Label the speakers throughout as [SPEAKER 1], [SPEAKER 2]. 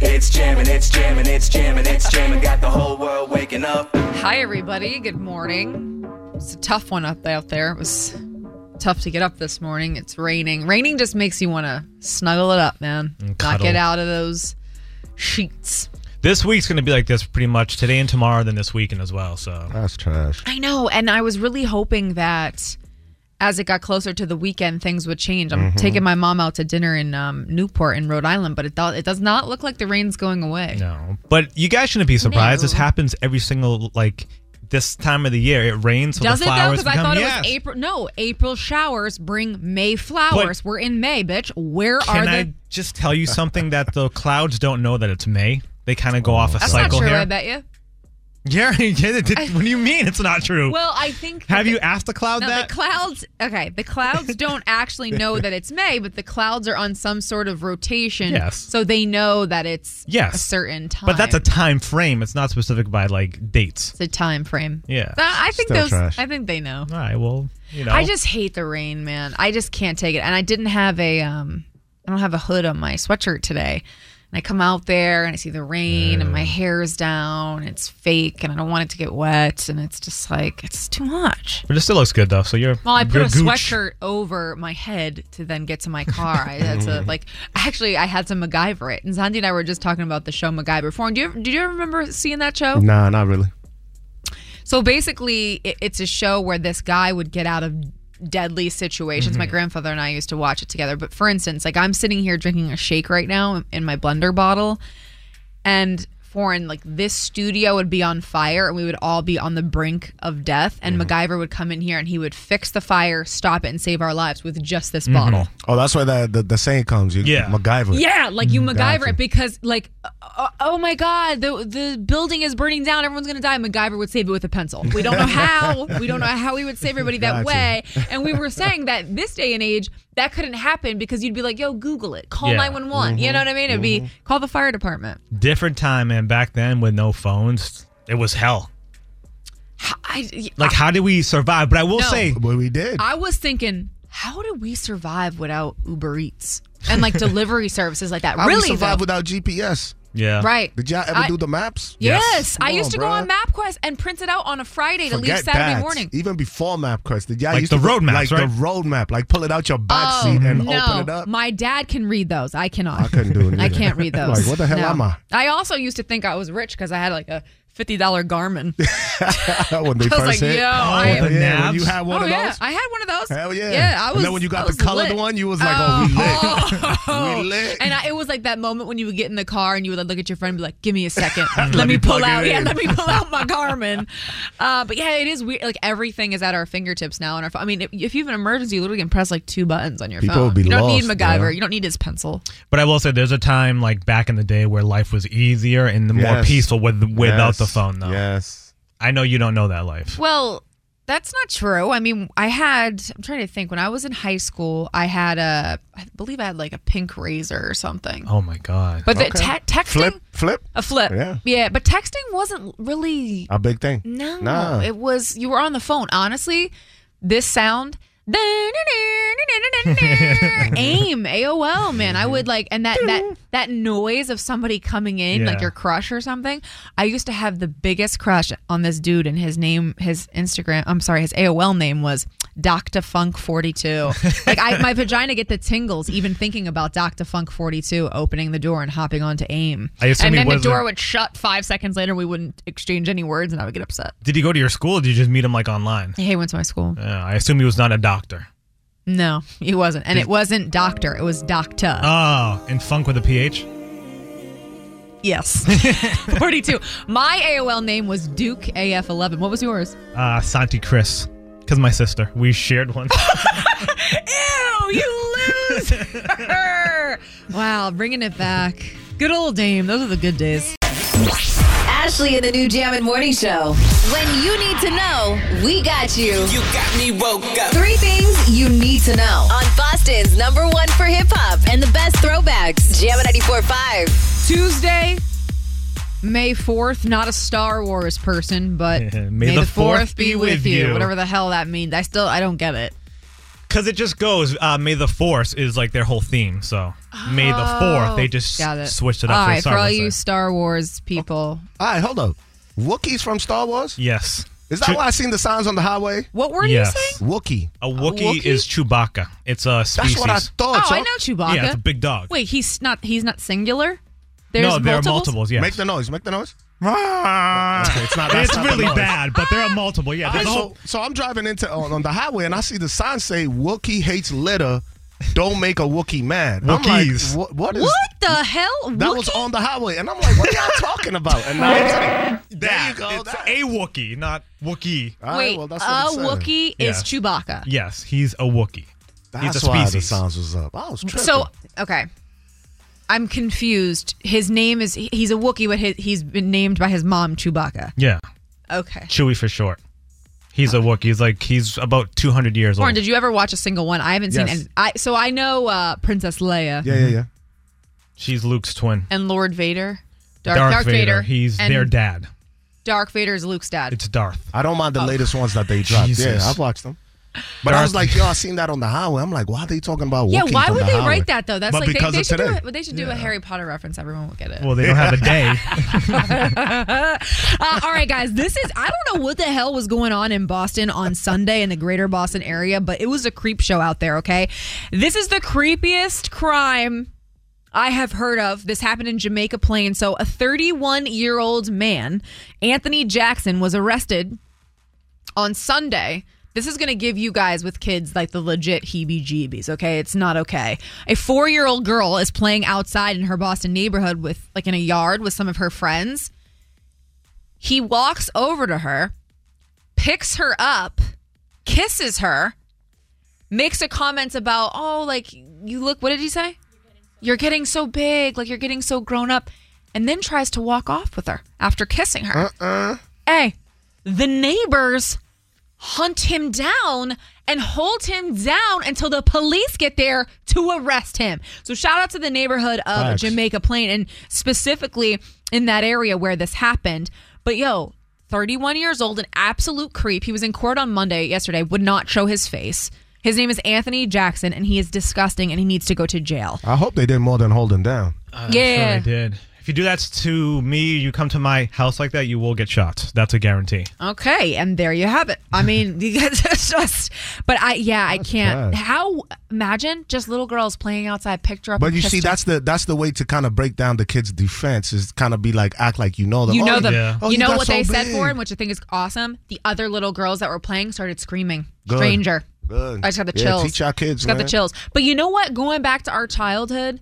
[SPEAKER 1] It's jamming, it's jamming, it's jamming, it's jamming. Got the whole world waking up.
[SPEAKER 2] Hi, everybody. Good morning. It's a tough one up out there. It was tough to get up this morning. It's raining. Raining just makes you want to snuggle it up, man. Not
[SPEAKER 3] cuddle.
[SPEAKER 2] get out of those sheets.
[SPEAKER 3] This week's going to be like this pretty much today and tomorrow, then this weekend as well. So
[SPEAKER 4] That's trash.
[SPEAKER 2] I know. And I was really hoping that as it got closer to the weekend, things would change. I'm
[SPEAKER 3] Mm-hmm.
[SPEAKER 2] taking my mom out to dinner in um, Newport in Rhode Island, but it, do- it does not look like the rain's going away.
[SPEAKER 3] no, but you guys shouldn't be surprised. This
[SPEAKER 2] No.
[SPEAKER 3] happens every single like this time of the year. It rains, so
[SPEAKER 2] Does
[SPEAKER 3] the
[SPEAKER 2] it though?
[SPEAKER 3] flowers
[SPEAKER 2] Because I
[SPEAKER 3] become-
[SPEAKER 2] thought it
[SPEAKER 3] Yes.
[SPEAKER 2] was April. No, April showers bring May flowers. We're in May, bitch. Where are
[SPEAKER 3] Can
[SPEAKER 2] the?
[SPEAKER 3] I just tell you something that the clouds don't know that it's May? They kind of go off a
[SPEAKER 2] That's not
[SPEAKER 3] cycle
[SPEAKER 2] true.
[SPEAKER 3] here.
[SPEAKER 2] I bet you.
[SPEAKER 3] Yeah, yeah, it did- what do you mean? It's not true.
[SPEAKER 2] Well, I think. that
[SPEAKER 3] Have
[SPEAKER 2] the-
[SPEAKER 3] you asked the cloud
[SPEAKER 2] No,
[SPEAKER 3] that?
[SPEAKER 2] the clouds. Okay, the clouds don't actually know that it's May, but the clouds are on some sort of rotation.
[SPEAKER 3] Yes.
[SPEAKER 2] So they know that it's
[SPEAKER 3] Yes.
[SPEAKER 2] a certain time.
[SPEAKER 3] but that's a time frame. It's not specific by like dates.
[SPEAKER 2] it's a time frame.
[SPEAKER 3] Yeah.
[SPEAKER 2] Uh, I think
[SPEAKER 4] Still
[SPEAKER 2] those.
[SPEAKER 4] trash.
[SPEAKER 2] I think they know.
[SPEAKER 3] All right. Well, you know.
[SPEAKER 2] I just hate the rain, man. I just can't take it. And I didn't have a um I don't have a hood on my sweatshirt today. And I come out there and I see the rain and my hair is down. and It's fake and I don't want it to get wet and it's just like it's too much.
[SPEAKER 3] But it still looks good though. So you're.
[SPEAKER 2] Well, I put
[SPEAKER 3] you're
[SPEAKER 2] a
[SPEAKER 3] gooch.
[SPEAKER 2] sweatshirt over my head to then get to my car. I had to like actually I had to MacGyver it. And Zandi and I were just talking about the show MacGyver Foreign. Do you ever, do you ever remember seeing that show?
[SPEAKER 4] Nah, not really.
[SPEAKER 2] So basically, it, it's a show where this guy would get out of deadly situations. My grandfather and I used to watch it together. But for instance, like I'm sitting here drinking a shake right now in my blender bottle, and foreign like this studio would be on fire and we would all be on the brink of death and MacGyver would come in here and he would fix the fire stop it and save our lives with just this bottle
[SPEAKER 5] Oh, that's where the, the, the saying comes. You,
[SPEAKER 3] Yeah.
[SPEAKER 5] MacGyver.
[SPEAKER 2] yeah, like
[SPEAKER 3] Mm,
[SPEAKER 2] you MacGyver
[SPEAKER 5] Gotcha.
[SPEAKER 2] it because like, uh, oh my God, the the building is burning down. Everyone's gonna die. MacGyver would save it with a pencil. We don't know how. we don't know how he would save everybody that
[SPEAKER 5] Gotcha.
[SPEAKER 2] way. And we were saying that this day and age that couldn't happen because you'd be like, yo, Google it, call
[SPEAKER 3] Yeah. Mm-hmm.
[SPEAKER 2] nine one one. You know what I mean? It'd be call the fire department.
[SPEAKER 3] different time, man. Back then, with no phones, it was hell.
[SPEAKER 2] I
[SPEAKER 3] Like, how did we survive? But I will
[SPEAKER 2] No.
[SPEAKER 3] say,
[SPEAKER 5] But we did.
[SPEAKER 2] I was thinking, how do we survive without Uber Eats and like delivery services like that?
[SPEAKER 5] How we
[SPEAKER 2] really
[SPEAKER 5] survive
[SPEAKER 2] though.
[SPEAKER 5] without GPS?
[SPEAKER 3] yeah,
[SPEAKER 2] right?
[SPEAKER 5] Did y'all ever
[SPEAKER 2] I-
[SPEAKER 5] do the maps?
[SPEAKER 2] Yes,
[SPEAKER 3] Yes.
[SPEAKER 2] I
[SPEAKER 5] Come
[SPEAKER 2] used
[SPEAKER 5] on,
[SPEAKER 2] to go
[SPEAKER 5] bruh.
[SPEAKER 2] on MapQuest and print it out on a Friday to leave
[SPEAKER 5] Forget
[SPEAKER 2] Saturday
[SPEAKER 5] that.
[SPEAKER 2] morning.
[SPEAKER 5] Even before MapQuest, did y'all
[SPEAKER 3] Like
[SPEAKER 5] used
[SPEAKER 3] the
[SPEAKER 5] to go-
[SPEAKER 3] road maps,
[SPEAKER 5] like
[SPEAKER 3] right?
[SPEAKER 5] the road map, like pull it out your back
[SPEAKER 2] Oh,
[SPEAKER 5] seat and open it up?
[SPEAKER 2] My dad can read those. I cannot.
[SPEAKER 5] I couldn't do it
[SPEAKER 2] I
[SPEAKER 5] either.
[SPEAKER 2] can't read
[SPEAKER 5] Like,
[SPEAKER 2] those.
[SPEAKER 5] what the hell am I?
[SPEAKER 2] I also used to think I was rich because I had like a fifty dollar Garmin.
[SPEAKER 5] when they
[SPEAKER 2] I was
[SPEAKER 5] first
[SPEAKER 2] like,
[SPEAKER 5] hit. Oh,
[SPEAKER 2] yo, I am.
[SPEAKER 3] with the
[SPEAKER 5] yeah, when
[SPEAKER 3] nabs?
[SPEAKER 5] you had one
[SPEAKER 2] Oh
[SPEAKER 5] of
[SPEAKER 2] yeah,
[SPEAKER 5] those.
[SPEAKER 2] I had one of those.
[SPEAKER 5] Hell yeah!
[SPEAKER 2] Yeah, I was.
[SPEAKER 5] And then when you
[SPEAKER 2] I
[SPEAKER 5] got
[SPEAKER 2] was
[SPEAKER 5] the colored
[SPEAKER 2] lit.
[SPEAKER 5] one, you was like, "Oh, we lit."
[SPEAKER 2] Oh.
[SPEAKER 5] We lit.
[SPEAKER 2] And I, it was like that moment when you would get in the car and you would like, look at your friend and be like, "Give me a second, let me pull out, yeah, let me pull out my Garmin." Uh, but yeah, it is weird. Like everything is at our fingertips now on our phone. I mean, if, if you have an emergency, you literally can press like two buttons on your
[SPEAKER 5] People
[SPEAKER 2] phone.
[SPEAKER 5] would be
[SPEAKER 2] you don't need
[SPEAKER 5] lost,
[SPEAKER 2] MacGyver.
[SPEAKER 5] bro.
[SPEAKER 2] You don't need his pencil.
[SPEAKER 3] But I will say, there's a time like back in the day where life was easier and more
[SPEAKER 5] Yes.
[SPEAKER 3] peaceful with without
[SPEAKER 5] Yes.
[SPEAKER 3] the phone, though.
[SPEAKER 5] Yes.
[SPEAKER 3] I know you don't know that life.
[SPEAKER 2] Well, that's not true. I mean, I had, I'm trying to think, when I was in high school, I had a, I believe I had like a pink razor or something.
[SPEAKER 3] Oh my god.
[SPEAKER 2] But the te- texting,
[SPEAKER 5] Flip, flip,
[SPEAKER 2] a flip.
[SPEAKER 5] Yeah.
[SPEAKER 2] but texting wasn't really,
[SPEAKER 5] a big thing.
[SPEAKER 2] no.
[SPEAKER 5] nah.
[SPEAKER 2] It was, you were on the phone. Honestly, this sound, aim aol man i would like and that that that noise of somebody coming in like
[SPEAKER 3] Yeah.
[SPEAKER 2] your crush or something i used to have the biggest crush on this dude and his name his instagram i'm sorry his aol name was dr funk 42 like I, my vagina get the tingles even thinking about dr funk 42 opening the door and hopping onto aim
[SPEAKER 3] I assume
[SPEAKER 2] and
[SPEAKER 3] he
[SPEAKER 2] then the
[SPEAKER 3] wasn't-
[SPEAKER 2] door would shut five seconds later we wouldn't exchange any words and i would get upset
[SPEAKER 3] did he go to your school? or Did you just meet him like online?
[SPEAKER 2] he went to my school
[SPEAKER 3] Uh, I assume he was not a doctor.
[SPEAKER 2] No, he wasn't. And it wasn't doctor, it was doctor.
[SPEAKER 3] Oh, and funk with a ph.
[SPEAKER 2] yes. 42. My AOL name was Duke AF11. What was yours?
[SPEAKER 3] Uh, Santi Chris, because my sister we shared one.
[SPEAKER 2] Oh, Ew, you loser. wow, bringing it back. Good old Dame. Those are the good days.
[SPEAKER 6] Ashley in the new Jam and Morning Show. When you need to know, we got you.
[SPEAKER 1] You got me woke up.
[SPEAKER 6] Three things you need to know on Boston's number one for hip hop and the best throwbacks. Jam 94.5.
[SPEAKER 2] Tuesday, May 4th. Not a Star Wars person, but
[SPEAKER 3] May
[SPEAKER 2] May,
[SPEAKER 3] the
[SPEAKER 2] the 4th,
[SPEAKER 3] 4th
[SPEAKER 2] be with you. Whatever the hell that means. I still, I don't get it.
[SPEAKER 3] Because it just goes, uh, May the Force is like their whole theme. So May the 4th, they just
[SPEAKER 2] Oh, Got it.
[SPEAKER 3] switched it up.
[SPEAKER 2] All
[SPEAKER 3] for
[SPEAKER 2] right,
[SPEAKER 3] Star
[SPEAKER 2] for all
[SPEAKER 3] Wars
[SPEAKER 2] you
[SPEAKER 3] thing.
[SPEAKER 2] Star Wars people.
[SPEAKER 5] All right, hold up. Wookiees from Star Wars?
[SPEAKER 3] Yes.
[SPEAKER 5] Is that
[SPEAKER 3] Chew-
[SPEAKER 5] why I seen the signs on the highway?
[SPEAKER 2] What were
[SPEAKER 3] Yes.
[SPEAKER 2] you saying?
[SPEAKER 5] Wookie.
[SPEAKER 3] A Wookiee
[SPEAKER 2] Wookiee?
[SPEAKER 3] is Chewbacca. It's a
[SPEAKER 5] That's
[SPEAKER 3] species.
[SPEAKER 5] what I
[SPEAKER 2] Oh,
[SPEAKER 5] thought. so-
[SPEAKER 2] I know Chewbacca.
[SPEAKER 3] Yeah, it's a big dog.
[SPEAKER 2] Wait, he's not he's not singular? There's
[SPEAKER 3] no, there are
[SPEAKER 2] multiples?
[SPEAKER 3] multiples. Yes.
[SPEAKER 5] Make the noise. Make the noise.
[SPEAKER 3] it's
[SPEAKER 5] not- that's not the
[SPEAKER 3] really
[SPEAKER 5] noise.
[SPEAKER 3] bad, but there are multiple. Yeah.
[SPEAKER 5] All
[SPEAKER 3] there's
[SPEAKER 5] right,
[SPEAKER 3] a
[SPEAKER 5] so,
[SPEAKER 3] whole-
[SPEAKER 5] so I'm driving into uh, on, on the highway and I see the sign say Wookie hates litter. Don't make a Wookie mad.
[SPEAKER 3] Wookiees.
[SPEAKER 5] I'm like, what, what is
[SPEAKER 2] What the hell?
[SPEAKER 5] that was on the highway? And I'm like, what are y'all talking about? And now it's like, there
[SPEAKER 3] that.
[SPEAKER 5] you go.
[SPEAKER 3] It's
[SPEAKER 5] that.
[SPEAKER 3] a Wookiee, not Wookiee.
[SPEAKER 5] All right,
[SPEAKER 2] Wait,
[SPEAKER 5] well, that's
[SPEAKER 2] a
[SPEAKER 5] what it said.
[SPEAKER 2] Wookiee is
[SPEAKER 3] Yeah.
[SPEAKER 2] Chewbacca.
[SPEAKER 3] Yes, he's a Wookiee.
[SPEAKER 5] That's
[SPEAKER 3] he's a
[SPEAKER 5] why the
[SPEAKER 3] species.
[SPEAKER 5] signs was up. I was tripping.
[SPEAKER 2] So okay, I'm confused. His name is he- he's a Wookiee, but he- he's been named by his mom Chewbacca.
[SPEAKER 3] Yeah.
[SPEAKER 2] Okay.
[SPEAKER 3] Chewie for short. He's a Wookiee. He's like he's about 200 years
[SPEAKER 2] Lauren,
[SPEAKER 3] old.
[SPEAKER 2] did you ever watch a single one? I haven't
[SPEAKER 5] Yes.
[SPEAKER 2] seen. Any, I so I know uh, Princess Leia
[SPEAKER 5] yeah, yeah, yeah.
[SPEAKER 3] She's Luke's twin.
[SPEAKER 2] and Lord Vader.
[SPEAKER 3] He's
[SPEAKER 2] and
[SPEAKER 3] their dad.
[SPEAKER 2] Dark Vader is Luke's dad.
[SPEAKER 3] It's Darth.
[SPEAKER 5] I don't mind the latest ones that they dropped.
[SPEAKER 3] Jesus.
[SPEAKER 5] Yeah, I've watched them. But I was like, yo, I seen that on the highway. I'm like, why are they talking about Wookiee?
[SPEAKER 2] yeah, why
[SPEAKER 5] from
[SPEAKER 2] would
[SPEAKER 5] the
[SPEAKER 2] they
[SPEAKER 5] highway?
[SPEAKER 2] write that though? That's
[SPEAKER 5] But
[SPEAKER 2] like they,
[SPEAKER 5] because
[SPEAKER 2] they
[SPEAKER 5] of
[SPEAKER 2] should do
[SPEAKER 5] today.
[SPEAKER 2] it. They should do a Harry Potter reference. Everyone will get it.
[SPEAKER 3] Well, they don't have a day.
[SPEAKER 2] Uh, all right, guys, this is I don't know what the hell was going on in Boston on Sunday in the greater Boston area, but it was a creep show out there, okay? This is the creepiest crime I have heard of. This happened in Jamaica Plains. So, a 31 year old man, Anthony Jackson, was arrested on Sunday. This is going to give you guys with kids like the legit heebie jeebies, okay? It's not okay. A four year old girl is playing outside in her Boston neighborhood with, like, in a yard with some of her friends. He walks over to her, picks her up, kisses her, makes a comment about, oh, like, you look, what did he say? You're getting so big, like, you're getting so grown up, and then tries to walk off with her after kissing her. Hey, the neighbors hunt him down and hold him down until the police get there to arrest him. So shout out to the neighborhood of
[SPEAKER 5] Facts.
[SPEAKER 2] Jamaica Plain and specifically in that area where this happened. But yo, 31 years old, an absolute creep. He was in court on Monday yesterday, would not show his face. His name is Anthony Jackson and he is disgusting and he needs to go to jail.
[SPEAKER 5] I hope they did more than holding down.
[SPEAKER 3] Uh,
[SPEAKER 2] yeah.
[SPEAKER 3] Sure I did. If you do that to me, you come to my house like that, you will get shot. That's a guarantee.
[SPEAKER 2] Okay, and there you have it. I mean, because it's just, but I, yeah, I can't.
[SPEAKER 5] bad.
[SPEAKER 2] How imagine just little girls playing outside, picked her up.
[SPEAKER 5] But
[SPEAKER 2] and
[SPEAKER 5] you
[SPEAKER 2] kissed
[SPEAKER 5] see,
[SPEAKER 2] her.
[SPEAKER 5] that's the that's the way to kind of break down the kids' defense is kind of be like act like you know them.
[SPEAKER 2] you know
[SPEAKER 5] Oh,
[SPEAKER 2] them.
[SPEAKER 3] yeah.
[SPEAKER 5] oh,
[SPEAKER 2] you, know
[SPEAKER 5] got
[SPEAKER 2] what
[SPEAKER 5] so
[SPEAKER 2] they said
[SPEAKER 5] big.
[SPEAKER 2] for him, which I think is awesome. The other little girls that were playing started screaming.
[SPEAKER 5] Good.
[SPEAKER 2] Stranger.
[SPEAKER 5] Good.
[SPEAKER 2] I just got the
[SPEAKER 5] Yeah,
[SPEAKER 2] chills.
[SPEAKER 5] teach our kids,
[SPEAKER 2] Just got
[SPEAKER 5] man.
[SPEAKER 2] the chills. But you know what? Going back to our childhood,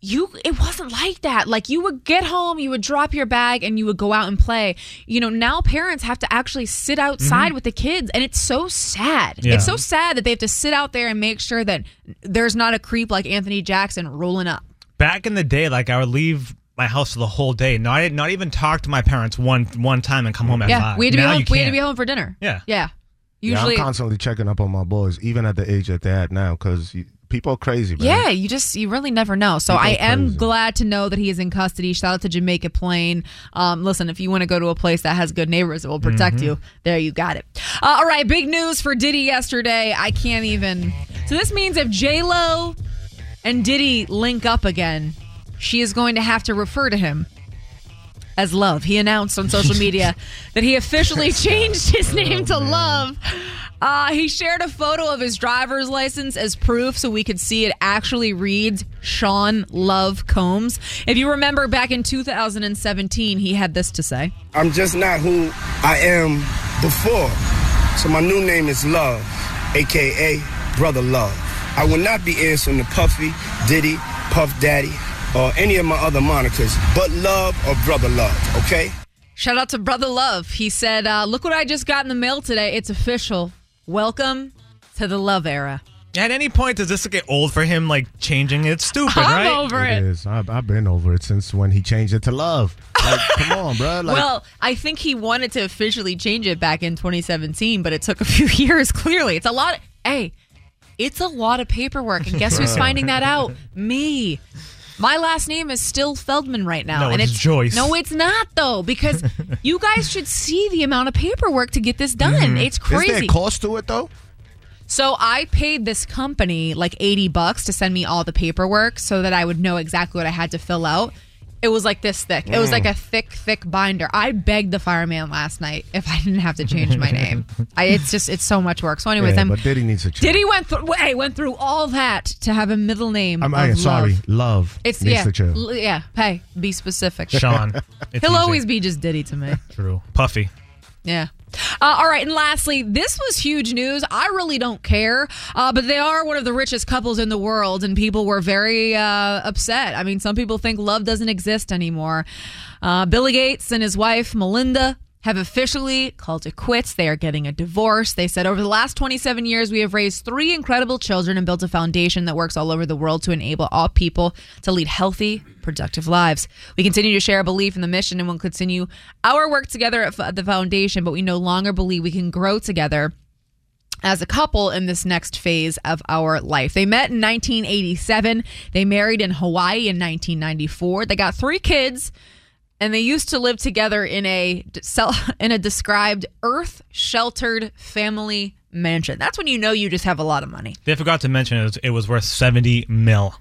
[SPEAKER 2] you it wasn't like that. Like you would get home, you would drop your bag, and you would go out and play. You know, now parents have to actually sit
[SPEAKER 5] Mm-hmm.
[SPEAKER 2] outside with the kids, and it's so sad.
[SPEAKER 3] Yeah.
[SPEAKER 2] It's so sad that they have to sit out there and make sure that there's not a creep like Anthony Jackson rolling up.
[SPEAKER 3] Back in the day, like I would leave my house for the whole day, not not even talk to my parents one one time and come home at
[SPEAKER 2] Yeah,
[SPEAKER 3] five.
[SPEAKER 2] we had to
[SPEAKER 3] Now
[SPEAKER 2] be home.
[SPEAKER 3] you
[SPEAKER 2] We had to
[SPEAKER 3] can't.
[SPEAKER 2] be home for dinner.
[SPEAKER 3] Yeah.
[SPEAKER 2] yeah.
[SPEAKER 5] Yeah,
[SPEAKER 2] Usually,
[SPEAKER 5] I'm constantly checking up on my boys, even at the age that they're at now, because people are crazy, man.
[SPEAKER 2] Yeah, you just you really never know. So
[SPEAKER 5] People
[SPEAKER 2] I
[SPEAKER 5] are
[SPEAKER 2] am
[SPEAKER 5] crazy.
[SPEAKER 2] glad to know that he is in custody. Shout out to Jamaica Plain. Um, listen, if you want to go to a place that has good neighbors that will
[SPEAKER 5] Mm-hmm.
[SPEAKER 2] protect
[SPEAKER 3] Mm-hmm.
[SPEAKER 2] you, there you got it. Uh, all right, big news for Diddy yesterday. I can't even. So this means if J Lo and Diddy link up again, she is going to have to refer to him. As Love. He announced on social media that he officially changed his name to Love. Uh, he shared a photo of his driver's license as proof so we could see it actually reads Sean Love Combs. If you remember back in 2017, he had this to say.
[SPEAKER 7] I'm just not who I am before. So my new name is Love, aka Brother Love. I will not be answering to Puffy, Diddy, Puff Daddy, or any of my other monikers, but Love or Brother Love, okay?
[SPEAKER 2] Shout out to Brother Love. He said, uh, Look what I just got in the mail today. It's official. Welcome to the Love Era.
[SPEAKER 3] At any point, does this get old for him? Like changing it? It's stupid, right?
[SPEAKER 5] it is. I've, I've been over it since when he changed it to love. Like, come on, bro. Like,
[SPEAKER 2] well, I think he wanted to officially change it back in 2017, but it took a few years. Clearly, it's a lot. hey, it's a lot of paperwork, and guess who's
[SPEAKER 3] Bro.
[SPEAKER 2] finding that out? Me. My last name is still Feldman right now,
[SPEAKER 3] No,
[SPEAKER 2] and
[SPEAKER 3] it's
[SPEAKER 2] it's,
[SPEAKER 3] Joyce.
[SPEAKER 2] No, it's not though, because you guys should see the amount of paperwork to get this done.
[SPEAKER 3] Mm-hmm.
[SPEAKER 2] It's crazy.
[SPEAKER 5] mm-hmm. Is there a cost to it though?
[SPEAKER 2] So I paid this company like 80 bucks to send me all the paperwork so that I would know exactly what I had to fill out. It was like this thick. It was
[SPEAKER 5] Mm.
[SPEAKER 2] like a thick, thick binder. I begged the fireman last night if I didn't have to change my name. I, it's just, it's so much work. So, anyways,
[SPEAKER 5] yeah,
[SPEAKER 2] I'm.
[SPEAKER 5] but Diddy needs a change.
[SPEAKER 2] Diddy went through. I went through all that to have a middle name.
[SPEAKER 5] I'm,
[SPEAKER 2] of
[SPEAKER 5] I,
[SPEAKER 2] love.
[SPEAKER 5] sorry, love.
[SPEAKER 2] It's
[SPEAKER 5] needs
[SPEAKER 2] yeah,
[SPEAKER 5] to change.
[SPEAKER 2] l- yeah. Hey, be specific,
[SPEAKER 3] Sean, it's
[SPEAKER 2] He'll
[SPEAKER 3] easy.
[SPEAKER 2] always be just Diddy to me.
[SPEAKER 3] True. Puffy.
[SPEAKER 2] Yeah. Uh, all right, and lastly, this was huge news. I really don't care, uh, but they are one of the richest couples in the world, and people were very uh, upset. I mean, some people think love doesn't exist anymore. Uh, Billy Gates and his wife, Melinda, have officially called it quits. They are getting a divorce. They said, Over the last 27 years, we have raised three incredible children and built a foundation that works all over the world to enable all people to lead healthy, productive lives. We continue to share a belief in the mission and will continue our work together at f- the foundation, but we no longer believe we can grow together as a couple in this next phase of our life. They met in 1987. They married in Hawaii in 1994. They got three kids and they used to live together in a d- sel- in a described earth-sheltered family mansion. That's when you know you just have a lot of money.
[SPEAKER 3] They forgot to mention it was, it was worth 70 mil.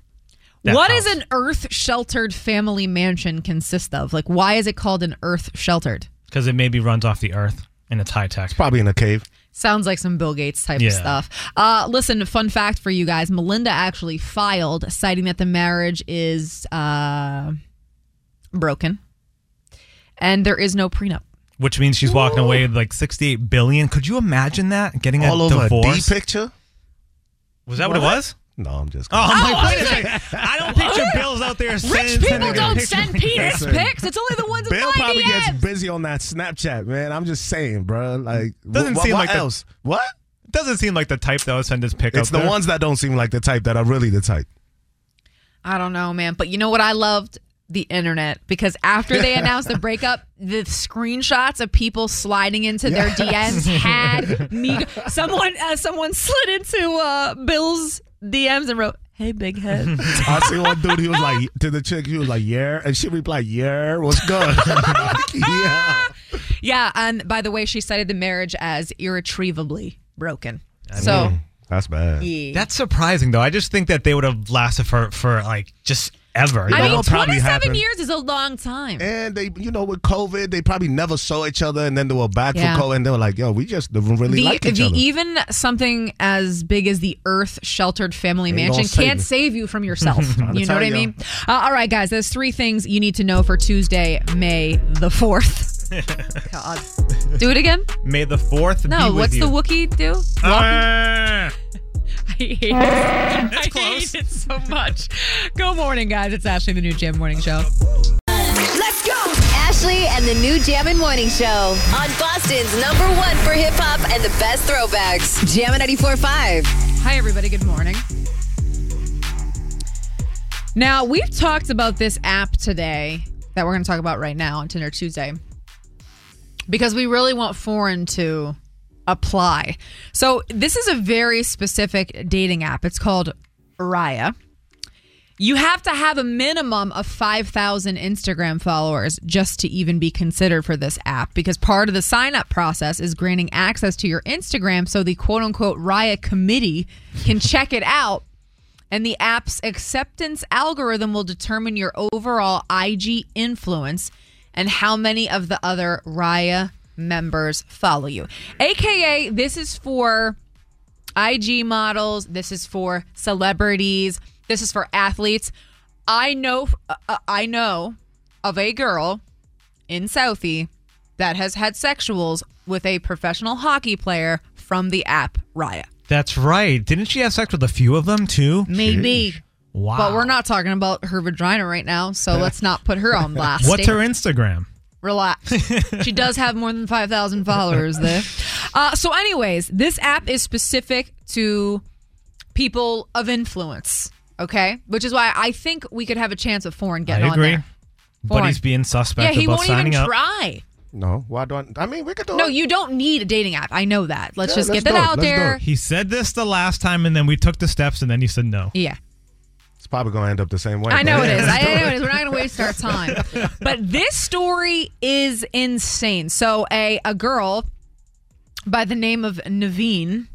[SPEAKER 3] That
[SPEAKER 2] What
[SPEAKER 3] house.
[SPEAKER 2] does an earth-sheltered family mansion consist of? Like why is it called an earth-sheltered?
[SPEAKER 3] Because it maybe runs off the earth and it's high tech. It's
[SPEAKER 5] probably in a cave.
[SPEAKER 2] Sounds like some Bill Gates type
[SPEAKER 3] Yeah.
[SPEAKER 2] of stuff. Uh, listen, fun fact for you guys: Melinda actually filed, citing that the marriage is uh, broken, and there is no prenup.
[SPEAKER 3] Which means she's walking away with like 68 billion. Could you imagine that? Getting a
[SPEAKER 5] All over a D
[SPEAKER 3] divorce?
[SPEAKER 5] picture?
[SPEAKER 3] Was that what, it was?
[SPEAKER 5] No, I'm just.
[SPEAKER 3] Oh,
[SPEAKER 5] kidding.
[SPEAKER 3] my wait a second. I don't picture bills out there
[SPEAKER 2] Rich
[SPEAKER 3] sending
[SPEAKER 2] people
[SPEAKER 3] sending
[SPEAKER 2] don't
[SPEAKER 3] pictures.
[SPEAKER 2] send penis
[SPEAKER 5] Listen.
[SPEAKER 2] pics. It's only the ones in
[SPEAKER 5] Bill
[SPEAKER 2] my
[SPEAKER 5] probably
[SPEAKER 2] DM.
[SPEAKER 5] gets busy on that Snapchat, man. I'm just saying, bro. Like,
[SPEAKER 3] Doesn't
[SPEAKER 5] wh- wh-
[SPEAKER 3] seem
[SPEAKER 5] what
[SPEAKER 3] like the-
[SPEAKER 5] else? what?
[SPEAKER 3] Doesn't seem like the type that would send his pick
[SPEAKER 5] It's
[SPEAKER 3] up
[SPEAKER 5] the
[SPEAKER 3] there.
[SPEAKER 5] ones that don't seem like the type that are really the type.
[SPEAKER 2] I don't know, man. But you know what? I loved the internet because after they announced the breakup, the screenshots of people sliding into their DMs had me. Someone, uh, someone slid into uh, Bill's DMs and wrote, "Hey, big head."
[SPEAKER 5] I see one dude. He was like to the chick. He was like, "Yeah," and she replied, "Yeah, what's good?" yeah.
[SPEAKER 2] yeah, and by the way, she cited the marriage as irretrievably broken.
[SPEAKER 3] I
[SPEAKER 2] so.
[SPEAKER 5] Mm.
[SPEAKER 2] E.
[SPEAKER 3] mean,
[SPEAKER 5] That's bad.
[SPEAKER 2] Yeah.
[SPEAKER 3] That's surprising, though. I just think that they would have lasted for, for like just ever.
[SPEAKER 2] I
[SPEAKER 3] That
[SPEAKER 2] mean,
[SPEAKER 3] would probably
[SPEAKER 2] 27
[SPEAKER 3] happen.
[SPEAKER 2] years is a long time.
[SPEAKER 5] And they, you know, with COVID, they probably never saw each other, and then they were back
[SPEAKER 2] Yeah.
[SPEAKER 5] for COVID, and they were like, "Yo, we just really
[SPEAKER 2] the,
[SPEAKER 5] like each
[SPEAKER 2] the-
[SPEAKER 5] other."
[SPEAKER 2] even something as big as the Earth sheltered family
[SPEAKER 5] Ain't
[SPEAKER 2] mansion
[SPEAKER 5] gonna save
[SPEAKER 2] can't
[SPEAKER 5] you.
[SPEAKER 2] save you from yourself.
[SPEAKER 5] Trying to
[SPEAKER 2] you know what
[SPEAKER 5] tell
[SPEAKER 2] I
[SPEAKER 5] ya.
[SPEAKER 2] mean? Uh, all right, guys, there's three things you need to know for Tuesday, May the fourth. God, do it again?
[SPEAKER 3] May the 4th be
[SPEAKER 2] No,
[SPEAKER 3] with
[SPEAKER 2] what's
[SPEAKER 3] you.
[SPEAKER 2] the Wookiee do?
[SPEAKER 3] Ah.
[SPEAKER 2] I hate it. I hate it so much. Good morning, guys. It's Ashley, the new Jam Morning Show.
[SPEAKER 6] Let's go! Ashley and the new Jammin' Morning Show on Boston's number one for hip hop and the best throwbacks. Jammin' 94.5.
[SPEAKER 2] Hi, everybody. Good morning. Now, we've talked about this app today that we're going to talk about right now on Tinder Tuesday because we really want foreign to apply. So, this is a very specific dating app. It's called Raya. You have to have a minimum of 5,000 Instagram followers just to even be considered for this app because part of the sign up process is granting access to your Instagram so the quote unquote Raya committee can check it out. And the app's acceptance algorithm will determine your overall IG influence and how many of the other Raya members follow you. AKA, this is for IG models. This is for celebrities. This is for athletes. I know, uh, I know of a girl in Southie that has had sexuals with a professional hockey player from the app Raya.
[SPEAKER 3] That's right. Didn't she have sex with a few of them too?
[SPEAKER 2] Maybe.
[SPEAKER 3] Wow.
[SPEAKER 2] But we're not talking about her vagina right now, so let's not put her on blast.
[SPEAKER 3] What's her Instagram?
[SPEAKER 2] Relax. she does have more than 5,000 followers there. Uh, so, anyways, this app is specific to people of influence. Okay, which is why I think we could have a chance of foreign getting
[SPEAKER 3] I agree.
[SPEAKER 2] on there.
[SPEAKER 3] But he's
[SPEAKER 2] Foreign.
[SPEAKER 3] being suspect
[SPEAKER 2] yeah, he
[SPEAKER 3] about
[SPEAKER 2] won't
[SPEAKER 3] signing
[SPEAKER 2] even
[SPEAKER 3] up.
[SPEAKER 2] try.
[SPEAKER 5] No, why do I? I mean, we could do
[SPEAKER 2] No,
[SPEAKER 5] it.
[SPEAKER 2] you don't need a dating app. I know that. Let's
[SPEAKER 5] Yeah,
[SPEAKER 2] just
[SPEAKER 5] let's
[SPEAKER 2] get that
[SPEAKER 5] do it.
[SPEAKER 2] out
[SPEAKER 5] Let's do
[SPEAKER 2] there.
[SPEAKER 3] He said this the last time, and then we took the steps, and then he said no.
[SPEAKER 2] Yeah.
[SPEAKER 5] It's probably going to end up the same way.
[SPEAKER 2] I know
[SPEAKER 5] but-
[SPEAKER 2] it is. I know it is. We're not going to waste our time. But this story is insane. So a a girl by the name of Naveen,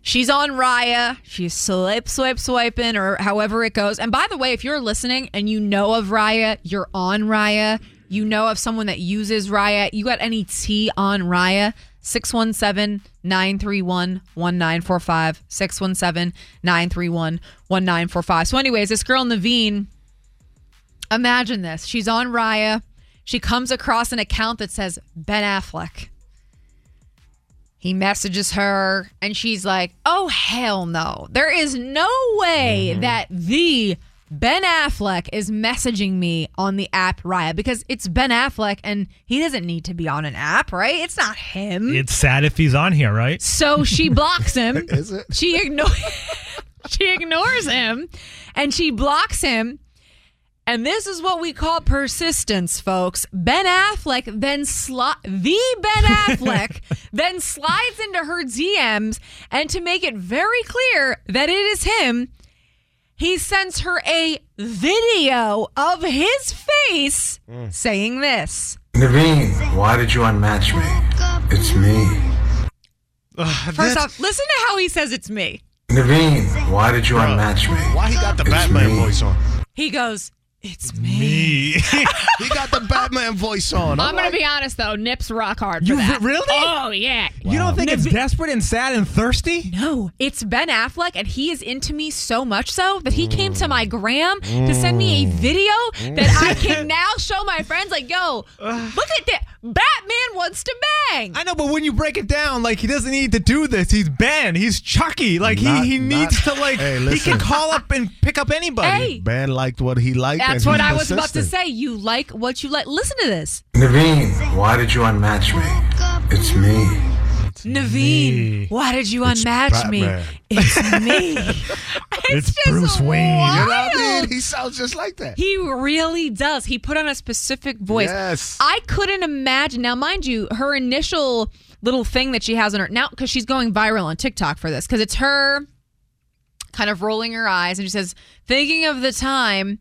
[SPEAKER 2] she's on Raya. She's swipe, swipe, swiping, or however it goes. And by the way, if you're listening and you know of Raya, you're on Raya. You know of someone that uses Raya. You got any tea on Raya? 617-931-1945. 617-931-1945. So anyways, this girl Naveen Imagine this. She's on Raya. She comes across an account that says Ben Affleck. He messages her and she's like, oh, hell no. There is no way that the Ben Affleck is messaging me on the app Raya because it's Ben Affleck and he doesn't need to be on an app, right? It's not him.
[SPEAKER 3] It's sad if he's on here, right?
[SPEAKER 2] So she blocks him.
[SPEAKER 3] Is it?
[SPEAKER 2] She ignores she ignores him and she blocks him. And this is what we call persistence, folks. Ben Affleck then sli- the Ben Affleck then slides into her DMs and to make it very clear that it is him, he sends her a video of his face
[SPEAKER 3] Mm.
[SPEAKER 2] saying this.
[SPEAKER 8] Naveen, why did you unmatch me? It's me.
[SPEAKER 2] First off, listen to how he says it's me.
[SPEAKER 8] Naveen, why did you unmatch me?
[SPEAKER 5] Why he got the Batman voice on?
[SPEAKER 2] He goes, "It's me."
[SPEAKER 5] he got the Batman voice on.
[SPEAKER 9] I'm gonna
[SPEAKER 5] like,
[SPEAKER 9] be honest though, Nips rock hard.
[SPEAKER 3] You
[SPEAKER 9] for that.
[SPEAKER 3] re- really?
[SPEAKER 9] Oh yeah.
[SPEAKER 3] You don't think it's desperate and sad and thirsty?
[SPEAKER 2] No. It's Ben Affleck, and he is into me so much so that he came to my gram to send me a
[SPEAKER 3] Mm.
[SPEAKER 2] video that I can now show my friends. Like, yo, look at that. Batman wants to bang.
[SPEAKER 3] I know, but when you break it down, like he doesn't need to do this. He's Ben. He's Chucky. Like
[SPEAKER 5] Not-
[SPEAKER 3] he, he needs
[SPEAKER 5] not-
[SPEAKER 3] to like
[SPEAKER 5] Hey,
[SPEAKER 3] he
[SPEAKER 5] listen.
[SPEAKER 3] can call up and pick up anybody.
[SPEAKER 2] Hey,
[SPEAKER 5] Ben liked what he liked.
[SPEAKER 2] that's
[SPEAKER 5] and
[SPEAKER 2] what
[SPEAKER 5] he's
[SPEAKER 2] I was about to say.
[SPEAKER 5] persistent.
[SPEAKER 2] You like what you like. Listen to this,
[SPEAKER 8] Naveen, why did you unmatch me? It's me.
[SPEAKER 2] Naveen.
[SPEAKER 8] me.
[SPEAKER 2] Why did you unmatch me?
[SPEAKER 8] Batman.
[SPEAKER 2] It's me.
[SPEAKER 3] It's, Bruce Wayne.
[SPEAKER 5] You know what I
[SPEAKER 2] wild.
[SPEAKER 5] mean? He sounds just like that.
[SPEAKER 2] He really does. He put on a specific voice.
[SPEAKER 5] Yes.
[SPEAKER 2] I couldn't imagine. Now, mind you, her initial little thing that she has on her now, because she's going viral on TikTok for this, because it's her kind of rolling her eyes and she says, thinking of the time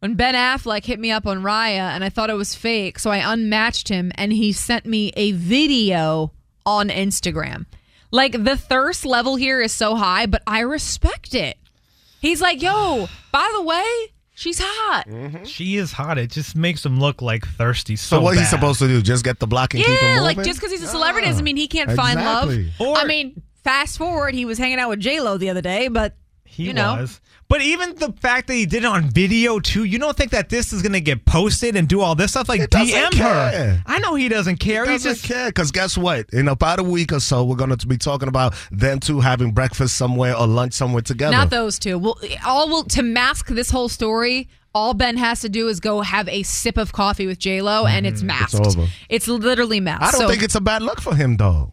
[SPEAKER 2] when Ben Affleck hit me up on Raya and I thought it was fake, so I unmatched him and he sent me a video on Instagram. Like the thirst level here is so high, but I respect it. He's like, yo, by the way, she's hot.
[SPEAKER 3] She is hot. It just makes him look like thirsty. So,
[SPEAKER 5] Mm-hmm. So, what he's
[SPEAKER 3] bad.
[SPEAKER 5] supposed to do? Just get the block and keep him
[SPEAKER 2] Yeah,
[SPEAKER 5] moving?
[SPEAKER 2] like just because he's a celebrity doesn't mean he can't find love.
[SPEAKER 5] Exactly.
[SPEAKER 2] I mean, fast forward, he was hanging out with J Lo the other day, but
[SPEAKER 3] He
[SPEAKER 2] you know,
[SPEAKER 3] was. But even the fact that he did it on video too, you don't think that this is gonna get posted and do all this stuff? Like
[SPEAKER 5] doesn't
[SPEAKER 3] DM
[SPEAKER 5] care.
[SPEAKER 3] her. I know he doesn't care.
[SPEAKER 5] He
[SPEAKER 3] He's
[SPEAKER 5] doesn't
[SPEAKER 3] just
[SPEAKER 5] care because guess what? In about a week or so, we're going to be talking about them two having breakfast somewhere or lunch somewhere together.
[SPEAKER 2] not those two. Well, all will to mask this whole story. All Ben has to do is go have a sip of coffee with J Lo, and
[SPEAKER 3] Mm-hmm.
[SPEAKER 2] it's masked. It's,
[SPEAKER 5] over.
[SPEAKER 2] literally masked.
[SPEAKER 5] I don't
[SPEAKER 2] So-
[SPEAKER 5] think it's a bad look for him though.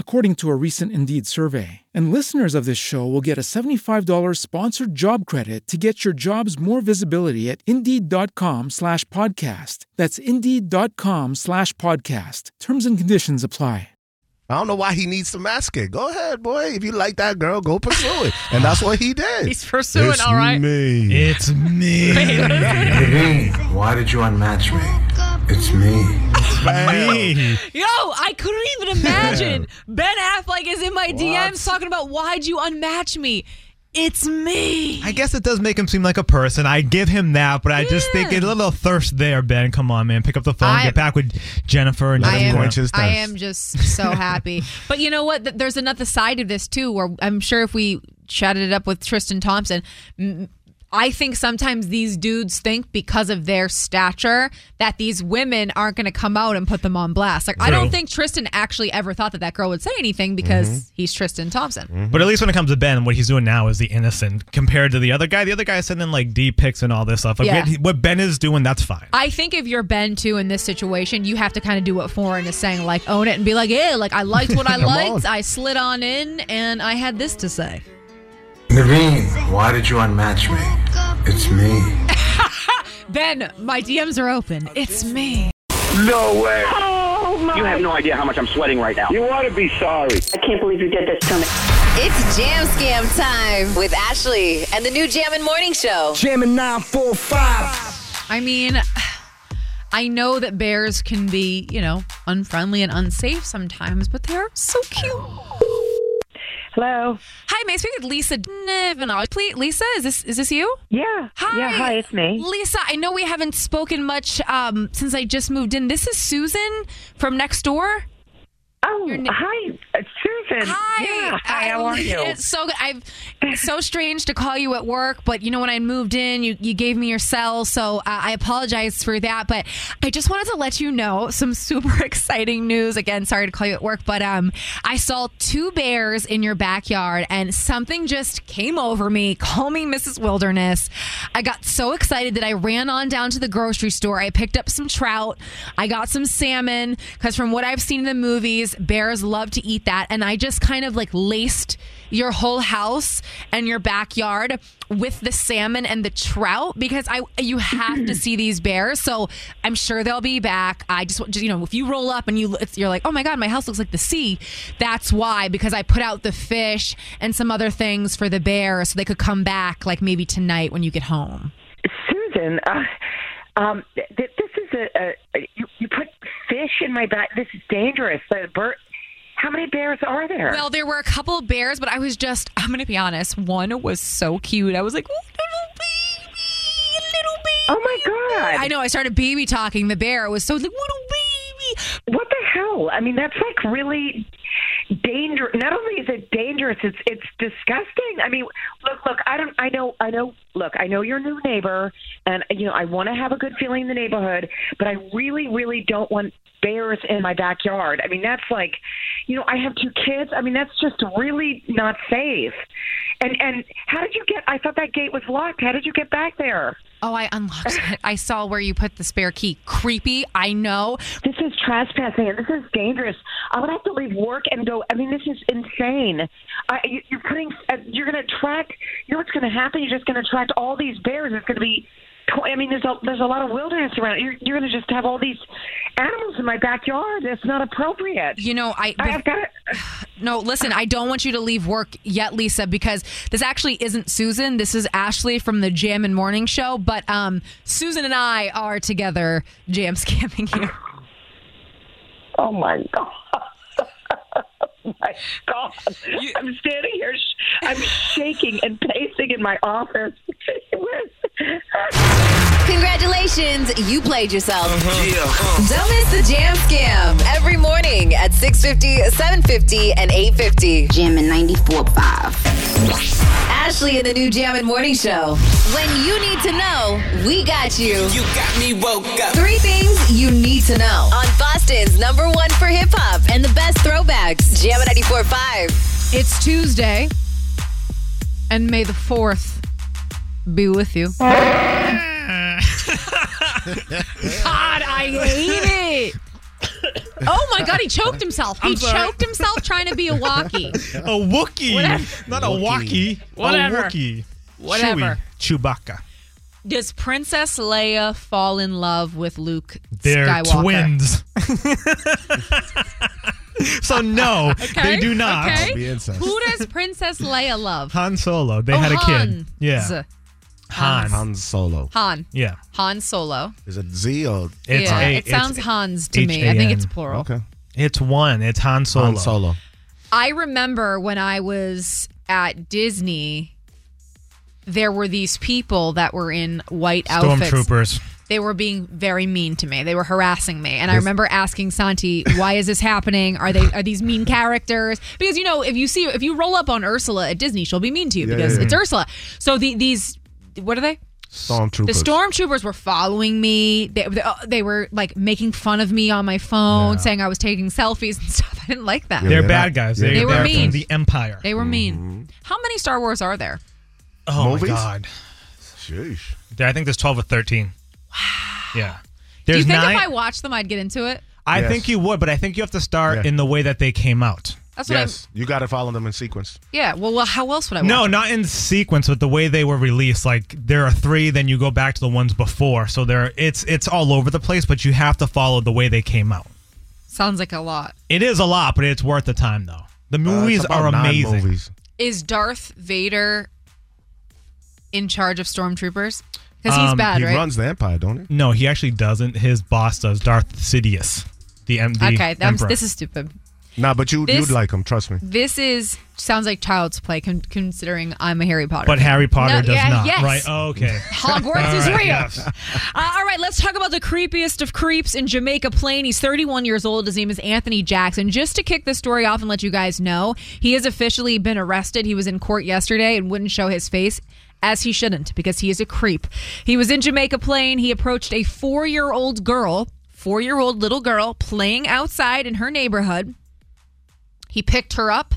[SPEAKER 10] according to a recent Indeed survey. And listeners of this show will get a $75 sponsored job credit to get your jobs more visibility at Indeed.com slash podcast. That's Indeed.com slash podcast. Terms and conditions apply.
[SPEAKER 5] I don't know why he needs to mask it. Go ahead, boy. If you like that girl, go pursue it. And that's what he did.
[SPEAKER 9] He's pursuing,
[SPEAKER 5] It's
[SPEAKER 9] all right.
[SPEAKER 5] Me.
[SPEAKER 3] It's me.
[SPEAKER 8] Hey, why did you unmatch me? It's me.
[SPEAKER 9] Yo, I couldn't even imagine. ben Affleck is in my DMs talking about why'd you unmatch me? It's me.
[SPEAKER 3] I guess it does make him seem like a person. I give him that, but I just think it's a little thirst there, Ben. Come on, man. Pick up the phone.
[SPEAKER 2] I-
[SPEAKER 3] get back with Jennifer and
[SPEAKER 2] I
[SPEAKER 3] Jennifer.
[SPEAKER 2] am, I am just so happy. but you know what? Th- There's another side of this too, where I'm sure if we chatted it up with Tristan Thompson, m- I think sometimes these dudes think because of their stature that these women aren't going to come out and put them on blast. Like I
[SPEAKER 3] True.
[SPEAKER 2] don't think Tristan actually ever thought that that girl would say anything because
[SPEAKER 3] Mhm.
[SPEAKER 2] he's Tristan Thompson.
[SPEAKER 5] Mm-hmm.
[SPEAKER 3] But at least when it comes to Ben, what he's doing now is the innocent compared to the other guy. The other guy is sending like D pics and all this stuff. Like
[SPEAKER 2] Yeah.
[SPEAKER 3] what, what Ben is doing, that's fine.
[SPEAKER 2] I think if you're Ben too in this situation, you have to kind of do what Foreign is saying, like own it and be like, yeah, like I liked what I
[SPEAKER 8] Come
[SPEAKER 2] liked,
[SPEAKER 8] on.
[SPEAKER 2] I slid on in, and I had this to say.
[SPEAKER 8] Naveen, why did you unmatch me? It's me.
[SPEAKER 2] Ben, my DMs are open. It's me.
[SPEAKER 11] No way. You have no idea how much I'm sweating right now. You ought to be sorry.
[SPEAKER 6] I can't believe you did this to me. It's Jam Scam time with Ashley and the new Jam and Morning Show. Jam and 945.
[SPEAKER 2] I mean, I know that bears can be, you know, unfriendly and unsafe sometimes, but they're so cute.
[SPEAKER 12] Hello.
[SPEAKER 2] Hi, may I speak with Lisa Nivenal? Please, Lisa, is this is this you?
[SPEAKER 12] Yeah.
[SPEAKER 2] Hi.
[SPEAKER 12] Yeah, hi, it's me.
[SPEAKER 2] Lisa, I know we haven't spoken much um, since I just moved in. This is Susan from next door.
[SPEAKER 12] Oh, hi, Susan.
[SPEAKER 2] Hi.
[SPEAKER 12] Yeah, hi,
[SPEAKER 2] I-
[SPEAKER 12] how are you?
[SPEAKER 2] It's so good. I've it's so strange to call you at work, but you know when I moved in, you, you gave me your cell, so uh, I apologize for that. But I just wanted to let you know some super exciting news. Again, sorry to call you at work, but um, I saw two bears in your backyard, and something just came over me. Call me Mrs. Wilderness. I got so excited that I ran on down to the grocery store. I picked up some trout. I got some salmon because from what I've seen in the movies, bears love to eat that. And I just kind of like laced your whole house and your backyard with the salmon and the trout because I you have to see these bears. So I'm sure they'll be back. I just want you know if you roll up and you it's, you're like oh my god my house looks like the sea. That's why because I put out the fish and some other things for the bears so they could come back like maybe tonight when you get home.
[SPEAKER 12] Susan, uh, um, th- th- this is a, a, a you, you put fish in my back. This is dangerous. The bird, how many bears are there?
[SPEAKER 2] Well, there were a couple of bears, but I was just, I'm going to be honest, one was so cute. I was like, "Ooh,
[SPEAKER 12] oh my god!
[SPEAKER 2] I know, I started baby talking the bear. It was so like, what a baby.
[SPEAKER 12] What the hell? I mean, that's like really dangerous. Not only is it dangerous, it's it's disgusting. I mean, look, look. I don't. I know. I know. Look, I know your new neighbor, and you know I want to have a good feeling in the neighborhood, but I really, really don't want bears in my backyard. I mean, that's like, you know, I have two kids. I mean, that's just really not safe. And and how did you get? I thought that gate was locked. How did you get back there?
[SPEAKER 2] Oh, I unlocked it. I saw where you put the spare key. Creepy, I know.
[SPEAKER 12] This is trespassing and this is dangerous. I would have to leave work and go. I mean, this is insane. I, you, you're putting, uh, you're going to attract. You know what's going to happen? You're just going to attract all these bears. It's going to be. tw- I mean, there's a there's a lot of wilderness around. You're you're going to just have all these animals in my backyard. That's not appropriate.
[SPEAKER 2] You know, I.
[SPEAKER 12] I've got to
[SPEAKER 2] No, listen, I don't want you to leave work yet, Lisa, because this actually isn't Susan. This is Ashley from the Jam and Morning Show. But um, Susan and I are together jam scamming you.
[SPEAKER 12] Oh my god. my God, I'm standing here. Sh- I'm shaking and pacing in my office.
[SPEAKER 6] Congratulations, you played yourself. Don't miss the Jam Scam every morning at 6.50, 7.50, and 8.50. Jam and 94.5. Ashley and the new Jam and Morning Show. When you need to know, we got you. You got me woke up. Three things you need to know on Boston's number one for hip hop and the best throwbacks. Jam and 94.5.
[SPEAKER 2] It's Tuesday, and may the 4th be with you. God, I hate it. Oh my god, he choked himself. He
[SPEAKER 3] I'm sorry.
[SPEAKER 2] choked himself trying to be a walkie.
[SPEAKER 3] A Wookiee. Not a Wookiee.
[SPEAKER 2] Whatever.
[SPEAKER 3] A Wookiee.
[SPEAKER 2] Whatever.
[SPEAKER 3] Chewie. Chewbacca.
[SPEAKER 2] Does Princess Leia fall in love with Luke
[SPEAKER 3] They're
[SPEAKER 2] Skywalker?
[SPEAKER 3] twins. so no, they do not.
[SPEAKER 2] Okay. Who does Princess Leia love?
[SPEAKER 3] Han Solo. They
[SPEAKER 2] Oh,
[SPEAKER 3] had a
[SPEAKER 2] Hans.
[SPEAKER 3] kid. Yeah. Han.
[SPEAKER 5] Han Solo.
[SPEAKER 2] Han.
[SPEAKER 3] Yeah.
[SPEAKER 2] Han Solo.
[SPEAKER 5] Is it Z or?
[SPEAKER 2] yeah, it sounds Hans to me. I think it's plural.
[SPEAKER 3] Okay. It's one. It's Han Solo.
[SPEAKER 5] Han Solo.
[SPEAKER 2] I remember when I was at Disney, there were these people that were in white outfits.
[SPEAKER 3] Stormtroopers.
[SPEAKER 2] They were being very mean to me. They were harassing me, and I
[SPEAKER 3] Yes.
[SPEAKER 2] remember asking Santi, "Why is this happening? Are they are these mean characters?" Because you know, if you see if you roll up on Ursula at Disney, she'll be mean to you
[SPEAKER 5] Yeah,
[SPEAKER 2] because
[SPEAKER 5] yeah, yeah.
[SPEAKER 2] it's Ursula. So the, these, what are they?
[SPEAKER 5] Stormtroopers.
[SPEAKER 2] The stormtroopers were following me. They, they, uh, they were like making fun of me on my phone, saying I was taking selfies and stuff. I didn't like that.
[SPEAKER 3] They're bad guys. Mm-hmm.
[SPEAKER 2] They,
[SPEAKER 3] They,
[SPEAKER 2] were
[SPEAKER 3] they're from
[SPEAKER 2] mean.
[SPEAKER 3] The Empire.
[SPEAKER 2] They were mean. How many Star Wars are there?
[SPEAKER 3] Oh
[SPEAKER 5] Movies?
[SPEAKER 3] my god. Sheesh. I think there's twelve or thirteen. Wow. Yeah. There's
[SPEAKER 2] Do you think
[SPEAKER 3] nine.
[SPEAKER 2] if I watched them, I'd get into it?
[SPEAKER 3] I think you would, but I think you have to start in the way that they came out.
[SPEAKER 2] That's what
[SPEAKER 5] yes, you got to follow them in sequence.
[SPEAKER 2] Yeah. Well, well, how else would I?
[SPEAKER 3] No,
[SPEAKER 2] watch
[SPEAKER 3] not in sequence, but the way they were released. Like there are three, then you go back to the ones before. So there, it's it's all over the place, but you have to follow the way they came out.
[SPEAKER 2] it? Sounds like a lot.
[SPEAKER 3] It is a lot, but it's worth the time though. The movies
[SPEAKER 5] Uh, about
[SPEAKER 3] are
[SPEAKER 5] nine
[SPEAKER 3] amazing.
[SPEAKER 2] Is Darth Vader in charge of stormtroopers? Because he's
[SPEAKER 3] Um,
[SPEAKER 2] bad, right?
[SPEAKER 3] the empire, don't he? No, he actually doesn't. His boss does. Darth Sidious, the M. the
[SPEAKER 2] okay, that's,
[SPEAKER 3] Emperor.
[SPEAKER 2] this is stupid.
[SPEAKER 5] Nah, but you
[SPEAKER 2] This-
[SPEAKER 5] you'd like them. Trust me.
[SPEAKER 2] This is sounds like child's play, con- considering I'm a Harry Potter.
[SPEAKER 3] But
[SPEAKER 2] fan.
[SPEAKER 3] Harry Potter
[SPEAKER 2] No,
[SPEAKER 3] does
[SPEAKER 2] yeah,
[SPEAKER 3] not,
[SPEAKER 2] yes.
[SPEAKER 3] right? Oh, okay.
[SPEAKER 2] Hogwarts is
[SPEAKER 3] All right,
[SPEAKER 2] real.
[SPEAKER 3] yes.
[SPEAKER 2] Uh, all right, let's talk about the creepiest of creeps in Jamaica Plain. He's 31 years old. His name is Anthony Jackson. Just to kick the story off and let you guys know, he has officially been arrested. He was in court yesterday and wouldn't show his face. As he shouldn't, because he is a creep. He was in Jamaica Plain. He approached a four year old girl, four year old little girl, playing outside in her neighborhood. He picked her up.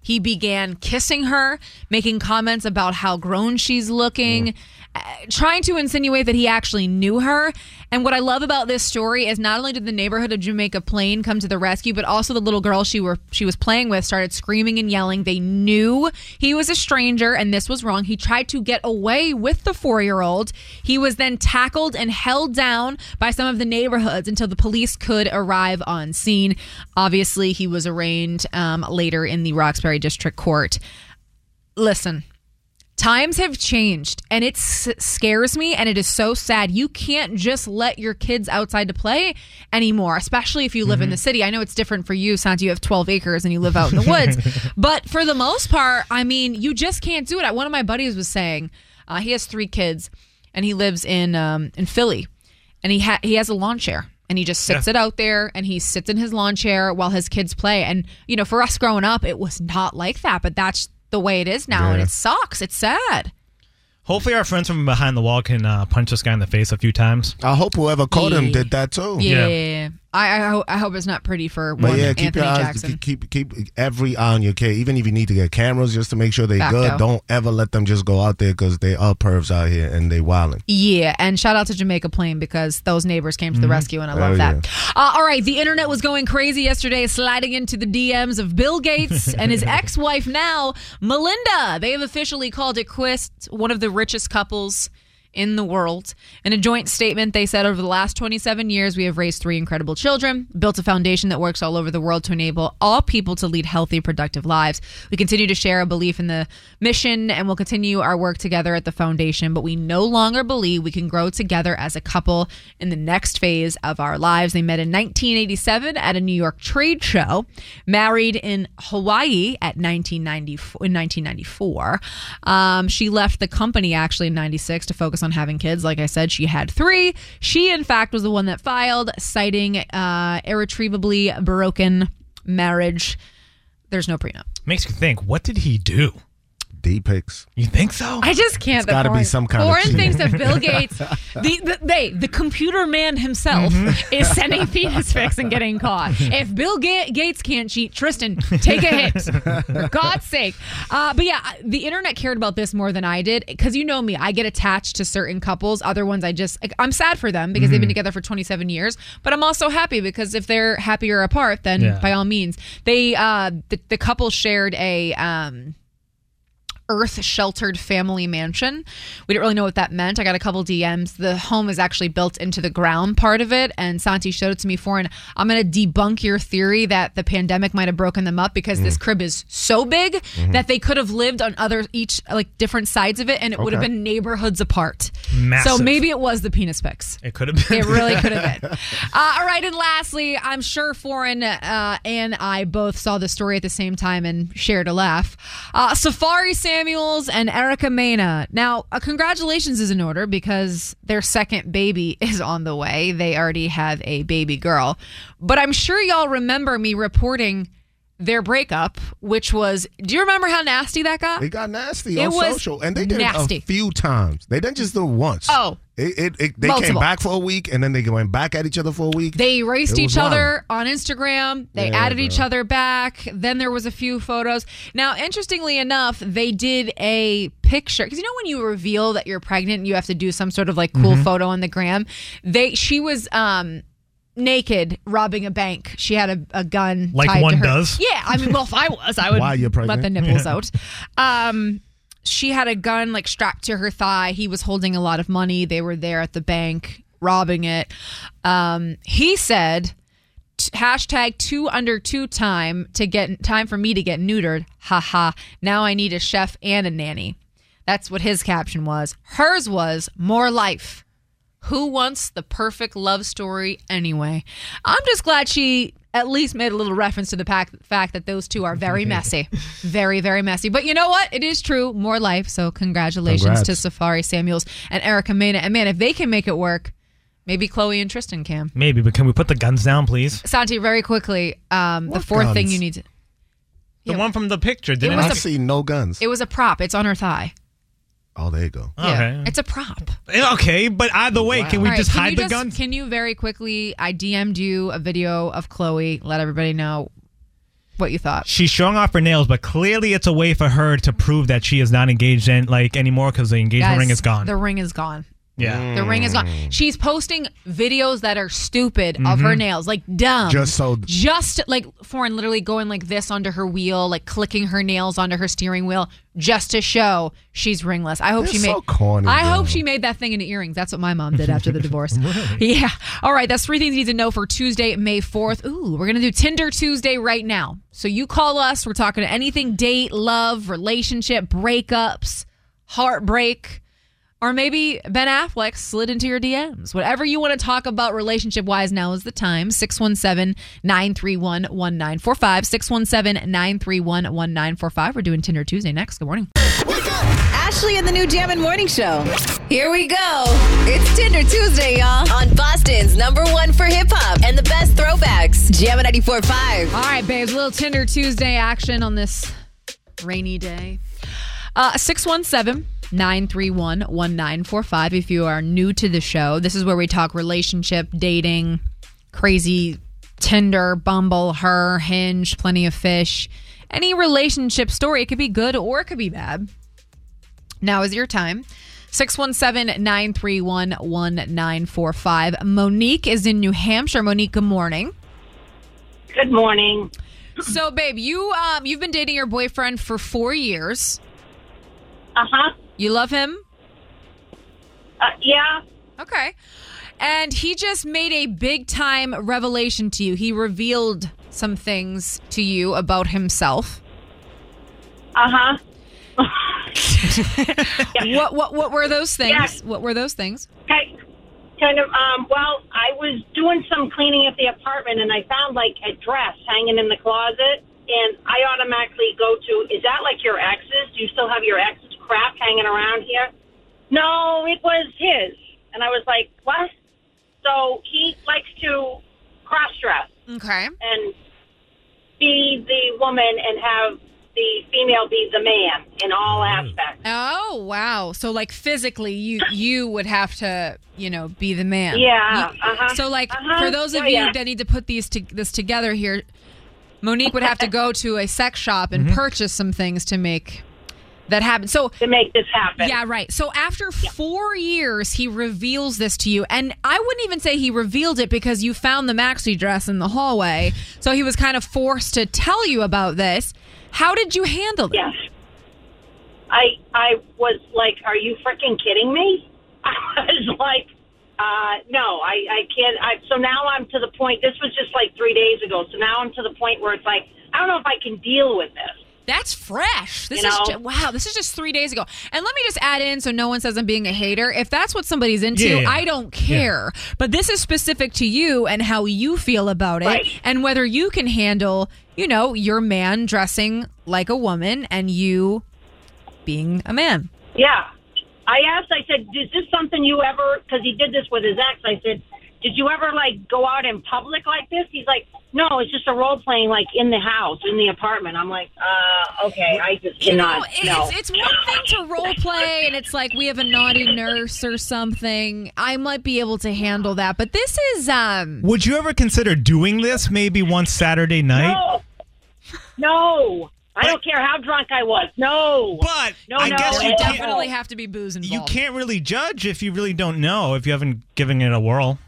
[SPEAKER 2] He began kissing her, making comments about how grown she's looking, uh, trying to insinuate that he actually knew her. And what I love about this story is not only did the neighborhood of Jamaica Plain come to the rescue, but also the little girl she were she was playing with started screaming and yelling. They knew he was a stranger and this was wrong. He tried to get away with the 4-year-old. He was then tackled and held down by some of the neighborhoods until the police could arrive on scene. Obviously, he was arraigned um, later in the Roxbury District Court. Listen, times have changed and it s- scares me and it is so sad. You can't just let your kids outside to play anymore, especially if you live in the city. I know it's different for you, Santi. You have 12 acres and you live out in the woods. but for the most part, I mean, you just can't do it. One of my buddies was saying uh, he has three kids and he lives in um, in Philly and he ha- he has a lawn chair and he just sits
[SPEAKER 7] Yeah.
[SPEAKER 2] it out there and he sits in his lawn chair while his kids play and you know for us growing up it was not like that but that's the way it is now and
[SPEAKER 3] Yeah.
[SPEAKER 2] it sucks it's sad
[SPEAKER 3] Hopefully, our friends from behind the wall can uh, punch this guy in the face a few times.
[SPEAKER 5] I hope whoever caught him did that too.
[SPEAKER 2] yeah, I, I, ho- I hope it's not pretty for one
[SPEAKER 5] keep
[SPEAKER 2] anthony
[SPEAKER 5] your eyes,
[SPEAKER 2] jackson
[SPEAKER 5] keep keep every eye on your kid. Even if you need to get cameras just to make sure they
[SPEAKER 2] Facto.
[SPEAKER 5] good, don't ever let them just go out there because they are pervs out here and they wilding.
[SPEAKER 2] yeah, and shout out to Jamaica Plain because those neighbors came to the rescue, and I love
[SPEAKER 5] Mm-hmm. Hell
[SPEAKER 2] that.
[SPEAKER 5] yeah.
[SPEAKER 2] Uh, all right, the internet was going crazy yesterday, sliding into the DMs of Bill Gates and his ex wife now, Melinda. They have officially called it quits, one of the richest couples in the world. In a joint statement, they said over the last 27 years, we have raised three incredible children, built a foundation that works all over the world to enable all people to lead healthy, productive lives. We continue to share a belief in the mission and will continue our work together at the foundation, but we no longer believe we can grow together as a couple in the next phase of our lives. They met in 1987 at a New York trade show, married in Hawaii at 1994. In 1994, um, she left the company actually in 96 to focus on having kids. Like I said, she had three. She, in fact, was the one that filed, citing uh, irretrievably broken marriage. There's no prenup.
[SPEAKER 3] Makes you think. What did he do?
[SPEAKER 5] D pics.
[SPEAKER 3] You think so?
[SPEAKER 2] I just can't.
[SPEAKER 5] Oh, It's
[SPEAKER 2] the
[SPEAKER 5] gotta be
[SPEAKER 2] foreign-
[SPEAKER 5] some kind of
[SPEAKER 2] foreign
[SPEAKER 5] cheat.
[SPEAKER 2] things that Bill Gates, the, the they, the computer man himself,
[SPEAKER 5] Mm-hmm.
[SPEAKER 2] is sending penis pics and getting caught. If Bill Ga- Gates can't cheat, Tristan, take a hit for God's sake. Uh, but yeah, I- the internet cared about this more than I did because you know me, I get attached to certain couples. Other ones, I just like, I'm sad for them because they've been
[SPEAKER 5] Mm-hmm.
[SPEAKER 1] Mhm.
[SPEAKER 2] together for 27 years. But I'm also happy because if they're happier apart, then
[SPEAKER 1] Yeah.
[SPEAKER 2] by all means, they uh, the, the couple shared a. Um, earth sheltered family mansion. We didn't really know what that meant. I got a couple DMs. The home is actually built into the ground part of it, and Santi showed it to me for. And I'm going to debunk your theory that the pandemic might have broken them up because this
[SPEAKER 1] Mm.
[SPEAKER 2] crib is so big
[SPEAKER 3] Mm-hmm.
[SPEAKER 1] Mhm.
[SPEAKER 2] that they could have lived on other each like different sides of it, and it would have
[SPEAKER 3] Okay.
[SPEAKER 2] been neighborhoods apart.
[SPEAKER 3] Massive.
[SPEAKER 2] So maybe it was the penis pics.
[SPEAKER 3] It could have been.
[SPEAKER 2] It really could have been. Uh, all right, and lastly, I'm sure Foreign uh, and I both saw the story at the same time and shared a laugh. Uh, Safari Samuels and Erica Mena. Now, uh, congratulations is in order because their second baby is on the way. They already have a baby girl. But I'm sure y'all remember me reporting their breakup, which was do you remember how nasty that got?
[SPEAKER 5] It got nasty
[SPEAKER 2] It
[SPEAKER 5] on
[SPEAKER 2] was
[SPEAKER 5] social, and they did
[SPEAKER 2] nasty.
[SPEAKER 5] it a few times. They didn't just do it once.
[SPEAKER 2] Oh.
[SPEAKER 5] it, it, it they
[SPEAKER 2] Multiple.
[SPEAKER 5] came back for a week, and then they went back at each other for a week.
[SPEAKER 2] They erased
[SPEAKER 5] It
[SPEAKER 2] each
[SPEAKER 5] was
[SPEAKER 2] other on Instagram. They
[SPEAKER 5] Yeah,
[SPEAKER 2] added each
[SPEAKER 5] bro.
[SPEAKER 2] other back. Then there was a few photos. Now, interestingly enough, they did a picture because you know when you reveal that you're pregnant, you have to do some sort of like cool
[SPEAKER 5] Mm-hmm.
[SPEAKER 1] Mhm.
[SPEAKER 2] photo on the gram. They she was um naked robbing a bank. She had a, a gun
[SPEAKER 1] Like
[SPEAKER 2] tied to
[SPEAKER 1] one
[SPEAKER 2] her-
[SPEAKER 1] does?
[SPEAKER 2] Yeah, I mean, well, if I was, I would
[SPEAKER 1] While you're
[SPEAKER 2] let the
[SPEAKER 1] pregnant.
[SPEAKER 2] nipples
[SPEAKER 1] Yeah.
[SPEAKER 2] out. Um, she had a gun like strapped to her thigh. He was holding a lot of money. They were there at the bank robbing it. Um, he said t- hashtag two under two time to get time for me to get neutered. Ha ha. Now I need a chef and a nanny. That's what his caption was. Hers was more life. Who wants the perfect love story anyway? I'm just glad she at least made a little reference to the pac- fact that those two are very messy. Very, very messy. But you know what? It is true. More life. So congratulations
[SPEAKER 1] Congrats.
[SPEAKER 2] to Safari Samuels and Erica Mena. And man, if they can make it work, maybe Chloe and Tristan can.
[SPEAKER 3] Maybe, but can we put the guns down, please?
[SPEAKER 2] Santi, very quickly, um, the
[SPEAKER 3] What
[SPEAKER 2] fourth thing
[SPEAKER 3] guns?
[SPEAKER 2] you need to.
[SPEAKER 3] The
[SPEAKER 2] Yeah.
[SPEAKER 3] one from the picture didn't
[SPEAKER 2] was
[SPEAKER 3] it?
[SPEAKER 2] a- I've seen
[SPEAKER 5] no guns.
[SPEAKER 2] It was a prop. It's on her thigh.
[SPEAKER 5] Oh, there you go.
[SPEAKER 3] Okay.
[SPEAKER 2] It's a prop.
[SPEAKER 3] Okay, but either way, can we
[SPEAKER 2] All right,
[SPEAKER 3] just
[SPEAKER 2] can
[SPEAKER 3] hide
[SPEAKER 2] you
[SPEAKER 3] the
[SPEAKER 2] just-
[SPEAKER 3] guns?
[SPEAKER 2] Can you very quickly? I DM'd you a video of Chloe. Let everybody know what you thought.
[SPEAKER 3] She's showing off her nails, but clearly it's a way for her to prove that she is not engaged in like anymore because the engagement
[SPEAKER 2] Guys,
[SPEAKER 3] ring is gone.
[SPEAKER 2] The ring is gone.
[SPEAKER 3] yeah,
[SPEAKER 2] The ring is gone.
[SPEAKER 3] Mm.
[SPEAKER 5] Mm.
[SPEAKER 2] She's posting videos that are stupid of her
[SPEAKER 3] Mhm.
[SPEAKER 2] nails, like dumb.
[SPEAKER 5] Just so-
[SPEAKER 2] just like foreign, literally going like this onto her wheel, like clicking her nails onto her steering wheel, just to show she's ringless. I hope
[SPEAKER 1] That's
[SPEAKER 2] she made.
[SPEAKER 1] so corny,
[SPEAKER 2] I
[SPEAKER 1] bro.
[SPEAKER 2] hope she made that thing into earrings. That's what my mom did after the divorce. Yeah. All right. That's three things you need to know for Tuesday, May 4th. Ooh, we're going to do Tinder Tuesday right now. So you call us. We're talking anything date, love, relationship, breakups, heartbreak, or maybe Ben Affleck slid into your DMs. Whatever you want to talk about relationship wise, now is the time. 617 931 1945. 617 931 1945. We're doing Tinder Tuesday next. Good morning.
[SPEAKER 6] Ashley and the new Jam and Morning Show. Here we go. It's Tinder Tuesday, y'all. On Boston's number one for hip hop and the best throwbacks. Jam at 94.5.
[SPEAKER 2] All right, babes, a little Tinder Tuesday action on this rainy day. Uh, 617 931 1945. If you are new to the show, this is where we talk relationship, dating, crazy Tinder, Bumble, her, Hinge, plenty of fish. Any relationship story, it could be good or it could be bad. Now is your time. 617 931 1945. Monique is in New Hampshire. Monique, good morning.
[SPEAKER 13] Good morning.
[SPEAKER 2] So, babe, you um, you've been dating your boyfriend for four years.
[SPEAKER 13] Uh huh.
[SPEAKER 2] You love him.
[SPEAKER 13] Uh, yeah.
[SPEAKER 2] Okay. And he just made a big time revelation to you. He revealed some things to you about himself.
[SPEAKER 13] Uh
[SPEAKER 2] huh. What what what were those things? What were those things?
[SPEAKER 13] Ki- Kind of. Um, well, I was doing some cleaning at the apartment, and I found like a dress hanging in the closet, and I automatically go to, "Is that like your ex's? Do you still have your ex's crap hanging around here?" No, it was his, and I was like, "What?" So he likes to cross dress.
[SPEAKER 2] Okay.
[SPEAKER 13] And be the woman and have the female be the man in all aspects.
[SPEAKER 2] Oh wow! So like physically, you you would have to you know be the man.
[SPEAKER 13] Yeah,
[SPEAKER 2] You-
[SPEAKER 13] uh-huh,
[SPEAKER 2] So like
[SPEAKER 13] uh-huh,
[SPEAKER 2] for those of
[SPEAKER 13] oh,
[SPEAKER 2] you
[SPEAKER 13] yeah.
[SPEAKER 2] that need to put these to, this together here, Monique would have to go to a sex shop and purchase some things to make that happen. So to
[SPEAKER 13] make this happen.
[SPEAKER 2] Yeah, right. So after four years, he reveals this to you, and I wouldn't even say he revealed it because you found the maxi dress in the hallway. So he was kind of forced to tell you about this. How did you handle this?
[SPEAKER 13] I I was like, "Are you freaking kidding me?" I was like, uh, "No, I I can't." I, so now I'm to the point. This was just like three days ago. So now I'm to the point where it's like, I don't know if I can deal with this.
[SPEAKER 2] That's fresh. This
[SPEAKER 13] You
[SPEAKER 2] is
[SPEAKER 13] know?
[SPEAKER 2] ju- wow. This is just three days ago. And let me just add in, so no one says I'm being a hater. If that's what somebody's into,
[SPEAKER 9] Yeah.
[SPEAKER 2] I don't care. But this is specific to you and how you feel about it, and whether you can handle, you know, your man dressing like a woman and you being a man.
[SPEAKER 13] Yeah. I asked, I said, is this something you ever, because he did this with his ex, I said, did you ever like go out in public like this? He's like, no, it's just a role playing like in the house, in the apartment. I'm like, uh, okay, I just
[SPEAKER 2] You know,
[SPEAKER 13] cannot.
[SPEAKER 2] it's,
[SPEAKER 13] no.
[SPEAKER 2] it's one thing to role play, and it's like we have a naughty nurse or something. I might be able to handle that, but this is um.
[SPEAKER 3] Would you ever consider doing this maybe one Saturday night?
[SPEAKER 13] no. I don't care how drunk I was. No.
[SPEAKER 3] But
[SPEAKER 13] no,
[SPEAKER 3] I
[SPEAKER 13] no,
[SPEAKER 3] guess you
[SPEAKER 13] no.
[SPEAKER 2] Definitely have to be booze involved.
[SPEAKER 3] You can't really judge if you really don't know, if you haven't given it a whirl.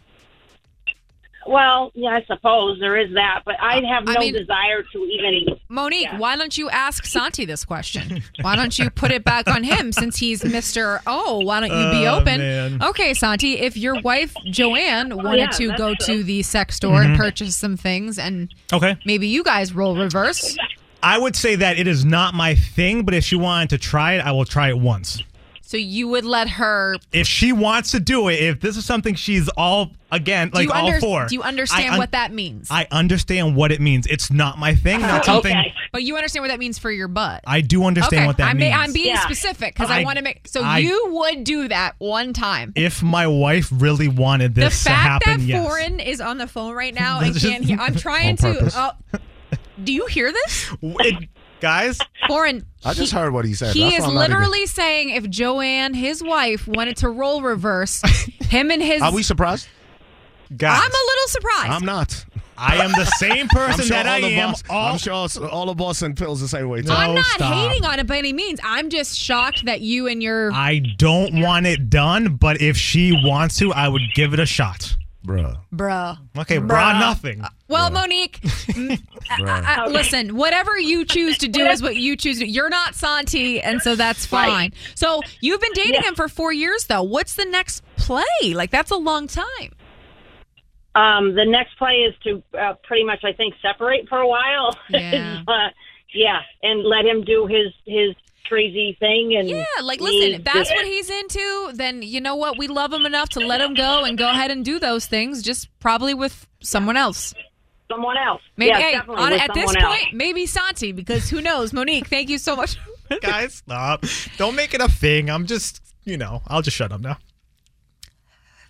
[SPEAKER 13] Well, yeah, I suppose there is that, but I have
[SPEAKER 2] I
[SPEAKER 13] no
[SPEAKER 2] mean-
[SPEAKER 13] desire to even.
[SPEAKER 2] Monique, why don't you ask Santi this question? Why don't you put it back on him since he's Mr. Oh, why don't you be
[SPEAKER 9] Oh,
[SPEAKER 2] open?
[SPEAKER 9] man.
[SPEAKER 2] Okay, Santi, if your wife
[SPEAKER 13] Oh,
[SPEAKER 2] Joanne wanted
[SPEAKER 9] yeah,
[SPEAKER 2] to
[SPEAKER 9] that's
[SPEAKER 2] go
[SPEAKER 9] true.
[SPEAKER 2] to the sex store
[SPEAKER 3] Mhm.
[SPEAKER 2] and purchase some things and
[SPEAKER 3] Okay.
[SPEAKER 2] maybe you guys roll reverse.
[SPEAKER 3] I would say that it is not my thing, but if she wanted to try it, I will try it once.
[SPEAKER 2] So you would let her
[SPEAKER 3] If she wants to do it, if this is something she's all again,
[SPEAKER 2] do
[SPEAKER 3] like
[SPEAKER 2] you
[SPEAKER 3] all
[SPEAKER 2] under-
[SPEAKER 3] for.
[SPEAKER 2] Do you understand
[SPEAKER 3] I un-
[SPEAKER 2] what that means?
[SPEAKER 3] I understand what it means. It's not my thing. Not something.
[SPEAKER 2] But you understand what that means for your butt.
[SPEAKER 3] I do understand
[SPEAKER 2] okay.
[SPEAKER 3] what that
[SPEAKER 2] I'm,
[SPEAKER 3] means.
[SPEAKER 2] I'm being specific because I,
[SPEAKER 3] I-
[SPEAKER 2] want to make. So
[SPEAKER 3] I-
[SPEAKER 2] you would do that one time.
[SPEAKER 3] If my wife really wanted
[SPEAKER 2] The
[SPEAKER 3] this to
[SPEAKER 2] fact
[SPEAKER 3] happen,
[SPEAKER 2] that
[SPEAKER 3] yes.
[SPEAKER 2] foreign is on the phone right now and
[SPEAKER 3] That's just-
[SPEAKER 2] can't hear. I'm trying to.
[SPEAKER 3] On purpose.
[SPEAKER 2] Oh, do you hear this,
[SPEAKER 3] guys?
[SPEAKER 2] Foreign.
[SPEAKER 5] I just heard what he said.
[SPEAKER 2] He
[SPEAKER 5] That's
[SPEAKER 2] is
[SPEAKER 5] why I'm not even-
[SPEAKER 2] literally saying if Joanne, his wife, wanted to roll reverse, him and his.
[SPEAKER 5] Are we surprised?
[SPEAKER 3] Guys,
[SPEAKER 2] I'm a little surprised.
[SPEAKER 5] I'm not.
[SPEAKER 3] I am the same person
[SPEAKER 5] I'm sure
[SPEAKER 3] that I
[SPEAKER 5] all of
[SPEAKER 3] am
[SPEAKER 5] Us, I'm sure us- all of Boston feels the same way. Too.
[SPEAKER 2] I'm not hating on it by any means. I'm just shocked that you and your.
[SPEAKER 3] I don't want it done, but if she wants to, I would give it a shot.
[SPEAKER 5] Bruh.
[SPEAKER 2] Bruh.
[SPEAKER 3] Okay,
[SPEAKER 2] Bruh. Uh,
[SPEAKER 3] bruh, nothing.
[SPEAKER 2] Well, Monique, m- I- I-
[SPEAKER 3] Okay.
[SPEAKER 2] listen, whatever you choose to do is what you choose to do. You're not Santi, and so that's fine.
[SPEAKER 9] Right.
[SPEAKER 2] So you've been dating him for four years, though. What's the next play? Like, that's a long time.
[SPEAKER 13] Um, the next play is to uh, pretty much, I think, separate for a while.
[SPEAKER 2] Yeah.
[SPEAKER 13] uh, yeah, and let him do his his crazy thing. And
[SPEAKER 2] Yeah, like,
[SPEAKER 13] me
[SPEAKER 2] listen, if that's
[SPEAKER 13] do
[SPEAKER 2] what
[SPEAKER 13] it.
[SPEAKER 2] he's into, then you know what? We love him enough to let him go and go ahead and do those things, just probably with someone else.
[SPEAKER 13] Someone else.
[SPEAKER 2] Maybe
[SPEAKER 13] Yeah,
[SPEAKER 2] hey,
[SPEAKER 13] definitely
[SPEAKER 2] on-
[SPEAKER 13] with
[SPEAKER 2] at this
[SPEAKER 13] someone else.
[SPEAKER 2] point, maybe Santi, because who knows? Monique, thank you so much.
[SPEAKER 3] Guys, stop. Don't make it a thing. I'm just, you know, I'll just shut up now.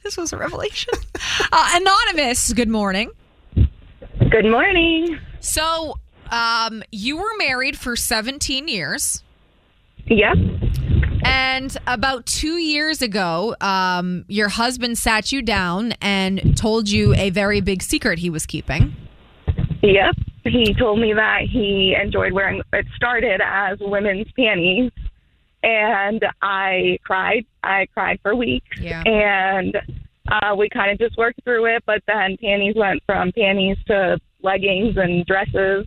[SPEAKER 2] This was a revelation. uh, Anonymous, good morning.
[SPEAKER 14] Good morning.
[SPEAKER 2] So, um, you were married for 17 years.
[SPEAKER 14] Yep.
[SPEAKER 2] And about two years ago, um, your husband sat you down and told you a very big secret he was keeping.
[SPEAKER 14] Yep. He told me that he enjoyed wearing it started as women's panties and I cried. I cried for weeks.
[SPEAKER 2] Yeah.
[SPEAKER 14] And uh, we kind of just worked through it, but then panties went from panties to leggings and dresses.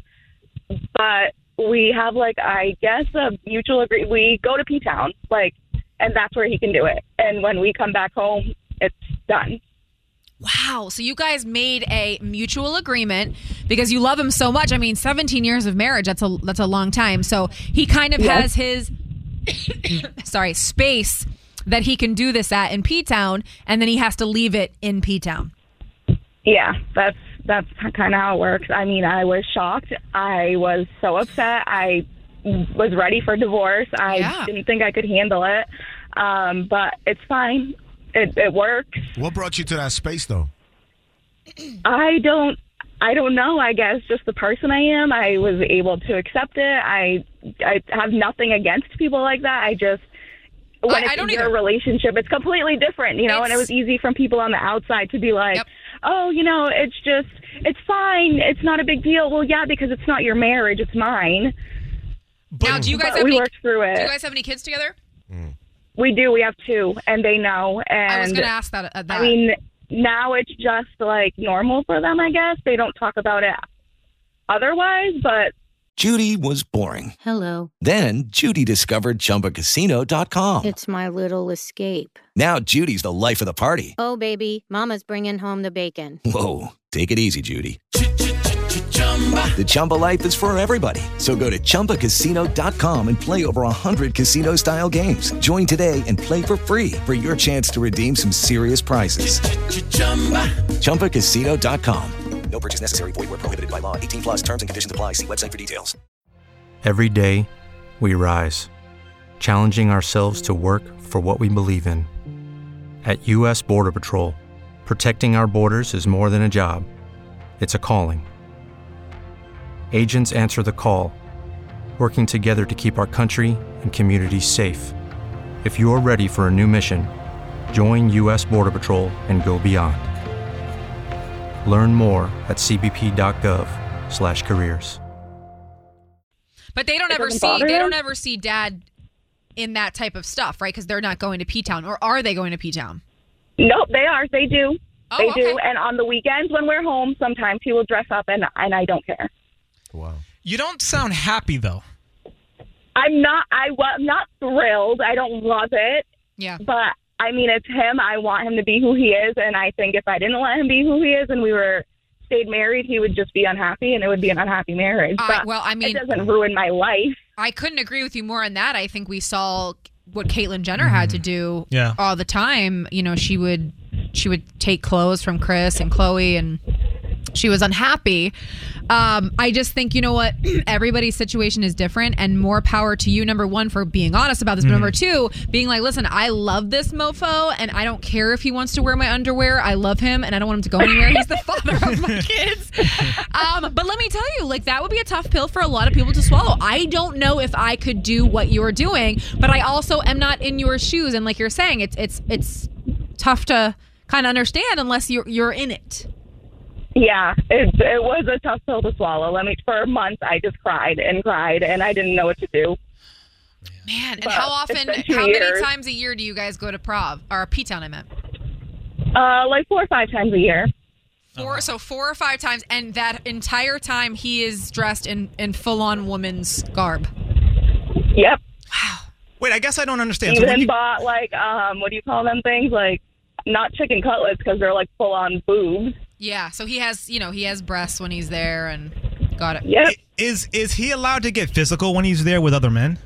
[SPEAKER 14] But we have like I guess a mutual agree we go to P Town, like and that's where he can do it. And when we come back home, it's done.
[SPEAKER 2] Wow. So, you guys made a mutual agreement because you love him so much. I mean, 17 years of marriage, that's a, that's a long time. So, he kind of has
[SPEAKER 9] Yes.
[SPEAKER 2] his sorry, space that he can do this at in P Town, and then he has to leave it in P Town.
[SPEAKER 14] Yeah, that's that's kind of how it works. I mean, I was shocked. I was so upset. I was ready for divorce. I
[SPEAKER 5] Yeah.
[SPEAKER 14] didn't think I could handle it. Um, but it's fine. It, it works.
[SPEAKER 5] What brought you to that space, though?
[SPEAKER 14] I don't. I don't know. I guess just the person I am. I was able to accept it. I I have nothing against people like that. I just when
[SPEAKER 15] I-
[SPEAKER 14] it's
[SPEAKER 15] I don't
[SPEAKER 14] in your
[SPEAKER 15] either.
[SPEAKER 14] relationship, it's completely different, you know. and
[SPEAKER 15] It's-
[SPEAKER 14] it was easy from people on the outside to be like, "Oh, you know, it's just it's fine. It's not a big deal." Well, yeah, because it's not your marriage. It's mine.
[SPEAKER 2] now, do you guys
[SPEAKER 14] But
[SPEAKER 2] have
[SPEAKER 14] we
[SPEAKER 2] any,
[SPEAKER 14] worked through it?
[SPEAKER 2] Do you guys have any kids together?
[SPEAKER 14] We do. We have two, and they know. And
[SPEAKER 2] I was gonna ask that- uh, that.
[SPEAKER 14] I mean, now it's just like normal for them, I guess. They don't talk about it otherwise, but
[SPEAKER 16] Judy was boring.
[SPEAKER 17] Hello.
[SPEAKER 16] Then Judy discovered ChumbaCasino.com.
[SPEAKER 17] It's my little escape.
[SPEAKER 16] Now Judy's the life of the party.
[SPEAKER 17] Oh, baby, Mama's bringing home the bacon.
[SPEAKER 16] Whoa, take it easy, Judy. The Chumba life is for everybody. So go to ChumbaCasino.com and play over 100 casino style games. Join today and play for free for your chance to redeem some serious prizes. ChumbaCasino.com. No purchase necessary. Void where prohibited by law. 18 plus terms and conditions apply. See website for details.
[SPEAKER 18] Every day, we rise, challenging ourselves to work for what we believe in. At U.S. Border Patrol, protecting our borders is more than a job, it's a calling. Agents answer the call, working together to keep our country and communities safe. If you are ready for a new mission, join U.S. Border Patrol and go beyond. Learn more at cbp.gov/careers.
[SPEAKER 2] But they don't
[SPEAKER 14] It
[SPEAKER 2] ever
[SPEAKER 14] doesn't
[SPEAKER 2] see
[SPEAKER 14] bother
[SPEAKER 2] they
[SPEAKER 14] you?
[SPEAKER 2] don't ever see dad in that type of stuff, right? Because they're not going to P Town, or are they going to P Town?
[SPEAKER 14] nope, they are. They do.
[SPEAKER 2] Oh,
[SPEAKER 14] they do.
[SPEAKER 2] okay.
[SPEAKER 14] And on the weekends when we're home, sometimes he will dress up, and and I don't care.
[SPEAKER 3] You don't sound happy though.
[SPEAKER 14] I'm not. I was not thrilled. I don't love it.
[SPEAKER 2] Yeah.
[SPEAKER 14] But I mean, it's him. I want him to be who he is, and I think if I didn't let him be who he is, and we were stayed married, he would just be unhappy, and it would be an unhappy marriage.
[SPEAKER 2] I-
[SPEAKER 14] but
[SPEAKER 2] well, I mean-
[SPEAKER 14] it doesn't ruin my life.
[SPEAKER 2] I couldn't agree with you more on that. I think we saw what Caitlyn Jenner had to do
[SPEAKER 14] Yeah.
[SPEAKER 2] all the time. You know, she would she would take clothes from Chris and Chloe and she was unhappy. Um, I just think, you know what? Everybody's situation is different, and more power to you, number one, for being honest about this. But
[SPEAKER 19] Mhm.
[SPEAKER 2] number two, being like, listen, I love this mofo, and I don't care if he wants to wear my underwear. I love him, and I don't want him to go anywhere. He's the father of my kids. Um, but let me tell you, like, that would be a tough pill for a lot of people to swallow. I don't know if I could do what you're doing, but I also am not in your shoes. And like you're saying, it's, it's, it's tough to kind of understand unless you're, you're in it.
[SPEAKER 14] Yeah, it, it was a tough pill to swallow. Let me. For months, I just cried and cried, and I didn't know what to do.
[SPEAKER 2] Man, and
[SPEAKER 14] But
[SPEAKER 2] how
[SPEAKER 14] it's
[SPEAKER 2] often,
[SPEAKER 14] been two
[SPEAKER 2] how many
[SPEAKER 14] years.
[SPEAKER 2] times a year do you guys go to Prov or P Town? I meant
[SPEAKER 14] Uh, like four or five times a year.
[SPEAKER 2] four, so four or five times, and that entire time he is dressed in in full on woman's garb.
[SPEAKER 14] Yep.
[SPEAKER 3] Wait, I guess I don't understand. So
[SPEAKER 14] Even
[SPEAKER 3] when you-
[SPEAKER 14] bought like um, what do you call them things? Like not chicken cutlets because they're like full on boobs.
[SPEAKER 2] Yeah, so he has, you know, he has breasts when he's there, and got it.
[SPEAKER 3] Is is he allowed to get physical when he's there with other men?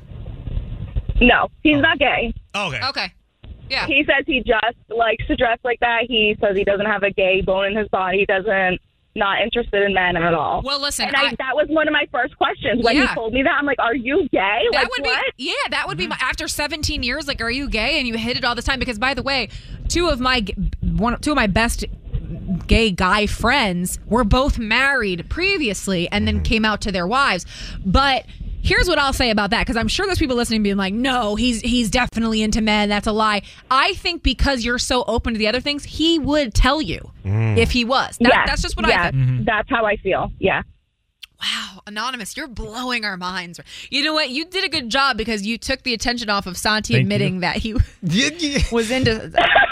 [SPEAKER 14] No, he's not gay.
[SPEAKER 3] Oh. Okay.
[SPEAKER 2] Okay. Yeah.
[SPEAKER 14] He says he just likes to dress like that. He says he doesn't have a gay bone in his body. He doesn't not interested in men at all.
[SPEAKER 2] Well, listen,
[SPEAKER 14] and I,
[SPEAKER 2] I-
[SPEAKER 14] that was one of my first questions when
[SPEAKER 2] Yeah.
[SPEAKER 14] he told me that. I'm like, "Are you gay?"
[SPEAKER 2] That
[SPEAKER 14] like,
[SPEAKER 2] would
[SPEAKER 14] what?
[SPEAKER 2] be yeah. That would be my after 17 years. Like, are you gay? And you hit it all the time because, by the way, two of my g- one two of my best gay guy friends were both married previously and then came out to their wives. But here's what I'll say about that because I'm sure there's people listening being like, no, he's he's definitely into men. That's a lie. I think because you're so open to the other things, he would tell you
[SPEAKER 14] Mm.
[SPEAKER 2] if he was. That,
[SPEAKER 14] Yes,
[SPEAKER 2] That's just what I
[SPEAKER 14] yes,
[SPEAKER 2] think.
[SPEAKER 3] Mm-hmm.
[SPEAKER 14] That's how I feel. Yeah.
[SPEAKER 2] Anonymous, you're blowing our minds. You know what? You did a good job because you took the attention off of Santi
[SPEAKER 3] Thank
[SPEAKER 2] admitting
[SPEAKER 3] you.
[SPEAKER 2] that he
[SPEAKER 3] yeah.
[SPEAKER 2] was into.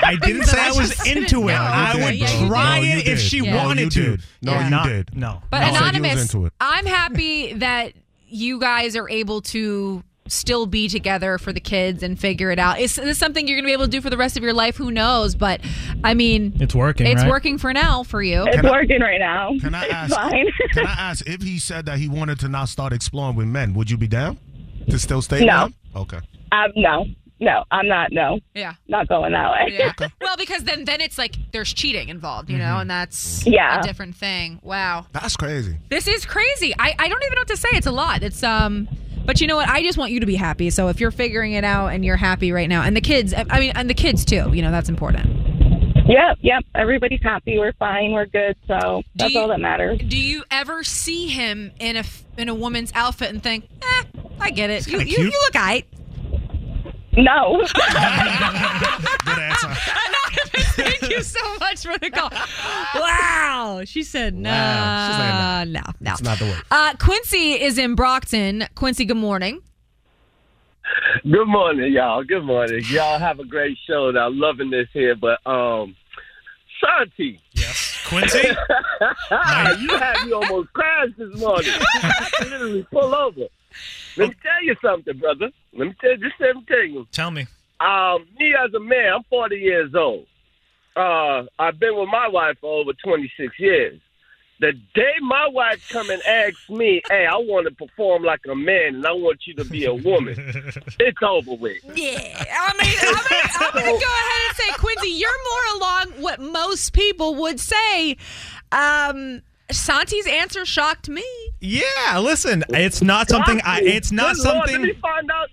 [SPEAKER 3] I didn't say I
[SPEAKER 2] I
[SPEAKER 3] was
[SPEAKER 2] just
[SPEAKER 3] into it.
[SPEAKER 2] didn't know.
[SPEAKER 3] I
[SPEAKER 2] Yeah,
[SPEAKER 3] would
[SPEAKER 2] you did.
[SPEAKER 3] try
[SPEAKER 2] No, you
[SPEAKER 3] it if
[SPEAKER 2] did.
[SPEAKER 3] she
[SPEAKER 2] Yeah. No,
[SPEAKER 3] wanted
[SPEAKER 2] you
[SPEAKER 3] to.
[SPEAKER 2] did. No, you
[SPEAKER 3] not,
[SPEAKER 2] did.
[SPEAKER 3] No.
[SPEAKER 2] But
[SPEAKER 3] No.
[SPEAKER 2] anonymous, I'm happy that you guys are able to still be together for the kids and figure it out. Is this something you're going to be able to do for the rest of your life? Who knows? But I mean,
[SPEAKER 3] It's working.
[SPEAKER 2] it's
[SPEAKER 3] right?
[SPEAKER 2] working for now for you.
[SPEAKER 5] It's Can I- working
[SPEAKER 14] right now.
[SPEAKER 5] Can I ask? can I ask if he said that he wanted to not start exploring with men? Would you be down to still stay? with
[SPEAKER 14] No.
[SPEAKER 5] him? Okay.
[SPEAKER 14] Um, no, no, I'm not. No.
[SPEAKER 2] Yeah.
[SPEAKER 14] Not going that way.
[SPEAKER 2] Yeah. Well, because then then it's like there's cheating involved, you know, and that's
[SPEAKER 14] Yeah.
[SPEAKER 2] a different thing. Wow.
[SPEAKER 5] That's crazy.
[SPEAKER 2] This is crazy. I, I don't even know what to say. It's a lot. It's um but you know what? I just want you to be happy. So if you're figuring it out and you're happy right now and the kids I I mean and the kids too, you know, that's important.
[SPEAKER 14] Yep, yep. Everybody's happy. We're fine. We're good. So that's all that matters.
[SPEAKER 7] Do you ever see him in a f- in a woman's outfit and think, eh, I get it. You,
[SPEAKER 14] kinda
[SPEAKER 7] you,
[SPEAKER 14] cute."
[SPEAKER 7] you look alright.
[SPEAKER 14] No.
[SPEAKER 7] Thank you so much for the call. Wow. She said no.
[SPEAKER 2] Wow. She's like,
[SPEAKER 7] no, no.
[SPEAKER 5] It's not the word.
[SPEAKER 7] Uh, Quincy is in Brockton. Quincy, good morning.
[SPEAKER 15] Good morning, y'all. Good morning. Y'all have a great show. and I'm loving this here, but um, Shanti. Yes, Quincy.
[SPEAKER 13] Ah,
[SPEAKER 15] you had me almost crashed this morning. I had to literally pull over. Let me tell you something, brother. Let me tell you. Just let me tell you.
[SPEAKER 3] Tell me.
[SPEAKER 15] Um, me as a man, I'm 40 years old. Uh, I've been with my wife for over 26 years. The day my wife come and asks me, "Hey, I want to perform like a man, and I want you to be a woman," it's over with.
[SPEAKER 7] Yeah. I mean, I'm going to go ahead and say, Quincy, you're more along what most people would say. Um, Santi's answer shocked me.
[SPEAKER 3] Yeah, listen, it's not something I. It's not
[SPEAKER 15] Good Lord,
[SPEAKER 3] something.
[SPEAKER 15] let me find out,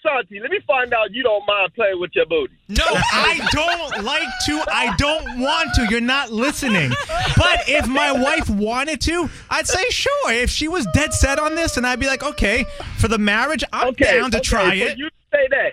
[SPEAKER 15] Santi. Let me find out you don't mind playing with your booty.
[SPEAKER 3] No, I don't like to. I don't want to. You're not listening. But if my wife wanted to, I'd say sure. If she was dead set on this, and I'd be like, okay, for the marriage, I'm down to try
[SPEAKER 15] so
[SPEAKER 3] it.
[SPEAKER 15] You say that.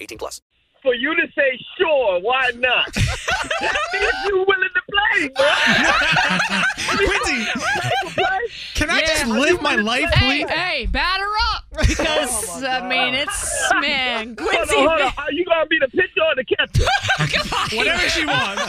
[SPEAKER 16] 18 plus.
[SPEAKER 15] For you to say sure, why not? if you willing to play, bro. Quincy,
[SPEAKER 3] can I just live my life,
[SPEAKER 2] Hey,
[SPEAKER 3] please?
[SPEAKER 2] hey, batter up because I mean it's man,
[SPEAKER 15] Hold on,
[SPEAKER 2] Quincy.
[SPEAKER 15] hold on. Are you gonna be the picture or the capture?
[SPEAKER 3] Whatever she wants.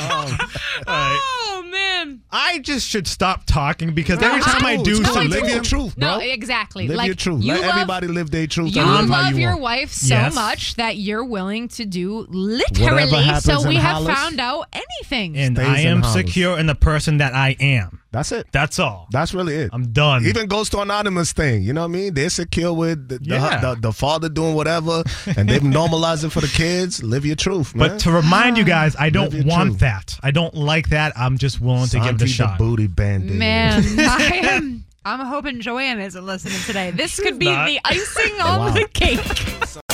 [SPEAKER 2] Oh man.
[SPEAKER 3] I just should stop talking because every
[SPEAKER 2] No,
[SPEAKER 3] time I,
[SPEAKER 2] I-
[SPEAKER 3] do
[SPEAKER 2] no, I
[SPEAKER 3] something,
[SPEAKER 2] don't. Live your
[SPEAKER 5] truth,
[SPEAKER 2] No, exactly.
[SPEAKER 5] Live
[SPEAKER 2] like
[SPEAKER 5] your truth.
[SPEAKER 2] You
[SPEAKER 5] Let
[SPEAKER 2] love,
[SPEAKER 5] everybody live their truth.
[SPEAKER 2] You
[SPEAKER 5] and live
[SPEAKER 2] love,
[SPEAKER 5] how you
[SPEAKER 2] your
[SPEAKER 5] want.
[SPEAKER 2] wife so much that you're willing to do
[SPEAKER 5] Whatever
[SPEAKER 2] literally.
[SPEAKER 5] happens
[SPEAKER 2] So
[SPEAKER 5] in
[SPEAKER 2] we have
[SPEAKER 5] Hollis-
[SPEAKER 2] found out anything.
[SPEAKER 3] and
[SPEAKER 5] Stays
[SPEAKER 3] I
[SPEAKER 5] in
[SPEAKER 3] am
[SPEAKER 5] house.
[SPEAKER 3] secure in the person that I am.
[SPEAKER 5] That's it.
[SPEAKER 3] That's all.
[SPEAKER 5] That's really it.
[SPEAKER 3] I'm done.
[SPEAKER 5] Even goes to anonymous thing. You know what I mean? They're secure with the, the,
[SPEAKER 3] Yeah.
[SPEAKER 5] the, the father doing whatever, and they've normalized it for the kids. Live your truth, man.
[SPEAKER 3] But to remind
[SPEAKER 14] Ah.
[SPEAKER 3] you guys, I
[SPEAKER 5] Live
[SPEAKER 3] don't
[SPEAKER 5] your
[SPEAKER 3] want
[SPEAKER 5] truth.
[SPEAKER 3] that. I don't like that. I'm just willing to give it
[SPEAKER 5] Santi
[SPEAKER 3] a
[SPEAKER 5] the
[SPEAKER 3] shot.
[SPEAKER 5] booty bandit.
[SPEAKER 2] Man, I am. I'm hoping Joanne isn't listening today. This could be
[SPEAKER 15] not.
[SPEAKER 2] the icing on
[SPEAKER 15] Wow.
[SPEAKER 2] the cake.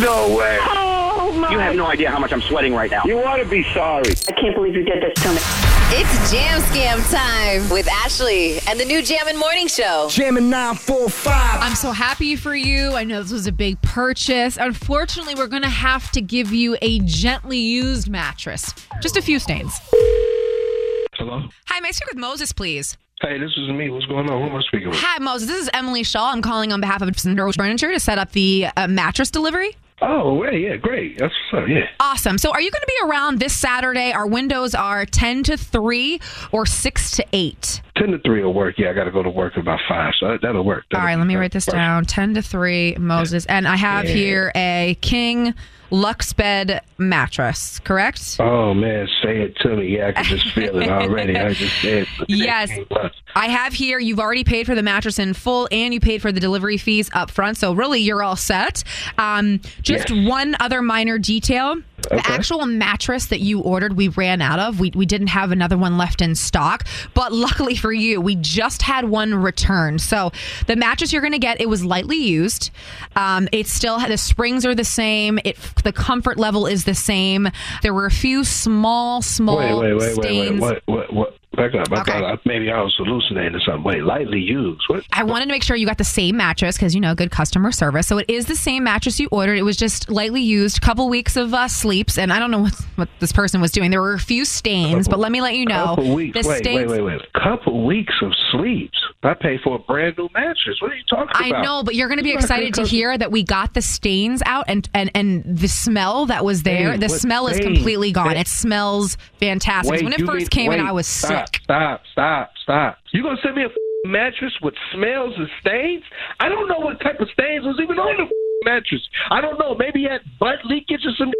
[SPEAKER 15] No way.
[SPEAKER 6] Oh,
[SPEAKER 15] You have no idea how much I'm sweating right now. You want to be sorry. I can't believe you did this to me.
[SPEAKER 6] It's Jam Scam time with Ashley and the new Jam and Morning Show. Jam and 945.
[SPEAKER 2] I'm so happy for you. I know this was a big purchase. Unfortunately, we're going to have to give you a gently used mattress. Just a few stains.
[SPEAKER 20] Hello.
[SPEAKER 2] Hi, may I speak with Moses, please?
[SPEAKER 20] Hey, this is me. What's going on? Who am I speaking with?
[SPEAKER 2] Hi, Moses. This is Emily Shaw. I'm calling on behalf of Sendero Furniture to set up the uh, mattress delivery.
[SPEAKER 20] Oh, yeah, yeah, great. That's what's up. Yeah.
[SPEAKER 2] Awesome. So, are you going to be around this Saturday? Our windows are 10 to 3 or 6 to 8.
[SPEAKER 20] Ten to three will work. Yeah, I got to go to work about five, so that- that'll work.
[SPEAKER 2] All right, let me write this down 10 to 3, Moses. And I have
[SPEAKER 20] Yeah.
[SPEAKER 2] here a King Lux Bed mattress, correct?
[SPEAKER 20] Oh man, say it to me. Yeah, I can just feel it already. I just said.
[SPEAKER 2] Yes. I have here, you've already paid for the mattress in full and you paid for the delivery fees up front. So, really, you're all set. Um, just one other minor detail the actual mattress that you ordered, we ran out of. We, we didn't have another one left in stock. But luckily for you, we just had one returned. So, the mattress you're going to get, it was lightly used. Um, it still had the springs are the same, It the comfort level is the same. There were a few small, small
[SPEAKER 20] Wait, wait, wait, wait, wait.
[SPEAKER 2] stains.
[SPEAKER 20] What? What? What? Back up. I thought I, maybe I was hallucinating or something. Wait, lightly used. What?
[SPEAKER 2] I wanted to make sure you got the same mattress because you know good customer service. So it is the same mattress you ordered. It was just lightly used, couple weeks of uh, sleeps, and I don't know what what this person was doing. There were a few stains, but let me let you know
[SPEAKER 20] Couple weeks.
[SPEAKER 2] the
[SPEAKER 20] Oh, wait,
[SPEAKER 2] stains.
[SPEAKER 20] wait, wait, wait. Couple weeks of sleeps. I paid for a brand new mattress. What are you talking
[SPEAKER 2] I
[SPEAKER 20] about?
[SPEAKER 2] know, but you're going to be
[SPEAKER 20] It's not
[SPEAKER 2] excited to
[SPEAKER 20] good
[SPEAKER 2] hear that we got the stains out and and and the smell that was there.
[SPEAKER 20] Hey,
[SPEAKER 2] the
[SPEAKER 20] what
[SPEAKER 2] smell is
[SPEAKER 20] stains?
[SPEAKER 2] completely gone.
[SPEAKER 20] Hey.
[SPEAKER 2] It smells fantastic. when it
[SPEAKER 20] you
[SPEAKER 2] first
[SPEAKER 20] mean-
[SPEAKER 2] came in,
[SPEAKER 20] wait,
[SPEAKER 2] I was
[SPEAKER 20] stop,
[SPEAKER 2] sick.
[SPEAKER 20] Stop, stop, stop. You gonna send me a f***ing mattress with smells and stains? I don't know what type of stains was even on the f***ing mattress. I don't know. Maybe he had butt leakage or some.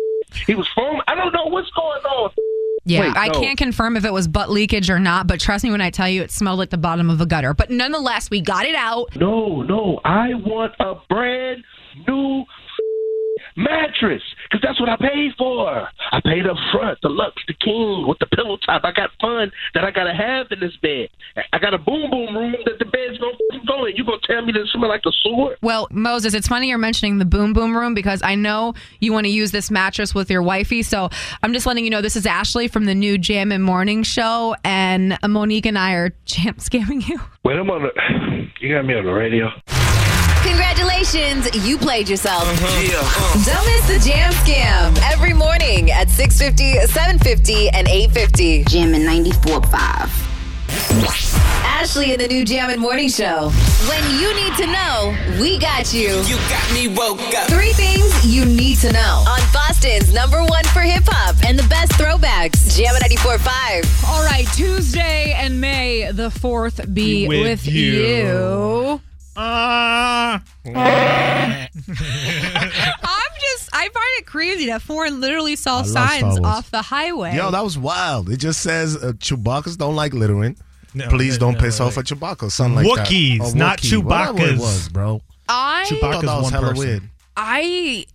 [SPEAKER 20] He was foam. I don't know what's going on.
[SPEAKER 2] Yeah,
[SPEAKER 19] Wait,
[SPEAKER 2] I
[SPEAKER 19] no.
[SPEAKER 2] can't confirm if it was butt leakage or not, but trust me when I tell you, it smelled like the bottom of a gutter. But nonetheless, we got it out.
[SPEAKER 20] No, no, I want a brand new mattress because that's what I paid for. I paid up front, the Lux, the King with the pillow top. I got fun that I gotta have in this bed. I got a boom boom room that the bed's gonna f***ing go in. You gonna tell me this smell like a sewer?
[SPEAKER 2] Well, Moses, it's funny you're mentioning the boom boom room because I know you want to use this mattress with your wifey. So I'm just letting you know this is Ashley from the new Jam and Morning Show, and Monique and I are jam scamming you.
[SPEAKER 20] Wait, I'm on the. You got me on the radio.
[SPEAKER 6] Congratulations, you played yourself. Don't miss the Jam Scam every morning at 6.50, 7.50, and 8.50. Jam and 94.5. Ashley in the new Jam and Morning Show. When you need to know, we got you. You got me woke up. Three things you need to know on Boston's number one for hip hop and the best throwbacks. Jam and 94.5.
[SPEAKER 9] All right, Tuesday and May the 4th be
[SPEAKER 6] With
[SPEAKER 9] with,
[SPEAKER 6] you. Ah.
[SPEAKER 9] you.
[SPEAKER 2] I'm just, I find it crazy that foreign literally saw
[SPEAKER 5] love Star
[SPEAKER 2] signs
[SPEAKER 5] Wars.
[SPEAKER 2] off the highway.
[SPEAKER 5] Yo, that was wild. It just says uh, Chewbacca's don't like littering. Please don't piss off at Chewbacca. Something like that.
[SPEAKER 3] Wookiees,
[SPEAKER 5] Or
[SPEAKER 3] not
[SPEAKER 5] Wookiee, whatever
[SPEAKER 3] Chewbacca's.
[SPEAKER 5] it was, bro.
[SPEAKER 2] I
[SPEAKER 5] Chewbacca's Thought that was one hella person. weird.
[SPEAKER 2] I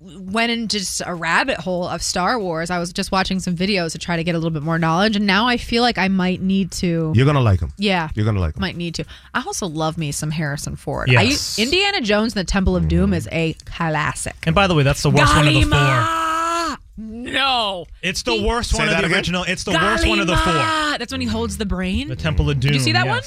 [SPEAKER 2] went into just a rabbit hole of Star Wars. I was just watching some videos to try to get a little bit more knowledge, and now I feel like I might need to.
[SPEAKER 5] You're gonna like him.
[SPEAKER 2] Yeah.
[SPEAKER 5] You're gonna like him.
[SPEAKER 2] Might need to. I also love me some Harrison Ford.
[SPEAKER 3] Yes.
[SPEAKER 2] I use- Indiana Jones and the Temple of
[SPEAKER 5] Mm.
[SPEAKER 2] Doom is a classic.
[SPEAKER 3] And by the way, that's the worst one of the four.
[SPEAKER 7] Ah,
[SPEAKER 2] No.
[SPEAKER 3] It's the worst one of the original. It's the worst one of the four.
[SPEAKER 2] Galima! That's when he holds the brain.
[SPEAKER 3] The Temple of Doom.
[SPEAKER 2] Did you see that one?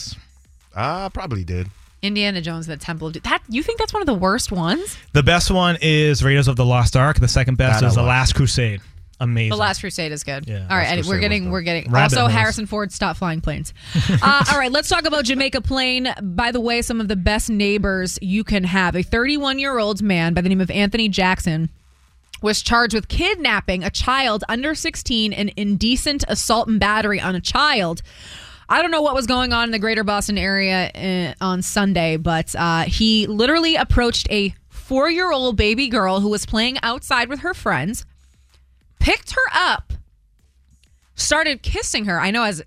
[SPEAKER 5] I probably did.
[SPEAKER 2] Indiana Jones and the Temple of Doom. That you think that's one of the worst ones?
[SPEAKER 3] The best one is Raiders of the Lost Ark. The second best
[SPEAKER 2] That I
[SPEAKER 3] is The
[SPEAKER 2] watched.
[SPEAKER 3] Last Crusade. Amazing.
[SPEAKER 2] The Last Crusade is good.
[SPEAKER 3] Yeah,
[SPEAKER 2] all right,
[SPEAKER 3] Last
[SPEAKER 2] and we're
[SPEAKER 3] Crusade
[SPEAKER 2] getting we're getting
[SPEAKER 3] Rabbit
[SPEAKER 2] also
[SPEAKER 3] holes.
[SPEAKER 2] Harrison Ford stop flying planes. uh, all right, let's talk about Jamaica Plain. By the way, some of the best neighbors you can have. A 31 year old man by the name of Anthony Jackson was charged with kidnapping a child under 16 and indecent assault and battery on a child. I don't know what was going on in the greater Boston area eh, on Sunday, but uh, he literally approached a four year old baby girl who was playing outside with her friends, picked her up, started kissing her. I know as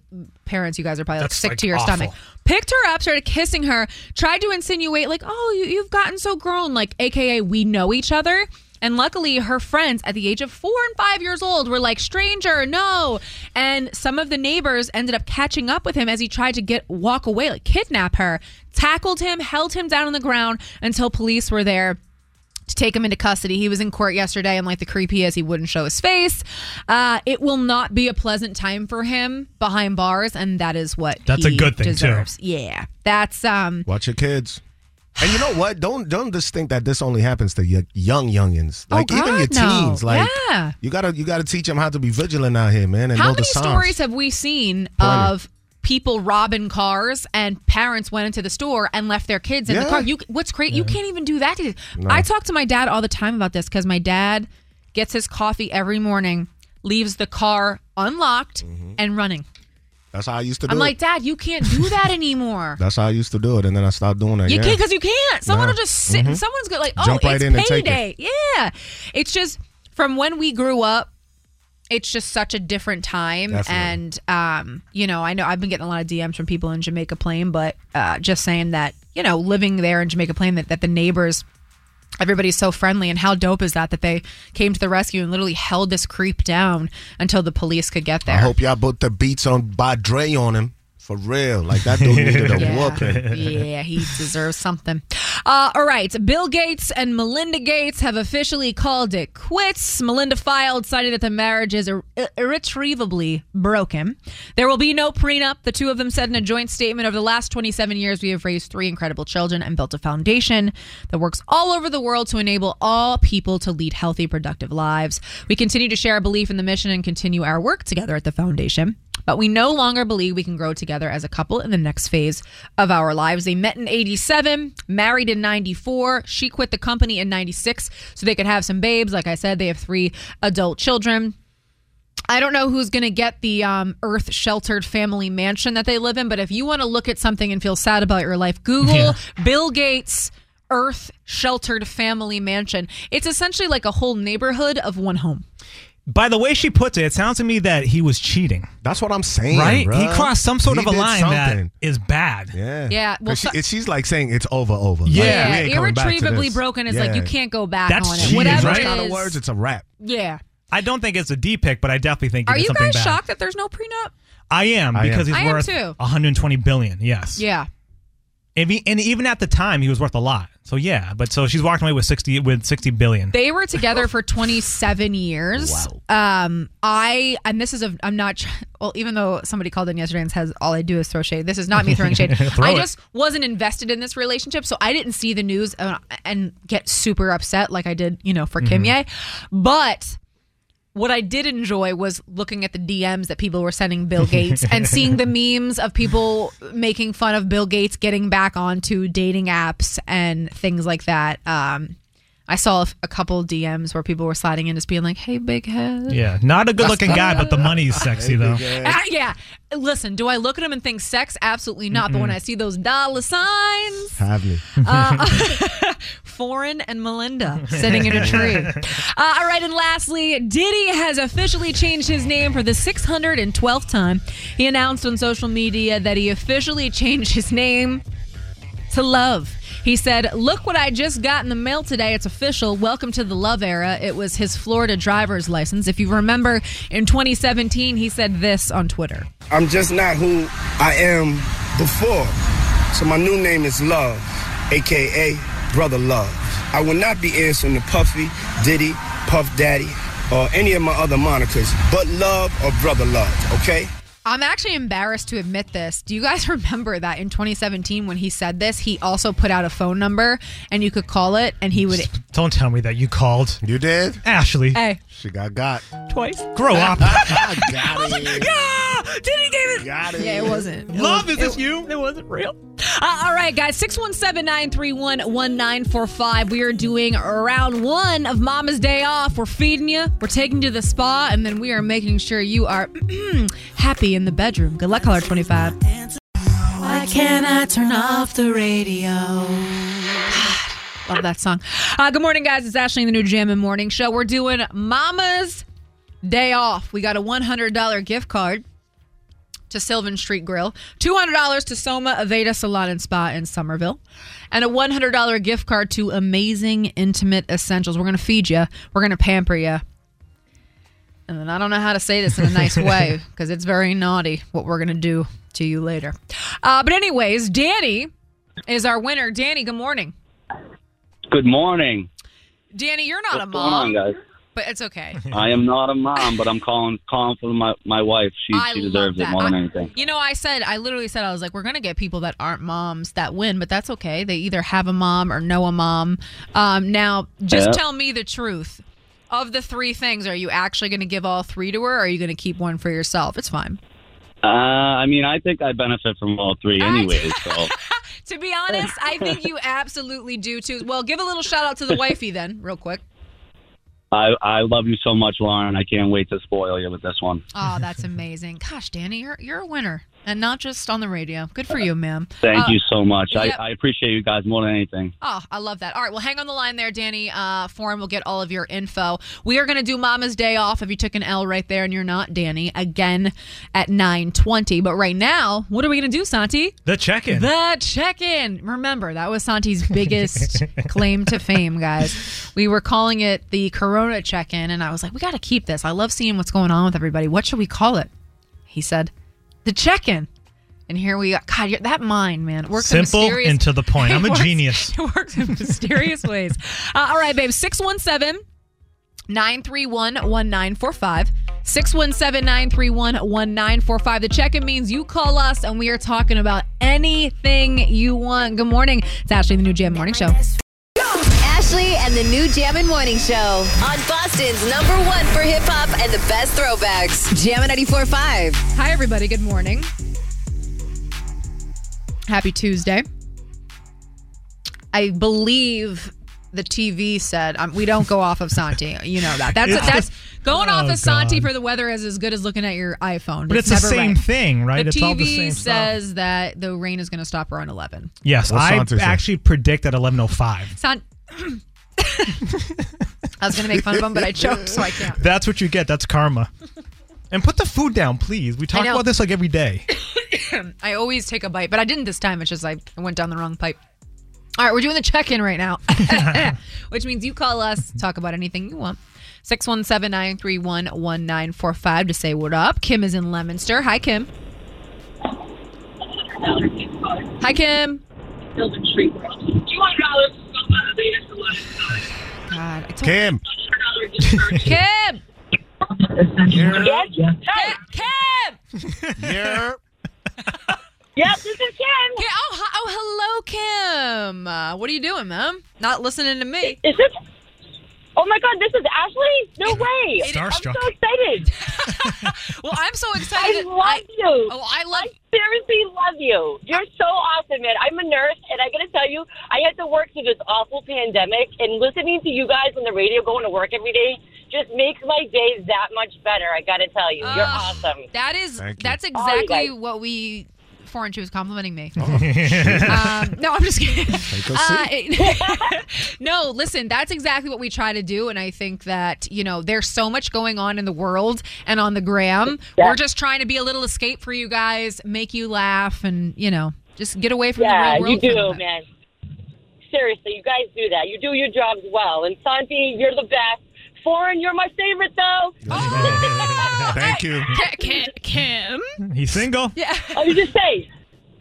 [SPEAKER 2] parents, you guys are probably like,
[SPEAKER 9] That's,
[SPEAKER 2] sick
[SPEAKER 9] like,
[SPEAKER 2] to your
[SPEAKER 9] awful.
[SPEAKER 2] stomach. Picked her up, started kissing her, tried to insinuate, like, oh, you, you've gotten so grown, like, AKA, we know each other. And luckily, her friends at the age of four and five years old were like, stranger, no. And some of the neighbors ended up catching up with him as he tried to get walk away, like kidnap her, tackled him, held him down on the ground until police were there to take him into custody. He was in court yesterday, and like the creep he is, he wouldn't show his face. Uh, it will not be a pleasant time for him behind bars, and that is what
[SPEAKER 5] That's a
[SPEAKER 2] he
[SPEAKER 5] good thing, too.
[SPEAKER 2] deserves. Yeah, that's um.
[SPEAKER 5] Watch your kids. And you know what? Don't don't just think that this only happens to your young youngins. Like even your
[SPEAKER 2] Oh, God, no.
[SPEAKER 5] teens. Like
[SPEAKER 2] Yeah.
[SPEAKER 5] you gotta you gotta teach them how to be vigilant out here, man. And
[SPEAKER 2] How
[SPEAKER 5] know the
[SPEAKER 2] many
[SPEAKER 5] signs.
[SPEAKER 2] stories have we seen
[SPEAKER 5] Plenty.
[SPEAKER 2] of people robbing cars and parents went into the store and left their kids in
[SPEAKER 5] Yeah.
[SPEAKER 2] the car? You, what's great? You
[SPEAKER 5] Yeah.
[SPEAKER 2] can't even do that. to-
[SPEAKER 5] No.
[SPEAKER 2] I talk to my dad all the time about this because my dad gets his coffee every morning, leaves the car unlocked
[SPEAKER 5] Mm-hmm.
[SPEAKER 2] and running.
[SPEAKER 5] That's how I used to do
[SPEAKER 2] I'm
[SPEAKER 5] it.
[SPEAKER 2] like, Dad, you can't do that anymore.
[SPEAKER 5] That's how I used to do it, and then I stopped doing that.
[SPEAKER 2] You
[SPEAKER 5] yeah.
[SPEAKER 2] can't because you can't. Someone
[SPEAKER 5] Yeah.
[SPEAKER 2] will just sit.
[SPEAKER 5] Mhm.
[SPEAKER 2] Someone's good. Like, oh,
[SPEAKER 5] Jump right
[SPEAKER 2] it's
[SPEAKER 5] in and take it.
[SPEAKER 2] payday. Yeah, it's just from when we grew up. It's just such a different time,
[SPEAKER 5] Definitely.
[SPEAKER 2] and um, you know, I know I've been getting a lot of DMs from people in Jamaica Plain, but uh, just saying that you know, living there in Jamaica Plain, that, that the neighbors. Everybody's so friendly, and how dope is that that they came to the rescue and literally held this creep down until the police could get there.
[SPEAKER 5] I hope y'all put the beats on by Dre on him for real. Like that dude needed a
[SPEAKER 2] Yeah.
[SPEAKER 5] whooping.
[SPEAKER 2] yeah, he deserves something. Uh, all right. Bill Gates and Melinda Gates have officially called it quits. Melinda filed, citing that the marriage is ir- irretrievably broken. There will be no prenup. The two of them said in a joint statement over the last 27 years, we have raised three incredible children and built a foundation that works all over the world to enable all people to lead healthy, productive lives. We continue to share our belief in the mission and continue our work together at the foundation. But we no longer believe we can grow together as a couple in the next phase of our lives. They met in 87, married in 94. She quit the company in 96 so they could have some babes. Like I said, they have three adult children. I don't know who's going to get the um, earth sheltered family mansion that they live in, but if you want to look at something and feel sad about your life, Google
[SPEAKER 9] Yeah.
[SPEAKER 2] Bill Gates earth sheltered family mansion. It's essentially like a whole neighborhood of one home.
[SPEAKER 3] By the way she puts it, it sounds to me that he was cheating.
[SPEAKER 5] That's what I'm saying.
[SPEAKER 3] Right? He
[SPEAKER 5] bruh.
[SPEAKER 3] crossed some sort
[SPEAKER 5] He
[SPEAKER 3] of a
[SPEAKER 5] did
[SPEAKER 3] line
[SPEAKER 5] something.
[SPEAKER 3] that is bad.
[SPEAKER 5] Yeah.
[SPEAKER 2] Yeah, well,
[SPEAKER 5] 'Cause she-
[SPEAKER 2] so-
[SPEAKER 5] it- she's like saying it's over, over. Like,
[SPEAKER 3] Yeah.
[SPEAKER 5] we ain't coming back to
[SPEAKER 2] irretrievably
[SPEAKER 5] this.
[SPEAKER 2] broken is like
[SPEAKER 3] Yeah.
[SPEAKER 2] you can't go back
[SPEAKER 3] That's
[SPEAKER 2] on it.
[SPEAKER 3] cheating,
[SPEAKER 2] Whatever
[SPEAKER 3] right?
[SPEAKER 2] it
[SPEAKER 3] Out of
[SPEAKER 2] is-
[SPEAKER 3] words,
[SPEAKER 5] it's a wrap.
[SPEAKER 2] Yeah.
[SPEAKER 3] I don't think it's a D pick, but I definitely think
[SPEAKER 2] Are
[SPEAKER 3] it's
[SPEAKER 2] you
[SPEAKER 3] something
[SPEAKER 2] guys
[SPEAKER 3] bad.
[SPEAKER 2] shocked that there's no prenup?
[SPEAKER 3] I am
[SPEAKER 2] I am.
[SPEAKER 3] because
[SPEAKER 2] I
[SPEAKER 3] he's
[SPEAKER 2] am
[SPEAKER 3] worth
[SPEAKER 2] too.
[SPEAKER 3] 120 billion. Yes.
[SPEAKER 2] Yeah.
[SPEAKER 3] And, he- and even at the time, he was worth a lot. So yeah, but so she's walking away with 60 with 60 billion.
[SPEAKER 2] They were together for 27 years. Um, I and this is a I'm not tr- well, even though somebody called in yesterday and says all I do is throw shade. This is not me throwing shade.
[SPEAKER 7] Throw
[SPEAKER 2] I
[SPEAKER 7] it.
[SPEAKER 2] just wasn't invested in this relationship, so I didn't see the news uh, and get super upset like I did, you know, for Kim
[SPEAKER 7] Mhm.
[SPEAKER 2] Ye. But what I did enjoy was looking at the DMs that people were sending Bill Gates and seeing the memes of people making fun of Bill Gates getting back onto dating apps and things like that. Um, I saw a, a couple DMs where people were sliding in just being like, "Hey, big head."
[SPEAKER 3] yeah, not a good looking guy, but the money's sexy though.
[SPEAKER 2] Ah, yeah. Listen, do I look at him and think sex? Absolutely not. But when
[SPEAKER 3] Mm-mm.
[SPEAKER 2] I see those dollar signs,
[SPEAKER 5] Have me.
[SPEAKER 2] uh, foreign and Melinda sitting in a tree. Uh, all right, and lastly, Diddy has officially changed his name for the 612th time. He announced on social media that he officially changed his name to Love. He said, Look what I just got in the mail today. It's official. Welcome to the love era. It was his Florida driver's license. If you remember, in 2017, he said this on Twitter.
[SPEAKER 21] I'm just not who I am before. So my new name is Love, aka Brother Love. I will not be answering to Puffy, Diddy, Puff Daddy, or any of my other monikers, but Love or Brother Love, okay?
[SPEAKER 2] I'm actually embarrassed to admit this. Do you guys remember that in 2017 when he said this, he also put out a phone number and you could call it and he would
[SPEAKER 3] Don't tell me that you called.
[SPEAKER 5] You did,
[SPEAKER 3] Ashley.
[SPEAKER 2] Hey.
[SPEAKER 5] She got got
[SPEAKER 2] twice.
[SPEAKER 3] Grow up.
[SPEAKER 5] I was like,
[SPEAKER 2] yeah, Diddy gave it.
[SPEAKER 5] Got it.
[SPEAKER 2] Yeah, it wasn't. It
[SPEAKER 3] Love,
[SPEAKER 2] was-
[SPEAKER 3] is this
[SPEAKER 2] it-
[SPEAKER 3] you?
[SPEAKER 2] It wasn't real. Uh, all right, guys, 617 931 1945. We are doing round one of Mama's Day Off. We're feeding you, we're taking you to the spa, and then we are making sure you are happy in the bedroom. Good luck, Caller 25. Why can't I turn off the radio? Love that song. Uh, good morning, guys. It's Ashley in the new Jam and Morning Show. We're doing Mama's Day Off. We got a $100 gift card to Sylvan Street Grill, $200 to Soma Aveda Salon and Spa in Somerville, and a $100 gift card to Amazing Intimate Essentials. We're going to feed you, we're going to pamper you. And then I don't know how to say this in a nice way because it's very naughty what we're going to do to you later. Uh, but, anyways, Danny is our winner. Danny, good morning.
[SPEAKER 22] Good morning.
[SPEAKER 2] Danny, you're not a
[SPEAKER 22] What's going on,
[SPEAKER 2] mom,
[SPEAKER 22] guys?
[SPEAKER 2] but it's okay.
[SPEAKER 22] I am not a mom, but I'm calling calling for my my wife. She
[SPEAKER 2] I
[SPEAKER 22] she
[SPEAKER 2] love
[SPEAKER 22] deserves it
[SPEAKER 2] that.
[SPEAKER 22] more than
[SPEAKER 2] I-
[SPEAKER 22] anything.
[SPEAKER 2] You know, I said, I literally said, I was like, we're going to get people that aren't moms that win, but that's okay. They either have a mom or know a mom. Um, now, just
[SPEAKER 22] Yeah.
[SPEAKER 2] tell me the truth. Of the three things, are you actually going to give all three to her or are you going to keep one for yourself? It's fine.
[SPEAKER 22] Uh, I mean, I think I benefit from all three, anyways. So
[SPEAKER 2] To be honest, I think you absolutely do too. Well, give a little shout out to the wifey then, real quick.
[SPEAKER 22] I I love you so much, Lauren. I can't wait to spoil you with this one.
[SPEAKER 2] Oh, that's amazing. Gosh, Danny, you're, you're a winner and not just on the radio. Good for you, ma'am.
[SPEAKER 22] Thank
[SPEAKER 2] Uh,
[SPEAKER 22] you so much.
[SPEAKER 2] yep.
[SPEAKER 22] I, I appreciate you guys more than anything.
[SPEAKER 2] Oh, I love that. All right, well, hang on the line there, Danny. Uh, Foreign will get all of your info. We are going to do Mama's Day off. If you took an L right there and you're not Danny, again at 9:20. But right now, what are we going to do, Santi?
[SPEAKER 3] The check in.
[SPEAKER 2] The check-in. Remember, that was Santi's biggest claim to fame, guys. We were calling it the Corona check-in, and I was like, we got to keep this. I love seeing what's going on with everybody. What should we call it? He said, the check-in. And here we are. God, you're, that mind, man, it works in
[SPEAKER 3] Simple
[SPEAKER 2] mysterious-
[SPEAKER 3] and to the point.
[SPEAKER 2] It
[SPEAKER 3] I'm a
[SPEAKER 2] works-
[SPEAKER 3] genius.
[SPEAKER 2] It works in mysterious ways. Uh, all right, babe. 617 931 1945. 617 931 1945. The check in means you call us and we are talking about anything you want. Good morning. It's Ashley, the new Jam Morning Show.
[SPEAKER 6] Ashley and the new Jam and Morning Show on Boston's number one for hip hop and the best throwbacks. Jam 94.5.
[SPEAKER 2] Hi, everybody. Good morning. Happy Tuesday. I believe the TV said um, we don't go off of Santi. You know that. That's
[SPEAKER 3] It's
[SPEAKER 2] that's going
[SPEAKER 3] Oh,
[SPEAKER 2] off of Santi
[SPEAKER 3] God.
[SPEAKER 2] for the weather is as good as looking at your iPhone.
[SPEAKER 3] But it's, the
[SPEAKER 2] never
[SPEAKER 3] same
[SPEAKER 2] right.
[SPEAKER 3] thing, right?
[SPEAKER 2] The
[SPEAKER 3] it's
[SPEAKER 2] TV
[SPEAKER 3] all the same stuff.
[SPEAKER 2] says that the rain is going to stop around eleven.
[SPEAKER 3] Yes,
[SPEAKER 5] What's
[SPEAKER 3] I oh
[SPEAKER 5] Santi say?
[SPEAKER 3] actually predict at 11:05.
[SPEAKER 2] San- I was gonna make fun of him, but I choked, so I can't.
[SPEAKER 3] That's what you get. That's karma. And put the food down, please. We talk
[SPEAKER 2] know.
[SPEAKER 3] about this like every day.
[SPEAKER 2] I always take a bite, but I didn't this time. It's just I I went down the wrong pipe. All right, we're doing the check in right now, which means you call us, talk about anything you want. 617 931 1945 to say what up. Kim is in Leominster. Hi, Kim. Hi, Kim. God, I told
[SPEAKER 20] Kim.
[SPEAKER 2] Kim.
[SPEAKER 20] Yes.
[SPEAKER 2] Kim.
[SPEAKER 20] Yeah.
[SPEAKER 2] Yep, this is Kim. oh, hi- oh, hello, Kim. Uh, what are you doing, ma'am? Not listening to me. Is this?
[SPEAKER 7] Oh my God, this is Ashley. No way. I'm
[SPEAKER 2] Starstruck.
[SPEAKER 7] so excited.
[SPEAKER 2] well, I'm so excited.
[SPEAKER 7] I love you.
[SPEAKER 2] Oh, I love.
[SPEAKER 7] I seriously love you. You're so awesome, man. I'm a nurse, and I got to tell you, I had to work through this awful pandemic, and listening to you guys on the radio going to work every day just makes my days that much better. I got to tell you, you're
[SPEAKER 2] Ugh,
[SPEAKER 7] awesome.
[SPEAKER 2] That is
[SPEAKER 7] Thank you.
[SPEAKER 2] that's
[SPEAKER 7] All you
[SPEAKER 2] exactly
[SPEAKER 7] guys.
[SPEAKER 2] what we. Foreign, she was complimenting me.
[SPEAKER 7] Oh.
[SPEAKER 20] shit.
[SPEAKER 2] um, no, I'm just kidding.
[SPEAKER 20] a
[SPEAKER 2] Uh, it- no, listen, that's exactly what we try to do, and I think that you know there's so much going on in the world and on the gram.
[SPEAKER 23] Yeah.
[SPEAKER 2] We're just trying to be a little escape for you guys, make you laugh, and you know just get away from
[SPEAKER 7] yeah,
[SPEAKER 2] the real world.
[SPEAKER 7] you
[SPEAKER 2] for a
[SPEAKER 7] do,
[SPEAKER 2] bit.
[SPEAKER 7] man. Seriously, you guys do that. You do your jobs well. And Santi, you're the best. Foreign, you're my favorite, though.
[SPEAKER 20] Thank you.
[SPEAKER 2] Kim.
[SPEAKER 3] He's single.
[SPEAKER 2] Yeah.
[SPEAKER 7] Oh, you just say,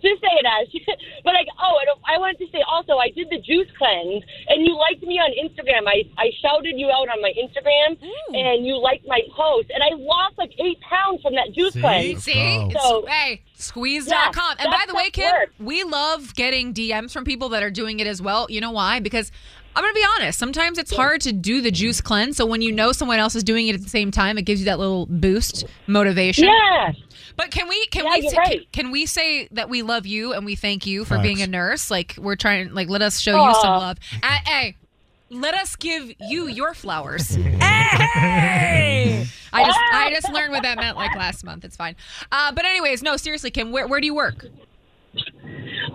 [SPEAKER 7] just say it, Ash. but like, oh, I, don't, I wanted to say also, I did the juice cleanse, and you liked me on Instagram. I, I shouted you out on my Instagram, and you liked my post, and I lost like eight pounds from that juice cleanse.
[SPEAKER 2] See?
[SPEAKER 7] So,
[SPEAKER 2] It's- hey, squeeze.com.
[SPEAKER 7] Yeah,
[SPEAKER 2] and by
[SPEAKER 7] that's
[SPEAKER 2] the way,
[SPEAKER 7] the
[SPEAKER 2] Kim,
[SPEAKER 7] word.
[SPEAKER 2] we love getting DMs from people that are doing it as well. You know why? Because I'm going to be honest. Sometimes it's hard to do the juice cleanse. So when you know someone else is doing it at the same time, it gives you that little boost, motivation.
[SPEAKER 7] Yeah.
[SPEAKER 2] But can we can
[SPEAKER 7] Yeah,
[SPEAKER 2] we
[SPEAKER 7] you're
[SPEAKER 2] t-
[SPEAKER 7] right.
[SPEAKER 2] can, can we say that we love you and we thank you for
[SPEAKER 7] Facts.
[SPEAKER 2] being a nurse? Like we're trying like let us show you some
[SPEAKER 7] Aw.
[SPEAKER 2] love. A- hey, let us give you your flowers. I just I just learned what that meant like last month. It's fine. Uh, but anyways, no, seriously, Kim, where where do you work?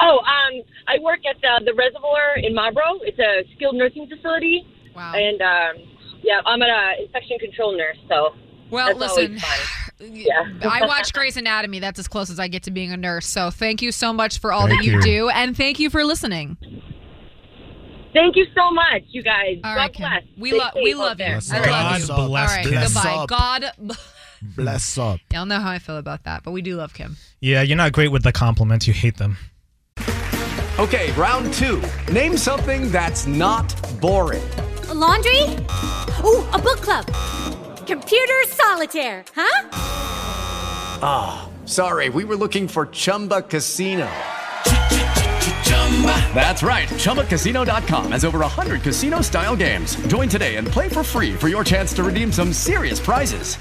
[SPEAKER 7] oh, um, I work at the, the Reservoir in Marlboro. It's a skilled nursing facility.
[SPEAKER 2] Wow.
[SPEAKER 7] And um, yeah, I'm an uh, infection control nurse, so.
[SPEAKER 2] Well,
[SPEAKER 7] that's
[SPEAKER 2] listen,
[SPEAKER 7] always fun. Yeah.
[SPEAKER 2] I watch Grey's Anatomy. That's as close as I get to being a nurse. So thank you so much for all
[SPEAKER 7] Thank
[SPEAKER 2] that you,
[SPEAKER 7] you.
[SPEAKER 2] do, and thank you for listening.
[SPEAKER 7] Thank you so much, you guys.
[SPEAKER 2] All
[SPEAKER 7] God
[SPEAKER 2] right, Kim.
[SPEAKER 7] bless.
[SPEAKER 2] We
[SPEAKER 7] Stay
[SPEAKER 2] love we
[SPEAKER 7] safe
[SPEAKER 2] love
[SPEAKER 7] out
[SPEAKER 2] you.
[SPEAKER 7] there.
[SPEAKER 20] Bless
[SPEAKER 2] I
[SPEAKER 20] up.
[SPEAKER 2] love you.
[SPEAKER 20] God bless
[SPEAKER 2] all right,
[SPEAKER 20] Kim. Bless
[SPEAKER 2] goodbye. God.
[SPEAKER 20] Bless up.
[SPEAKER 2] Y'all know how I feel about that, but we do love Kim.
[SPEAKER 3] Yeah, you're not great with the compliments. You hate them.
[SPEAKER 24] Okay, round two. Name something that's not boring.
[SPEAKER 25] A laundry? Ooh, a book club. Computer solitaire, huh?
[SPEAKER 24] Ah, sorry, we were looking for Chumba Casino. That's right, ChumbaCasino.com has over 100 casino style games. Join today and play for free for your chance to redeem some serious prizes.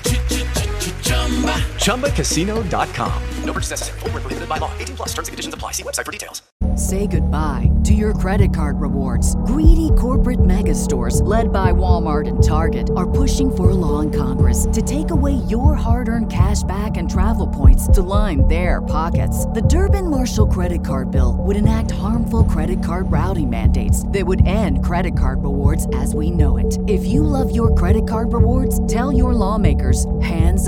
[SPEAKER 24] ChumbaCasino.com. No purchase necessary. Void where prohibited by law. 18 plus terms and conditions apply. See website for details.
[SPEAKER 1] Say goodbye to your credit card rewards. Greedy corporate mega stores, led by Walmart and Target, are pushing for a law in Congress to take away your hard earned cash back and travel points to line their pockets. The Durbin Marshall credit card bill would enact harmful credit card routing mandates that would end credit card rewards as we know it. If you love your credit card rewards, tell your lawmakers hands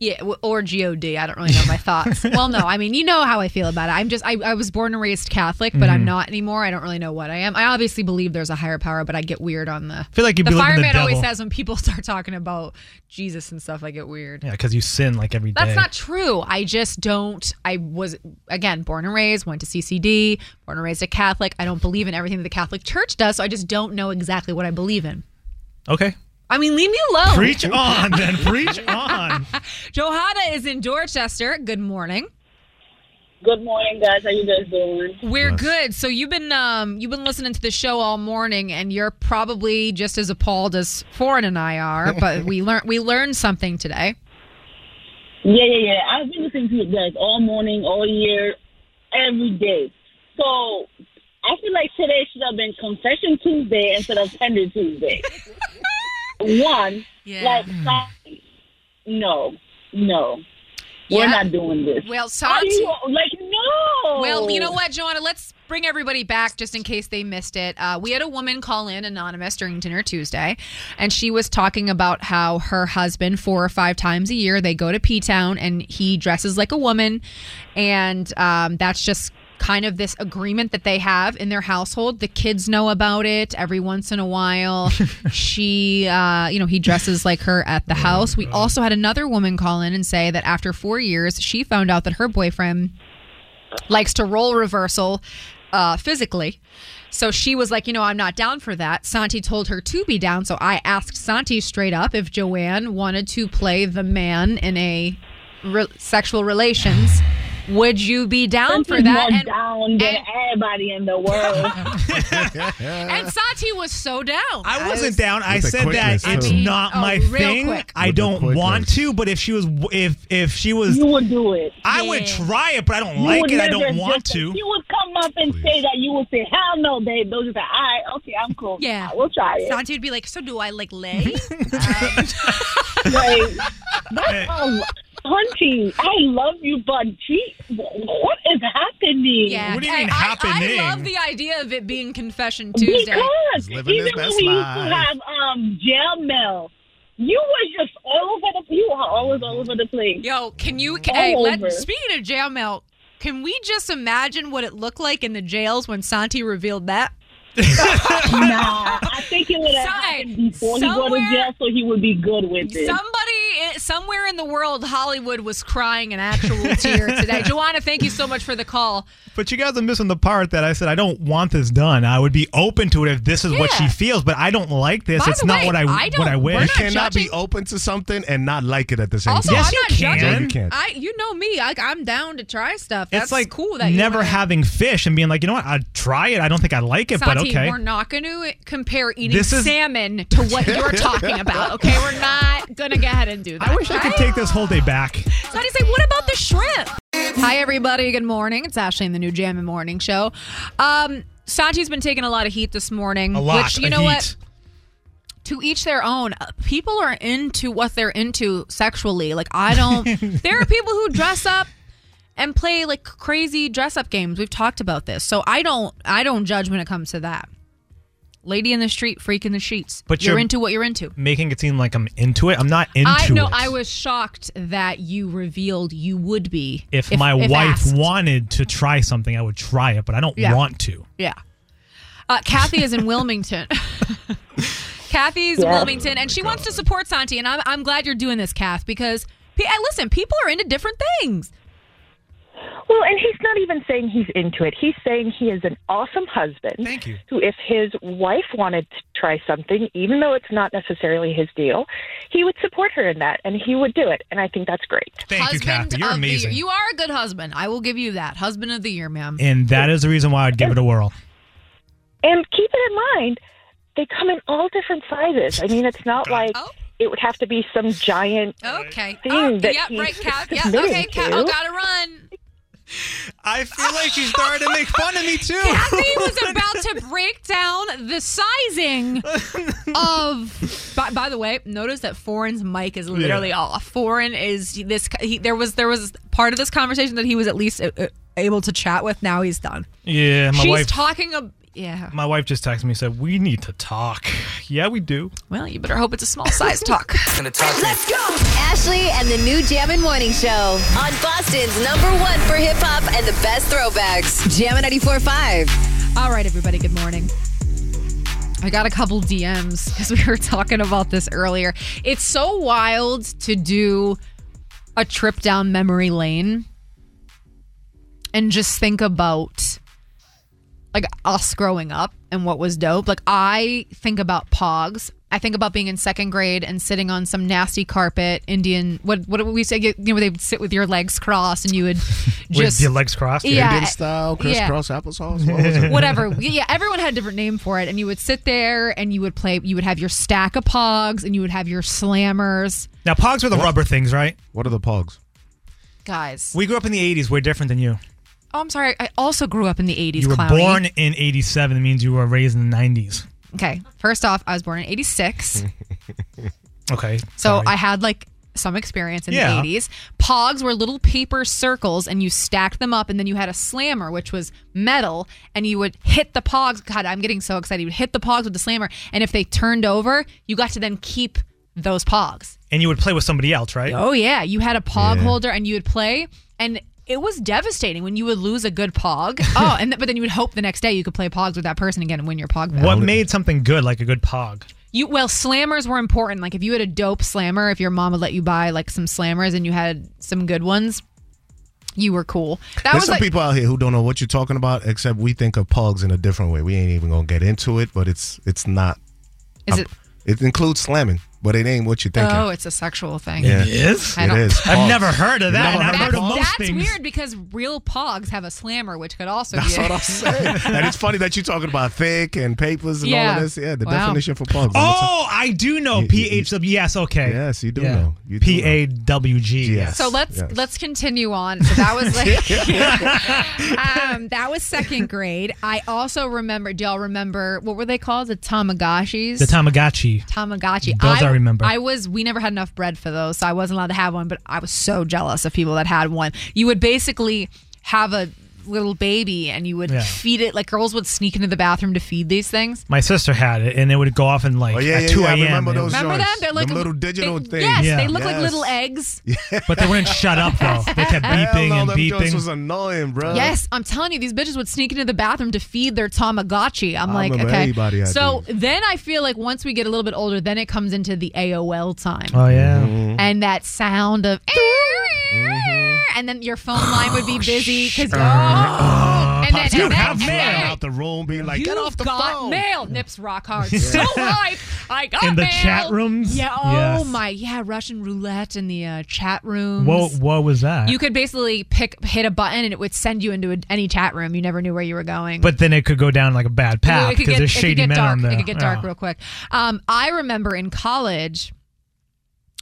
[SPEAKER 2] Yeah, w- or God. I don't really know my thoughts. well, no, I mean you know how I feel about it. I'm just I, I was born and raised Catholic, but I'm
[SPEAKER 3] Mhm.
[SPEAKER 2] not anymore. I don't really know what I am. I obviously believe there's a higher power, but I get weird on the.
[SPEAKER 3] feel like you
[SPEAKER 2] the
[SPEAKER 3] believe in the
[SPEAKER 2] fireman always
[SPEAKER 3] devil.
[SPEAKER 2] says when people start talking about Jesus and stuff, I get weird.
[SPEAKER 3] Yeah, because you sin like every day.
[SPEAKER 2] That's not true. I just don't. I was again born and raised, went to CCD, born and raised a Catholic. I don't believe in everything that the Catholic Church does, so I just don't know exactly what I believe in.
[SPEAKER 3] Okay.
[SPEAKER 2] I mean, leave me alone.
[SPEAKER 3] Preach on, then. Preach on.
[SPEAKER 2] Johanna is in Dorchester. Good morning.
[SPEAKER 14] Good morning, guys. How you guys doing?
[SPEAKER 2] We're good. So you've been um you've been listening to the show all morning, and you're probably just as appalled as Foreign and I are. But we learned we learned something today.
[SPEAKER 14] Yeah, yeah, yeah. I've been listening to you guys all morning, all year, every day. So I feel like today should have been Confession Tuesday instead of Tender Tuesday. One,
[SPEAKER 2] Yeah.
[SPEAKER 14] like, sorry. no, no.
[SPEAKER 7] We're
[SPEAKER 2] Yeah.
[SPEAKER 7] not doing this.
[SPEAKER 2] Well,
[SPEAKER 7] How do
[SPEAKER 2] Santi.
[SPEAKER 7] you- like, no.
[SPEAKER 2] Well, you know what, Joanna? Let's bring everybody back just in case they missed it. Uh, we had a woman call in anonymous during dinner Tuesday, and she was talking about how her husband, four or five times a year, they go to P Town and he dresses like a woman. And um, that's just kind of this agreement that they have in their household. The kids know about it every once in a while. she, uh, you know, he dresses like her at the house. We also had another woman call in and say that after four years, she found out that her boyfriend likes to roll reversal uh, physically. So she was like, you know, I'm not down for that. Santi told her to be down. So I asked Santi straight up if Joanne wanted to play the man in a re- sexual relations. Would you be down for
[SPEAKER 7] Santi's
[SPEAKER 2] that?
[SPEAKER 7] more
[SPEAKER 2] And,
[SPEAKER 7] down than everybody in the world.
[SPEAKER 2] and Santi was so down.
[SPEAKER 3] I wasn't down. I
[SPEAKER 2] With the
[SPEAKER 3] said that
[SPEAKER 2] quickness,
[SPEAKER 3] it's
[SPEAKER 2] too.
[SPEAKER 3] not
[SPEAKER 2] Oh,
[SPEAKER 3] my
[SPEAKER 2] real
[SPEAKER 3] thing.
[SPEAKER 2] quick.
[SPEAKER 3] I
[SPEAKER 2] With the
[SPEAKER 3] don't want to. But if she was, if if she was, you
[SPEAKER 7] would do it.
[SPEAKER 3] I would try it, but I don't like it. I don't want to.
[SPEAKER 7] You would come up and say that you would say, "Hell no, babe." Those are the I. Okay, I'm cool.
[SPEAKER 2] Yeah,
[SPEAKER 7] we'll try it.
[SPEAKER 2] Santi would be like, so do I like lay?
[SPEAKER 7] Like, that's all- Hunty, I love you, but gee, what is happening?
[SPEAKER 2] Yeah. I- I- I, love the idea of it being Confession Tuesday.
[SPEAKER 7] Because even when we used to have um, jail mail, you were just all over the. You were always all over the place.
[SPEAKER 2] Yo, can you? Can,
[SPEAKER 7] All
[SPEAKER 2] hey,
[SPEAKER 7] over.
[SPEAKER 2] let, speaking of jail mail, can we just imagine what it looked like in the jails when Santi revealed that?
[SPEAKER 7] nah, I think it would have
[SPEAKER 2] So-
[SPEAKER 7] happened before he go to
[SPEAKER 2] somewhere-
[SPEAKER 7] jail, so he would be good with it.
[SPEAKER 2] Somebody i- somewhere in the world, Hollywood was crying an actual tear today. Joanna, thank you so much for the call.
[SPEAKER 3] But you guys are missing the part that I said I don't want this done. I would be open to it if this is what she
[SPEAKER 2] Yeah.
[SPEAKER 3] feels, but I don't like this.
[SPEAKER 2] By
[SPEAKER 3] it's
[SPEAKER 2] the
[SPEAKER 3] not
[SPEAKER 2] way,
[SPEAKER 3] what I,
[SPEAKER 2] I don't-
[SPEAKER 3] what I
[SPEAKER 2] we're
[SPEAKER 3] wish.
[SPEAKER 2] not You cannot be
[SPEAKER 5] be open to something and not like it at the same
[SPEAKER 2] Also,
[SPEAKER 5] time.
[SPEAKER 2] I'm not judging.
[SPEAKER 5] No, you can't.
[SPEAKER 2] I, you know me, I, I'm down to try stuff. That's
[SPEAKER 3] it's like
[SPEAKER 2] cool that you
[SPEAKER 3] never
[SPEAKER 2] wanna-
[SPEAKER 3] having fish and being like, you know what? I'd try it. I don't think I like it, but
[SPEAKER 2] Santi,
[SPEAKER 3] okay.
[SPEAKER 2] we're not going to compare eating
[SPEAKER 3] This is-
[SPEAKER 2] salmon to what you're talking about. Okay, we're not going to go ahead and do that.
[SPEAKER 3] I wish I could take this whole day back.
[SPEAKER 2] Somebody's like, what about the shrimp? Hi, everybody. Good morning. It's Ashley in the new Jam and Morning Show. Um, Santi's been taking a lot of heat this morning.
[SPEAKER 3] A lot
[SPEAKER 2] Which, you
[SPEAKER 3] of
[SPEAKER 2] know what?
[SPEAKER 3] heat.
[SPEAKER 2] To each their own. Uh, People are into what they're into sexually. Like, I don't. there are people who dress up and play like crazy dress up games. We've talked about this. So I don't I don't judge when it comes to that. Lady in the street, freak in the sheets.
[SPEAKER 3] But
[SPEAKER 2] you're
[SPEAKER 3] you're-
[SPEAKER 2] into what you're into.
[SPEAKER 3] Making it seem like I'm into it. I'm not into
[SPEAKER 2] I no,
[SPEAKER 3] it.
[SPEAKER 2] I was shocked that you revealed you would be
[SPEAKER 3] if, my wife
[SPEAKER 2] asked.
[SPEAKER 3] wanted to try something, I would try it, but I don't
[SPEAKER 2] Yeah.
[SPEAKER 3] want to.
[SPEAKER 2] Yeah. Uh, Kathy is in Wilmington. Kathy's
[SPEAKER 3] Yeah.
[SPEAKER 2] Wilmington, and
[SPEAKER 3] Oh
[SPEAKER 2] she wants to support Santi. And I'm, I'm glad you're doing this, Kath, because pe- and listen, people are into different things.
[SPEAKER 8] Well, and he's not even saying he's into it. He's saying he is an awesome husband.
[SPEAKER 3] Thank you.
[SPEAKER 8] Who, if his wife wanted to try something, even though it's not necessarily his deal, he would support her in that and he would do it. And I think that's great.
[SPEAKER 3] Thank you, Kathy. You're
[SPEAKER 2] of the
[SPEAKER 3] amazing.
[SPEAKER 2] year. You are a good husband. I will give you that. Husband of the year, ma'am.
[SPEAKER 3] and that is the reason why I'd give it a whirl.
[SPEAKER 8] And keep it in mind, they come in all different sizes. I mean, it's not like
[SPEAKER 2] Oh.
[SPEAKER 8] it would have to be some giant
[SPEAKER 2] okay.
[SPEAKER 8] thing
[SPEAKER 2] Oh,
[SPEAKER 8] that
[SPEAKER 2] yep,
[SPEAKER 8] he's
[SPEAKER 2] right, Kath. Yep,
[SPEAKER 8] submitting
[SPEAKER 2] okay, Kath.
[SPEAKER 8] to.
[SPEAKER 2] Oh, gotta run.
[SPEAKER 3] I feel like she's starting to make fun of me too.
[SPEAKER 2] Kathy was about to break down the sizing of. By, by the way, notice that Foreign's mic is literally
[SPEAKER 9] Yeah.
[SPEAKER 2] off. Foreign is this. He, there was there was part of this conversation that he was at least uh, uh, able to chat with. Now he's done.
[SPEAKER 3] Yeah, my
[SPEAKER 2] She's
[SPEAKER 3] wife.
[SPEAKER 2] talking. Ab- yeah.
[SPEAKER 3] my wife just texted me and said we need to talk. Yeah, we do.
[SPEAKER 2] Well, you better hope it's a small size talk.
[SPEAKER 6] Let's go. Ashley and the new Jam and Morning Show on Boston's number one for hip hop and the best throwbacks. Jam and 94.5.
[SPEAKER 2] All right, everybody. Good morning. I got a couple DMs because we were talking about this earlier. It's so wild to do a trip down memory lane and just think about like us growing up and what was dope. Like I think about pogs. I think about being in second grade and sitting on some nasty carpet, Indian. What what would we say? You know, they would sit with your legs crossed, and you would just
[SPEAKER 3] With your legs crossed,
[SPEAKER 2] Yeah.
[SPEAKER 5] Indian style, crisscross
[SPEAKER 4] Oh,
[SPEAKER 5] applesauce. What was it?
[SPEAKER 2] whatever. Yeah, everyone had a different name for it, and you would sit there and you would play. You would have your stack of pogs, and you would have your slammers,
[SPEAKER 3] Now pogs are the rubber things, right? What are the pogs?
[SPEAKER 2] guys.
[SPEAKER 3] We grew up in the '80s. We're different than you.
[SPEAKER 2] Oh, I'm sorry. I also grew up in the '80s.
[SPEAKER 3] you were
[SPEAKER 2] Clowny.
[SPEAKER 3] born in '87. It means you were raised in the '90s.
[SPEAKER 2] Okay. First off, I was born in '86,
[SPEAKER 3] Okay.
[SPEAKER 2] so
[SPEAKER 3] Hmm. sorry.
[SPEAKER 2] I had like some experience in
[SPEAKER 26] Yeah.
[SPEAKER 2] the 80s. Pogs were little paper circles and you stacked them up and then you had a slammer which was metal and you would hit the pogs. God, I'm getting so excited. You would hit the pogs with the slammer and if they turned over, you got to then keep those pogs.
[SPEAKER 3] And you would play with somebody else, right?
[SPEAKER 2] Oh yeah, you had a pog
[SPEAKER 3] Yeah.
[SPEAKER 2] holder and you would play and it was devastating when you would lose a good pog. Oh, and th- but then you would hope the next day you could play pogs with that person again and win your pog.
[SPEAKER 3] What
[SPEAKER 2] battle.
[SPEAKER 3] made something good, like a good pog?
[SPEAKER 2] You well, slammers were important. Like if you had a dope slammer, if your mom would let you buy like some slammers and you had some good ones, you were cool. That
[SPEAKER 5] There's
[SPEAKER 2] was
[SPEAKER 5] some
[SPEAKER 2] like,
[SPEAKER 5] people out here who don't know what you're talking about, except we think of pugs in a different way. We ain't even gonna get into it, but it's it's not.
[SPEAKER 2] Is
[SPEAKER 5] I'm-
[SPEAKER 2] it-
[SPEAKER 5] It includes slamming, but it ain't what you're thinking.
[SPEAKER 2] oh, it's a sexual thing.
[SPEAKER 5] Yeah. It is?
[SPEAKER 2] I
[SPEAKER 5] It
[SPEAKER 2] don't-
[SPEAKER 5] is. I've never heard of that,
[SPEAKER 2] Never
[SPEAKER 5] and I've heard of
[SPEAKER 2] That's-
[SPEAKER 5] most
[SPEAKER 2] That's
[SPEAKER 5] things.
[SPEAKER 2] weird because real pogs have a slammer, which could also
[SPEAKER 5] That's
[SPEAKER 2] be.
[SPEAKER 5] what I'm saying. and it's funny that you're talking about thick and papers and
[SPEAKER 2] Yeah.
[SPEAKER 5] all this. Yeah, the
[SPEAKER 2] Wow.
[SPEAKER 5] definition for pugs.
[SPEAKER 3] Oh, I do know PHW. Yes, E okay. Yes,
[SPEAKER 5] you do know. You do
[SPEAKER 3] P A W G. Yes.
[SPEAKER 2] So let's let's continue on. So that was like um, that was second grade. I also remember. Do y'all remember what were they called? The tamagotchis.
[SPEAKER 3] the Tamagotchi.
[SPEAKER 2] Tamagotchi.
[SPEAKER 3] Those I remember.
[SPEAKER 2] I was. We never had enough bread for those, so I wasn't allowed to have one. But I was so jealous of people that had one. You would basically have a little baby, and you would
[SPEAKER 3] Yeah.
[SPEAKER 2] feed it. Like girls would sneak into the bathroom to feed these things.
[SPEAKER 3] My sister had it, and it would go off in like
[SPEAKER 5] Oh, yeah,
[SPEAKER 3] at
[SPEAKER 5] yeah,
[SPEAKER 3] two
[SPEAKER 5] yeah, I
[SPEAKER 3] a.m.
[SPEAKER 5] remember
[SPEAKER 3] and it
[SPEAKER 5] those
[SPEAKER 3] was-
[SPEAKER 2] Remember them? They're like
[SPEAKER 5] the little digital
[SPEAKER 2] they-
[SPEAKER 5] things.
[SPEAKER 2] Yes, they look like
[SPEAKER 5] Yes.
[SPEAKER 2] little eggs.
[SPEAKER 3] But they wouldn't shut up though. They kept beeping
[SPEAKER 5] Hell
[SPEAKER 3] and
[SPEAKER 5] no, them joints
[SPEAKER 3] beeping.
[SPEAKER 5] was annoying, bro.
[SPEAKER 2] Yes, I'm telling you, these bitches would sneak into the bathroom to feed their Tamagotchi. I'm
[SPEAKER 5] I
[SPEAKER 2] like,
[SPEAKER 5] remember
[SPEAKER 2] okay.
[SPEAKER 5] everybody had
[SPEAKER 2] so then I feel like once we get a little bit older, then it comes into the AOL time.
[SPEAKER 3] Oh yeah.
[SPEAKER 2] And that sound of, and then your phone
[SPEAKER 3] Oh,
[SPEAKER 2] line would be busy because and then
[SPEAKER 5] Uh, you
[SPEAKER 2] and
[SPEAKER 5] have
[SPEAKER 2] then-
[SPEAKER 5] mail
[SPEAKER 2] and then-
[SPEAKER 5] out the room, being like, get
[SPEAKER 2] you
[SPEAKER 5] off the
[SPEAKER 2] got
[SPEAKER 5] phone.
[SPEAKER 2] mail. Nips rock hard. So hype. I got
[SPEAKER 3] In the
[SPEAKER 2] mail.
[SPEAKER 3] chat rooms?
[SPEAKER 2] Yeah. Oh
[SPEAKER 3] Yes.
[SPEAKER 2] my. Yeah. Russian roulette in the uh, chat rooms.
[SPEAKER 3] What what was that?
[SPEAKER 2] You could basically pick, hit a button, and it would send you into a, any chat room. You never knew where you were going.
[SPEAKER 3] but then it could go down like a bad path
[SPEAKER 2] It could
[SPEAKER 3] because
[SPEAKER 2] get-
[SPEAKER 3] there's
[SPEAKER 2] it could
[SPEAKER 3] shady
[SPEAKER 2] get
[SPEAKER 3] men
[SPEAKER 2] dark.
[SPEAKER 3] on there.
[SPEAKER 2] It could get dark
[SPEAKER 3] Yeah.
[SPEAKER 2] real quick. Um, I remember in college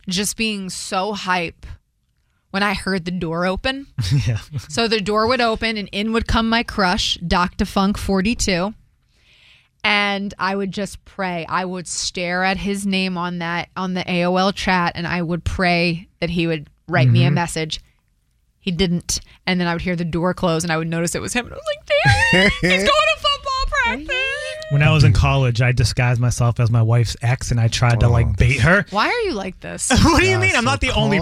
[SPEAKER 2] just being so hype when I heard the door open.
[SPEAKER 3] yeah.
[SPEAKER 2] So the door would open and in would come my crush, Dr. Funk 42. And I would just pray. I would stare at his name on that on the AOL chat and I would pray that he would write me a
[SPEAKER 3] Mm-hmm.
[SPEAKER 7] Mhm.
[SPEAKER 2] message. He didn't. And then I would hear the door close and I would notice it was him. And I was like, he's going to football practice.
[SPEAKER 3] When I was in college, I disguised myself as my wife's ex and I tried to
[SPEAKER 5] Oh.
[SPEAKER 3] like bait her.
[SPEAKER 2] Why are you like this?
[SPEAKER 3] what do you mean? I'm not the only.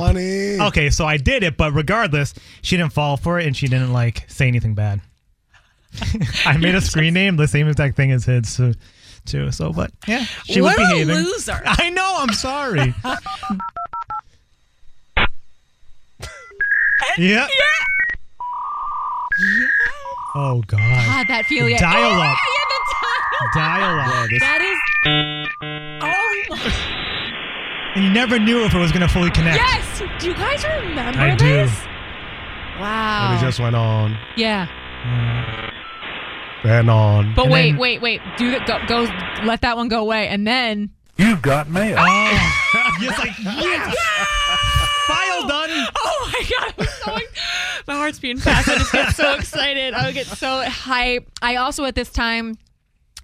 [SPEAKER 3] Okay, so I did it, but regardless, she didn't fall for it and she didn't like say anything bad. I made a screen name the same exact thing as his so, too. So, but yeah, she
[SPEAKER 7] what
[SPEAKER 3] was
[SPEAKER 7] a
[SPEAKER 3] behaving.
[SPEAKER 7] loser.
[SPEAKER 3] I know. I'm sorry. yeah. Oh God.
[SPEAKER 2] God, that feel yeah.
[SPEAKER 3] Dial up.
[SPEAKER 2] Yeah, the
[SPEAKER 3] Dial up.
[SPEAKER 2] That is Oh my
[SPEAKER 3] And you never knew if it was gonna fully connect.
[SPEAKER 2] Oh Yes! Do you guys remember
[SPEAKER 3] I do.
[SPEAKER 2] this? Oh.
[SPEAKER 5] And
[SPEAKER 2] Wow.
[SPEAKER 5] it just went on
[SPEAKER 2] yeah.
[SPEAKER 5] and on.
[SPEAKER 2] But wait, wait, wait. Do the go, go let that one go away and then
[SPEAKER 5] You've got
[SPEAKER 2] Uh,
[SPEAKER 5] mail.
[SPEAKER 3] Yes, like yes. File done.
[SPEAKER 2] Oh my god, I'm so my heart's beating fast. I just get so excited. I would get so hype. I also at this time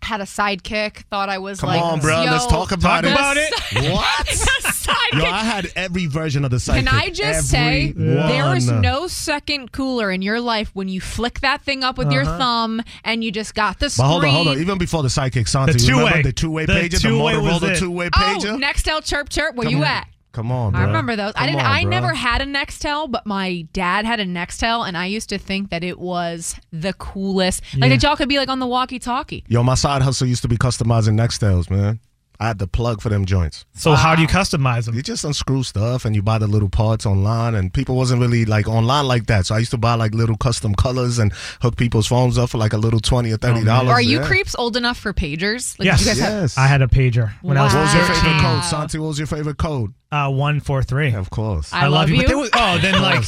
[SPEAKER 2] had a sidekick. Thought I was
[SPEAKER 5] Come
[SPEAKER 2] like,
[SPEAKER 5] on, bro.
[SPEAKER 2] yo,
[SPEAKER 5] Let's talk about
[SPEAKER 2] the
[SPEAKER 5] it.
[SPEAKER 2] si-
[SPEAKER 5] What?
[SPEAKER 2] the sidekick.
[SPEAKER 5] Yo, I had every version of the sidekick.
[SPEAKER 2] Can I just say
[SPEAKER 5] Every
[SPEAKER 2] there is
[SPEAKER 5] one.
[SPEAKER 2] no second cooler in your life when you flick that thing up with your
[SPEAKER 5] Uh-huh.
[SPEAKER 2] thumb and you just got the
[SPEAKER 5] But
[SPEAKER 2] screen.
[SPEAKER 5] hold on, hold on. Even before the sidekick, Santi,
[SPEAKER 3] The
[SPEAKER 5] you remember
[SPEAKER 3] two-way.
[SPEAKER 5] the two-way
[SPEAKER 3] The
[SPEAKER 5] pager, the
[SPEAKER 3] two-way was
[SPEAKER 5] Motorola
[SPEAKER 3] it.
[SPEAKER 5] two-way
[SPEAKER 2] Oh,
[SPEAKER 5] pager.
[SPEAKER 2] Nextel chirp chirp. Where
[SPEAKER 5] Come
[SPEAKER 2] you
[SPEAKER 5] on.
[SPEAKER 2] at?
[SPEAKER 5] Come on, bro.
[SPEAKER 2] I remember those. I
[SPEAKER 5] Come
[SPEAKER 2] didn't.
[SPEAKER 5] on,
[SPEAKER 2] I
[SPEAKER 5] bro.
[SPEAKER 2] never had a Nextel, but my dad had a Nextel, and I used to think that it was the coolest. Like
[SPEAKER 5] Yeah.
[SPEAKER 2] that y'all could be like on the walkie-talkie.
[SPEAKER 5] Yo, my side hustle used to be customizing Nextels, man. I had the plug for them joints.
[SPEAKER 3] So how do you customize them?
[SPEAKER 5] You just unscrew stuff and you buy the little parts online, and people wasn't really like online like that. So I used to buy like little custom colors and hook people's phones up for like a little twenty or thirty dollars.
[SPEAKER 2] Are you
[SPEAKER 5] yeah.
[SPEAKER 2] creeps old enough for pagers? Like,
[SPEAKER 3] Oh, yes.
[SPEAKER 2] Did you guys have-
[SPEAKER 3] I had a pager when I was
[SPEAKER 5] What was your
[SPEAKER 3] 13.
[SPEAKER 5] favorite code, Santi? What was your favorite code?
[SPEAKER 3] Uh, one four three. Of
[SPEAKER 5] course.
[SPEAKER 2] I love you.
[SPEAKER 3] But there was, oh, then like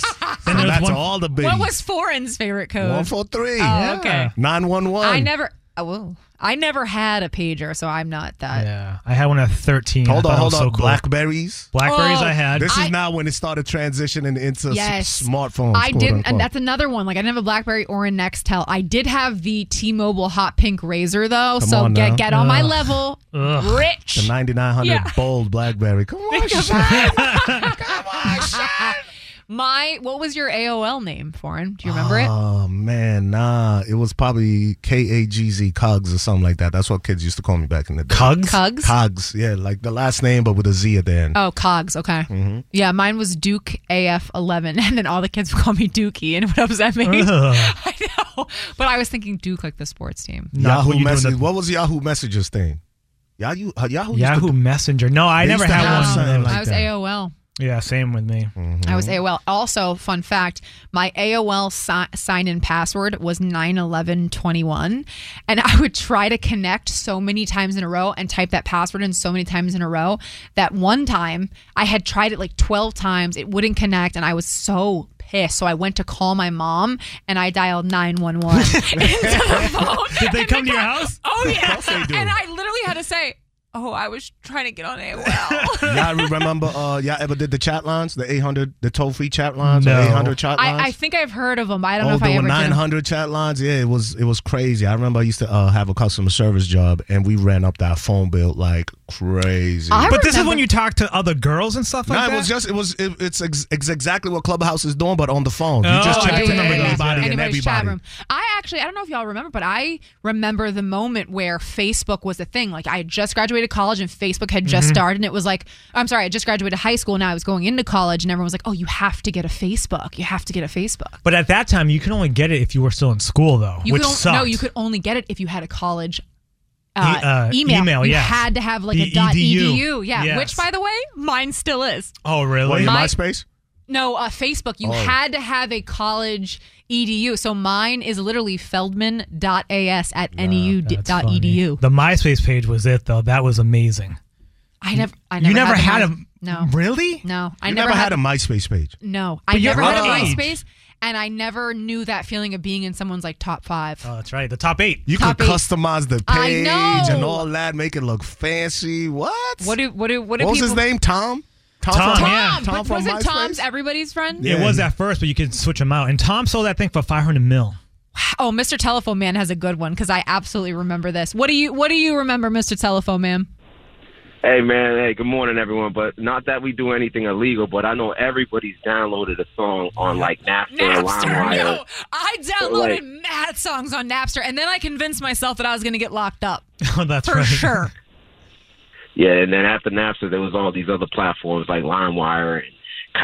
[SPEAKER 3] then there was
[SPEAKER 5] that's
[SPEAKER 3] one,
[SPEAKER 5] all the big
[SPEAKER 2] what was Foreign's favorite code?
[SPEAKER 5] one four three.
[SPEAKER 2] Oh, okay.
[SPEAKER 5] Nine one one.
[SPEAKER 2] I never. Oh, whoa. I never had a pager, so I'm not that.
[SPEAKER 3] Yeah. I had one at 13. I
[SPEAKER 5] Hold on,
[SPEAKER 3] thought it
[SPEAKER 5] hold
[SPEAKER 3] was
[SPEAKER 5] on.
[SPEAKER 3] so cool.
[SPEAKER 5] Blackberries.
[SPEAKER 3] Blackberries I had.
[SPEAKER 5] This
[SPEAKER 2] Oh, I-
[SPEAKER 5] is now when it started transitioning into s-
[SPEAKER 2] Yes.
[SPEAKER 5] smartphones.
[SPEAKER 2] I
[SPEAKER 5] quote
[SPEAKER 2] didn't,
[SPEAKER 5] unquote.
[SPEAKER 2] and that's another one. Like I didn't have a BlackBerry or a Nextel. I did have the T-Mobile hot pink razor though.
[SPEAKER 5] Come
[SPEAKER 2] so
[SPEAKER 5] on
[SPEAKER 2] get
[SPEAKER 5] now.
[SPEAKER 2] get on my
[SPEAKER 5] Ugh.
[SPEAKER 2] level,
[SPEAKER 5] Ugh.
[SPEAKER 2] rich.
[SPEAKER 5] The 9900
[SPEAKER 2] Yeah.
[SPEAKER 5] bold BlackBerry. Come on,
[SPEAKER 2] Think of
[SPEAKER 5] Shan.
[SPEAKER 2] that.
[SPEAKER 5] Come
[SPEAKER 2] My what was your AOL name, Foreign? Do you remember it?
[SPEAKER 5] Oh man, nah. It was probably K A G Z Cogs or something like that. That's what kids used to call me back in the day. Cogs?
[SPEAKER 2] Cugs?
[SPEAKER 5] Cogs, yeah, like the last name but with a Z at the end.
[SPEAKER 2] Oh, Cogs. Okay.
[SPEAKER 5] Mm-hmm.
[SPEAKER 2] Yeah, mine was Duke AF11, and then all the kids would call me Dookie, and what does that mean?
[SPEAKER 5] Ugh.
[SPEAKER 2] I know, but I was thinking Duke like the sports team.
[SPEAKER 5] Yahoo Messages. What was Yahoo Messages thing? Yahoo uh, Yahoo used to
[SPEAKER 3] Yahoo
[SPEAKER 5] do-
[SPEAKER 3] Messenger. No, I
[SPEAKER 5] They
[SPEAKER 3] never
[SPEAKER 5] used to
[SPEAKER 3] had
[SPEAKER 5] have
[SPEAKER 3] one.
[SPEAKER 5] something like
[SPEAKER 2] I was
[SPEAKER 5] that.
[SPEAKER 2] AOL.
[SPEAKER 3] Yeah, same with me.
[SPEAKER 5] Mm-hmm.
[SPEAKER 2] I
[SPEAKER 3] Mm-hmm.
[SPEAKER 2] was AOL. Also, fun fact: my AOL si- sign-in password was 91121, and I would try to connect so many times in a row and type that password in so many times in a row that one time I had tried it like 12 times, it wouldn't connect, and I was so pissed. So I went to call my mom, and I dialed 911.
[SPEAKER 3] Did they come to your house?
[SPEAKER 2] oh yeah,
[SPEAKER 5] they do.
[SPEAKER 2] and I literally had to say, "Oh, I was trying to get on AOL."
[SPEAKER 5] y'all remember uh y'all ever did the chat lines, the eight hundred the toll free chat lines or eight hundred chat lines?
[SPEAKER 2] I, I think I've heard of them. I don't
[SPEAKER 5] oh,
[SPEAKER 2] know if
[SPEAKER 5] there
[SPEAKER 2] I
[SPEAKER 5] were
[SPEAKER 2] ever did 'em.
[SPEAKER 5] 900 chat lines. Yeah, it was it was crazy. I remember I used to uh, have a customer service job, and we ran up that phone bill like crazy.
[SPEAKER 3] but this is when you talk to other girls and stuff like
[SPEAKER 5] No,
[SPEAKER 3] that.
[SPEAKER 5] it was just it was it, it's, ex- it's exactly what Clubhouse is doing, but on the phone.
[SPEAKER 3] Oh,
[SPEAKER 5] you just
[SPEAKER 3] I
[SPEAKER 5] chat
[SPEAKER 3] do
[SPEAKER 5] to
[SPEAKER 3] remember those.
[SPEAKER 5] anybody and
[SPEAKER 2] anybody's chat
[SPEAKER 5] everybody.
[SPEAKER 2] room. I actually, I don't know if y'all remember, but I remember the moment where Facebook was a thing. Like I had just graduated college and Facebook had just
[SPEAKER 27] Mhm.
[SPEAKER 3] Mm-hmm.
[SPEAKER 2] started, and it was like, I'm sorry, I just graduated high school. Now I was going into college, and everyone was like, "Oh, you have to get a Facebook. You have to get a Facebook."
[SPEAKER 3] But at that time, you can only get it if you were still in school, though,
[SPEAKER 2] You
[SPEAKER 3] which
[SPEAKER 2] could on-
[SPEAKER 3] sucked.
[SPEAKER 2] no, you could only get it if you had a college. Uh,
[SPEAKER 3] E- uh,
[SPEAKER 2] email.
[SPEAKER 3] email,
[SPEAKER 2] you
[SPEAKER 3] yes.
[SPEAKER 2] had to have like a
[SPEAKER 3] The
[SPEAKER 2] dot
[SPEAKER 3] EDU.
[SPEAKER 2] edu, yeah.
[SPEAKER 3] Yes.
[SPEAKER 2] Which, by the way, mine still is.
[SPEAKER 3] oh, really?
[SPEAKER 5] What, your
[SPEAKER 2] My-
[SPEAKER 5] MySpace?
[SPEAKER 2] No, uh, Facebook. You
[SPEAKER 5] Oh.
[SPEAKER 2] had to have a college edu. So mine is literally feldman.as at E neu.edu.
[SPEAKER 3] The MySpace page was it, though. That was amazing.
[SPEAKER 2] I never, I
[SPEAKER 3] You
[SPEAKER 2] never,
[SPEAKER 3] never
[SPEAKER 2] the
[SPEAKER 3] had
[SPEAKER 2] My- No,
[SPEAKER 3] really?
[SPEAKER 2] No, I
[SPEAKER 5] you
[SPEAKER 2] never,
[SPEAKER 5] had a MySpace page.
[SPEAKER 2] No,
[SPEAKER 3] But
[SPEAKER 2] I
[SPEAKER 3] you're
[SPEAKER 2] never had a
[SPEAKER 3] right.
[SPEAKER 2] MySpace, and I never knew that feeling of being in someone's like top five.
[SPEAKER 3] Oh, that's right. The top eight.
[SPEAKER 5] You
[SPEAKER 2] Top
[SPEAKER 5] could
[SPEAKER 2] eight.
[SPEAKER 5] customize the
[SPEAKER 2] I
[SPEAKER 5] page
[SPEAKER 2] know.
[SPEAKER 5] and all that, make it look fancy. What?
[SPEAKER 2] What do what do what do
[SPEAKER 5] What was
[SPEAKER 2] people?
[SPEAKER 5] his name? Tom.
[SPEAKER 3] Tom,
[SPEAKER 5] from-
[SPEAKER 3] yeah.
[SPEAKER 2] Tom, but wasn't Tom's everybody's friend?
[SPEAKER 3] It was at first, but you could switch them out. And Tom sold that thing for 500 mil.
[SPEAKER 2] Oh, Mr. Telephone Man has a good one because I absolutely remember this. What do you What do you remember, Mr. Telephone Man?
[SPEAKER 9] Hey man, hey, good morning everyone. But not that we do anything illegal, but I know everybody's downloaded a song on like Napster, or LimeWire.
[SPEAKER 2] I downloaded mad songs on Napster, and then I convinced myself that I was going to get locked up.
[SPEAKER 3] Oh, that's
[SPEAKER 2] For sure.
[SPEAKER 9] Yeah, and then after Napster, there was all these other platforms like LimeWire and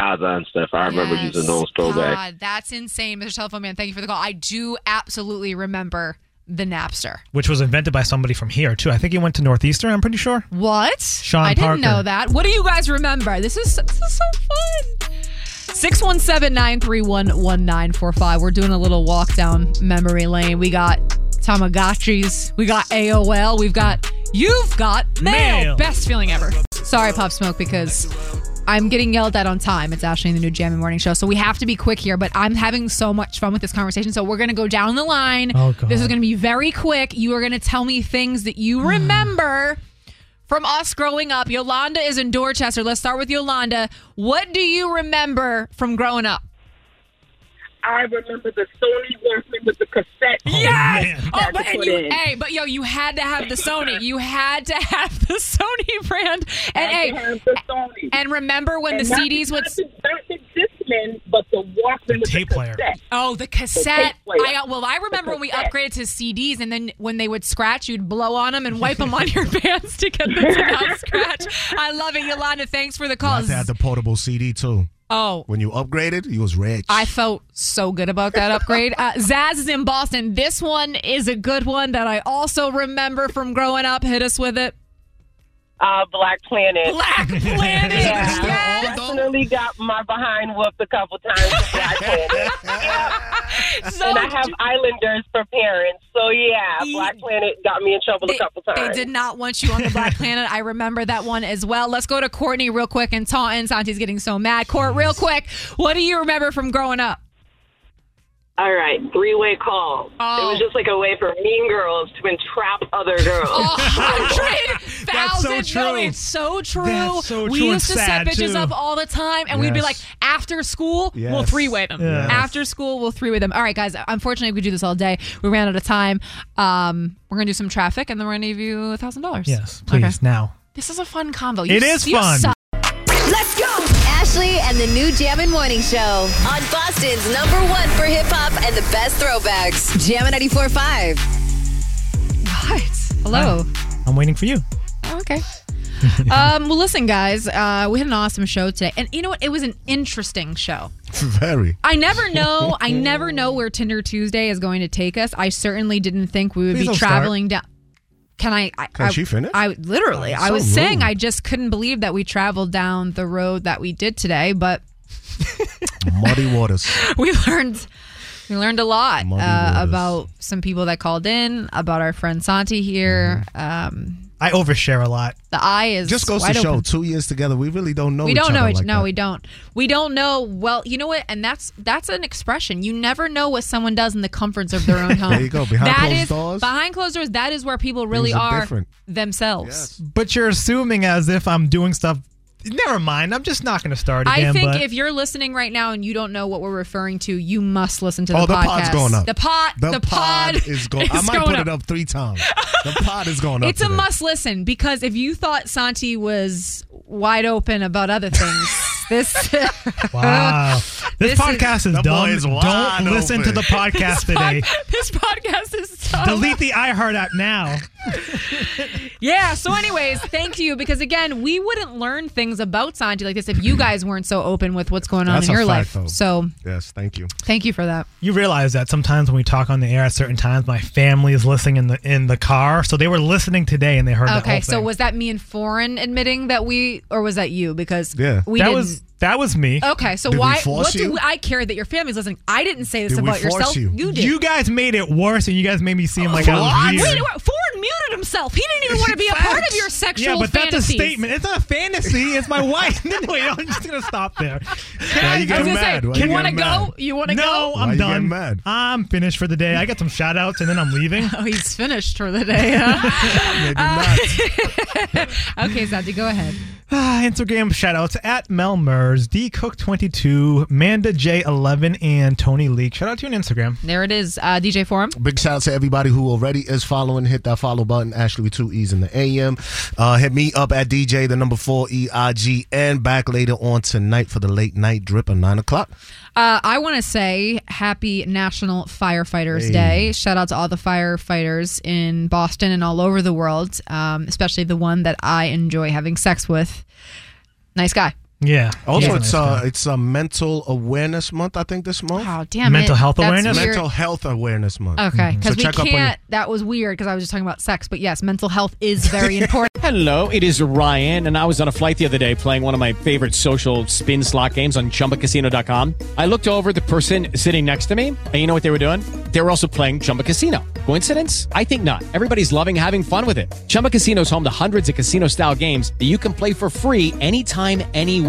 [SPEAKER 9] Kaza and stuff. I remember
[SPEAKER 2] Yes.
[SPEAKER 9] using those throwback.
[SPEAKER 2] God, that's insane, Mr. Telephone Man. Thank you for the call. I do absolutely remember the Napster.
[SPEAKER 3] Which was invented by somebody from here, too. I think he went to Northeastern, I'm pretty sure.
[SPEAKER 2] What?
[SPEAKER 3] Sean
[SPEAKER 2] I didn't
[SPEAKER 3] Parker.
[SPEAKER 2] know that. What do you guys remember? This is this is so fun. 617-931-1945. We're doing a little walk down memory lane. We got Tamagotchis. We got AOL. We've got you've got mail.
[SPEAKER 27] Mail.
[SPEAKER 2] Best feeling ever. Sorry, Pop Smoke, because I'm getting yelled at on time. It's Ashley in the new Jam and Morning Show. So we have to be quick here, but I'm having so much fun with this conversation. So we're going to go down the line.
[SPEAKER 27] Oh, God. Hmm.
[SPEAKER 2] This is going to be very quick. You are going to tell me things that you remember from us growing up. Yolanda is in Dorchester. Let's start with Yolanda. What do you remember from growing up?
[SPEAKER 28] I remember the Sony Walkman with the cassette.
[SPEAKER 2] Yes.
[SPEAKER 28] Man.
[SPEAKER 2] Oh,
[SPEAKER 28] Had to
[SPEAKER 2] but and
[SPEAKER 28] put
[SPEAKER 2] you,
[SPEAKER 28] in.
[SPEAKER 2] hey, but yo, you had to have the Sony. You had to have the Sony brand.
[SPEAKER 28] Had to
[SPEAKER 2] And hey,
[SPEAKER 28] have the Sony.
[SPEAKER 2] and remember when
[SPEAKER 28] And
[SPEAKER 2] the
[SPEAKER 28] not-
[SPEAKER 2] CDs would
[SPEAKER 28] not the, not the Discman, but the Walkman with
[SPEAKER 3] tape
[SPEAKER 28] the
[SPEAKER 3] player.
[SPEAKER 28] cassette.
[SPEAKER 2] Oh, the cassette. I got, well, I remember when we upgraded to CDs, and then when they would scratch, you'd blow on them and wipe them on your pants to get them to not scratch. I love it, Yolanda. Thanks for the call.
[SPEAKER 5] They had the portable CD too.
[SPEAKER 2] Oh,
[SPEAKER 5] When you upgraded, you was rich.
[SPEAKER 2] I felt so good about that upgrade. Uh, Zaz is in Boston. This one is a good one that I also remember from growing up. Hit us with it.
[SPEAKER 7] Uh, Black Planet.
[SPEAKER 2] Black Planet.
[SPEAKER 7] yeah, I definitely got my behind whooped a couple times. with Black Planet. Yeah. and I have Islanders for parents, so yeah, Black Planet got me in trouble a couple
[SPEAKER 2] They
[SPEAKER 7] times.
[SPEAKER 2] did not want you on the Black Planet. I remember that one as well. Let's go to Courtney real quick and Taunton. Santi's getting so mad. Court, real quick. What do you remember from growing up?
[SPEAKER 7] All right, three way call. It
[SPEAKER 2] Oh.
[SPEAKER 7] was just like a way for mean girls to entrap other girls.
[SPEAKER 2] Oh, That's so true. No, it's so true.
[SPEAKER 7] That's so
[SPEAKER 2] we
[SPEAKER 7] true and
[SPEAKER 2] used to set
[SPEAKER 7] sad,
[SPEAKER 2] bitches
[SPEAKER 7] too.
[SPEAKER 2] up all the time, and we'd be
[SPEAKER 7] Yes.
[SPEAKER 2] like, after school, we'll
[SPEAKER 7] Yes.
[SPEAKER 2] three way them.
[SPEAKER 7] Yes.
[SPEAKER 2] After school, we'll three way them. All right, guys. Unfortunately, we could do this all day. We ran out of time. Um, we're gonna do some traffic, and then we're gonna give you a thousand dollars.
[SPEAKER 3] Yes, please, now.
[SPEAKER 2] Oh, This is a fun convo.
[SPEAKER 3] It is fun.
[SPEAKER 2] suck.
[SPEAKER 6] Let's go. Ashley Ashley and the new Jam and Morning Show on Boston's number one for hip hop and the best throwbacks. Jam 94.5.
[SPEAKER 2] What? Hello.
[SPEAKER 3] I'm waiting for you.
[SPEAKER 2] Oh, okay. um, well, listen, guys, uh, we had an awesome show today. And you know what? It was an interesting show.
[SPEAKER 5] Very.
[SPEAKER 2] I never know. I never know where Tinder Tuesday is going to take us. I certainly didn't think we would
[SPEAKER 5] Please
[SPEAKER 2] be
[SPEAKER 5] don't
[SPEAKER 2] traveling down. Can I? I
[SPEAKER 5] Can
[SPEAKER 2] I,
[SPEAKER 5] she finish?
[SPEAKER 2] I literally.
[SPEAKER 5] Oh,
[SPEAKER 2] I
[SPEAKER 5] so
[SPEAKER 2] was saying
[SPEAKER 5] rude.
[SPEAKER 2] I just couldn't believe that we traveled down the road that we did today, but
[SPEAKER 5] Muddy waters.
[SPEAKER 2] we learned we learned a lot
[SPEAKER 5] Muddy
[SPEAKER 2] uh,
[SPEAKER 5] waters.
[SPEAKER 2] about some people that called in, about our friend Santi here. Um,
[SPEAKER 3] I overshare a lot.
[SPEAKER 2] the eye is
[SPEAKER 5] Mm-hmm. Just goes to
[SPEAKER 2] wide
[SPEAKER 5] show,
[SPEAKER 2] open.
[SPEAKER 5] two years together, we really don't know
[SPEAKER 2] we
[SPEAKER 5] each
[SPEAKER 2] don't know
[SPEAKER 5] other
[SPEAKER 2] each.
[SPEAKER 5] like
[SPEAKER 2] no,
[SPEAKER 5] that.
[SPEAKER 2] we don't. We don't know. Well, you know what? And that's that's an expression. You never know what someone does in the comforts of their own home.
[SPEAKER 3] There you go. Behind
[SPEAKER 2] That
[SPEAKER 3] closed
[SPEAKER 2] is-
[SPEAKER 3] doors.
[SPEAKER 2] Behind closed doors, that is where people really
[SPEAKER 3] are
[SPEAKER 2] are
[SPEAKER 3] different.
[SPEAKER 2] themselves.
[SPEAKER 3] But you're assuming as if I'm doing stuff. Never mind. I'm just not going to start again.
[SPEAKER 2] I think
[SPEAKER 3] but-
[SPEAKER 2] if you're listening right now and you don't know what we're referring to, you must listen to
[SPEAKER 3] Oh,
[SPEAKER 2] the
[SPEAKER 3] the
[SPEAKER 2] podcast.
[SPEAKER 3] pod's going up.
[SPEAKER 2] The pot. The, pod,
[SPEAKER 5] is going. I might
[SPEAKER 2] going
[SPEAKER 5] put it up three times. The pod is going up.
[SPEAKER 2] It's a
[SPEAKER 5] today.
[SPEAKER 2] must listen because if you thought Santi was wide open about other things, this
[SPEAKER 3] Wow. This,
[SPEAKER 2] This is-
[SPEAKER 3] podcast is,
[SPEAKER 2] The
[SPEAKER 3] dumb.
[SPEAKER 2] boy is wide
[SPEAKER 3] Don't listen
[SPEAKER 2] open.
[SPEAKER 3] to the podcast
[SPEAKER 2] This pod-
[SPEAKER 3] today.
[SPEAKER 2] this podcast is so
[SPEAKER 3] Delete the iHeart app now.
[SPEAKER 2] Yeah. So, anyways, thank you because again, we wouldn't learn things about Santi like this if you guys weren't so open with what's going on
[SPEAKER 3] That's
[SPEAKER 2] in
[SPEAKER 3] a
[SPEAKER 2] your life.
[SPEAKER 3] fact, though.
[SPEAKER 2] So,
[SPEAKER 5] Yes, thank you.
[SPEAKER 2] thank you for that.
[SPEAKER 3] You realize that sometimes when we talk on the air at certain times, my family is listening in the in the car, so they were listening today and they heard.
[SPEAKER 2] okay.
[SPEAKER 3] That
[SPEAKER 2] So, was that me and foreign admitting that we, or was that you? Because we
[SPEAKER 3] that
[SPEAKER 2] didn't.
[SPEAKER 3] was that was me.
[SPEAKER 2] Okay, so why? What do I care that your family's listening? I didn't say this
[SPEAKER 3] Did we
[SPEAKER 2] about yourself.
[SPEAKER 3] force you?
[SPEAKER 2] did.
[SPEAKER 3] You guys made it worse, and you guys made me seem like I
[SPEAKER 2] Wait,
[SPEAKER 3] was
[SPEAKER 2] wait,
[SPEAKER 3] weird.
[SPEAKER 2] Ford muted himself. He didn't even want to be a part of your sexual.
[SPEAKER 3] Yeah, but that's a
[SPEAKER 2] fantasies.
[SPEAKER 3] statement. It's not a fantasy. It's my wife. no, wait, I'm just gonna stop there.
[SPEAKER 2] Yeah, you
[SPEAKER 3] Guys,
[SPEAKER 2] get I was gonna say, mad. Why you you wanna
[SPEAKER 3] get
[SPEAKER 2] go?
[SPEAKER 3] mad?
[SPEAKER 2] You wanna
[SPEAKER 3] no,
[SPEAKER 2] go?
[SPEAKER 3] I'm
[SPEAKER 2] Why you
[SPEAKER 3] done.
[SPEAKER 2] getting
[SPEAKER 5] mad?
[SPEAKER 3] I'm finished for the day. I got some shout outs and then I'm leaving.
[SPEAKER 2] Oh, he's finished for the day. huh?
[SPEAKER 3] Maybe
[SPEAKER 2] Uh, okay, Santi, go ahead.
[SPEAKER 3] Ah, Instagram shout outs at Mel Mers, D Cook22, Manda J11, and Tony Leak. Shout out to you on Instagram.
[SPEAKER 2] There it is, uh, DJ Forum.
[SPEAKER 5] Big shout out to everybody who already is following. Hit that follow button, Ashley with two E's in the AM. Uh, hit me up at DJ, the number four E I G, and back later on tonight for the late night drip at nine o'clock.
[SPEAKER 2] Uh, I want to say happy National Firefighters
[SPEAKER 5] Hey.
[SPEAKER 2] Day. Shout out to all the firefighters in Boston and all over the world, um, especially the one that I enjoy having sex with. Nice guy.
[SPEAKER 3] Yeah.
[SPEAKER 5] Also,
[SPEAKER 3] Yeah.
[SPEAKER 5] it's uh, it's a mental awareness month. I think this month.
[SPEAKER 2] Oh, damn Mental it. health That's awareness? weird.
[SPEAKER 5] Mental health awareness month.
[SPEAKER 2] Okay,
[SPEAKER 5] mm-hmm. So
[SPEAKER 2] because
[SPEAKER 5] check up on
[SPEAKER 2] we
[SPEAKER 5] your-
[SPEAKER 2] can't. That was weird because I was just talking about sex, but yes, mental health is very important.
[SPEAKER 19] Hello, it is Ryan, and I was on a flight the other day playing one of my favorite social spin slot games on chumbacasino.com. I looked over at the person sitting next to me, and you know what they were doing? They were also playing Chumba Casino. Coincidence? I think not. Everybody's loving having fun with it. Chumba Casino is home to hundreds of casino style games that you can play for free anytime, anywhere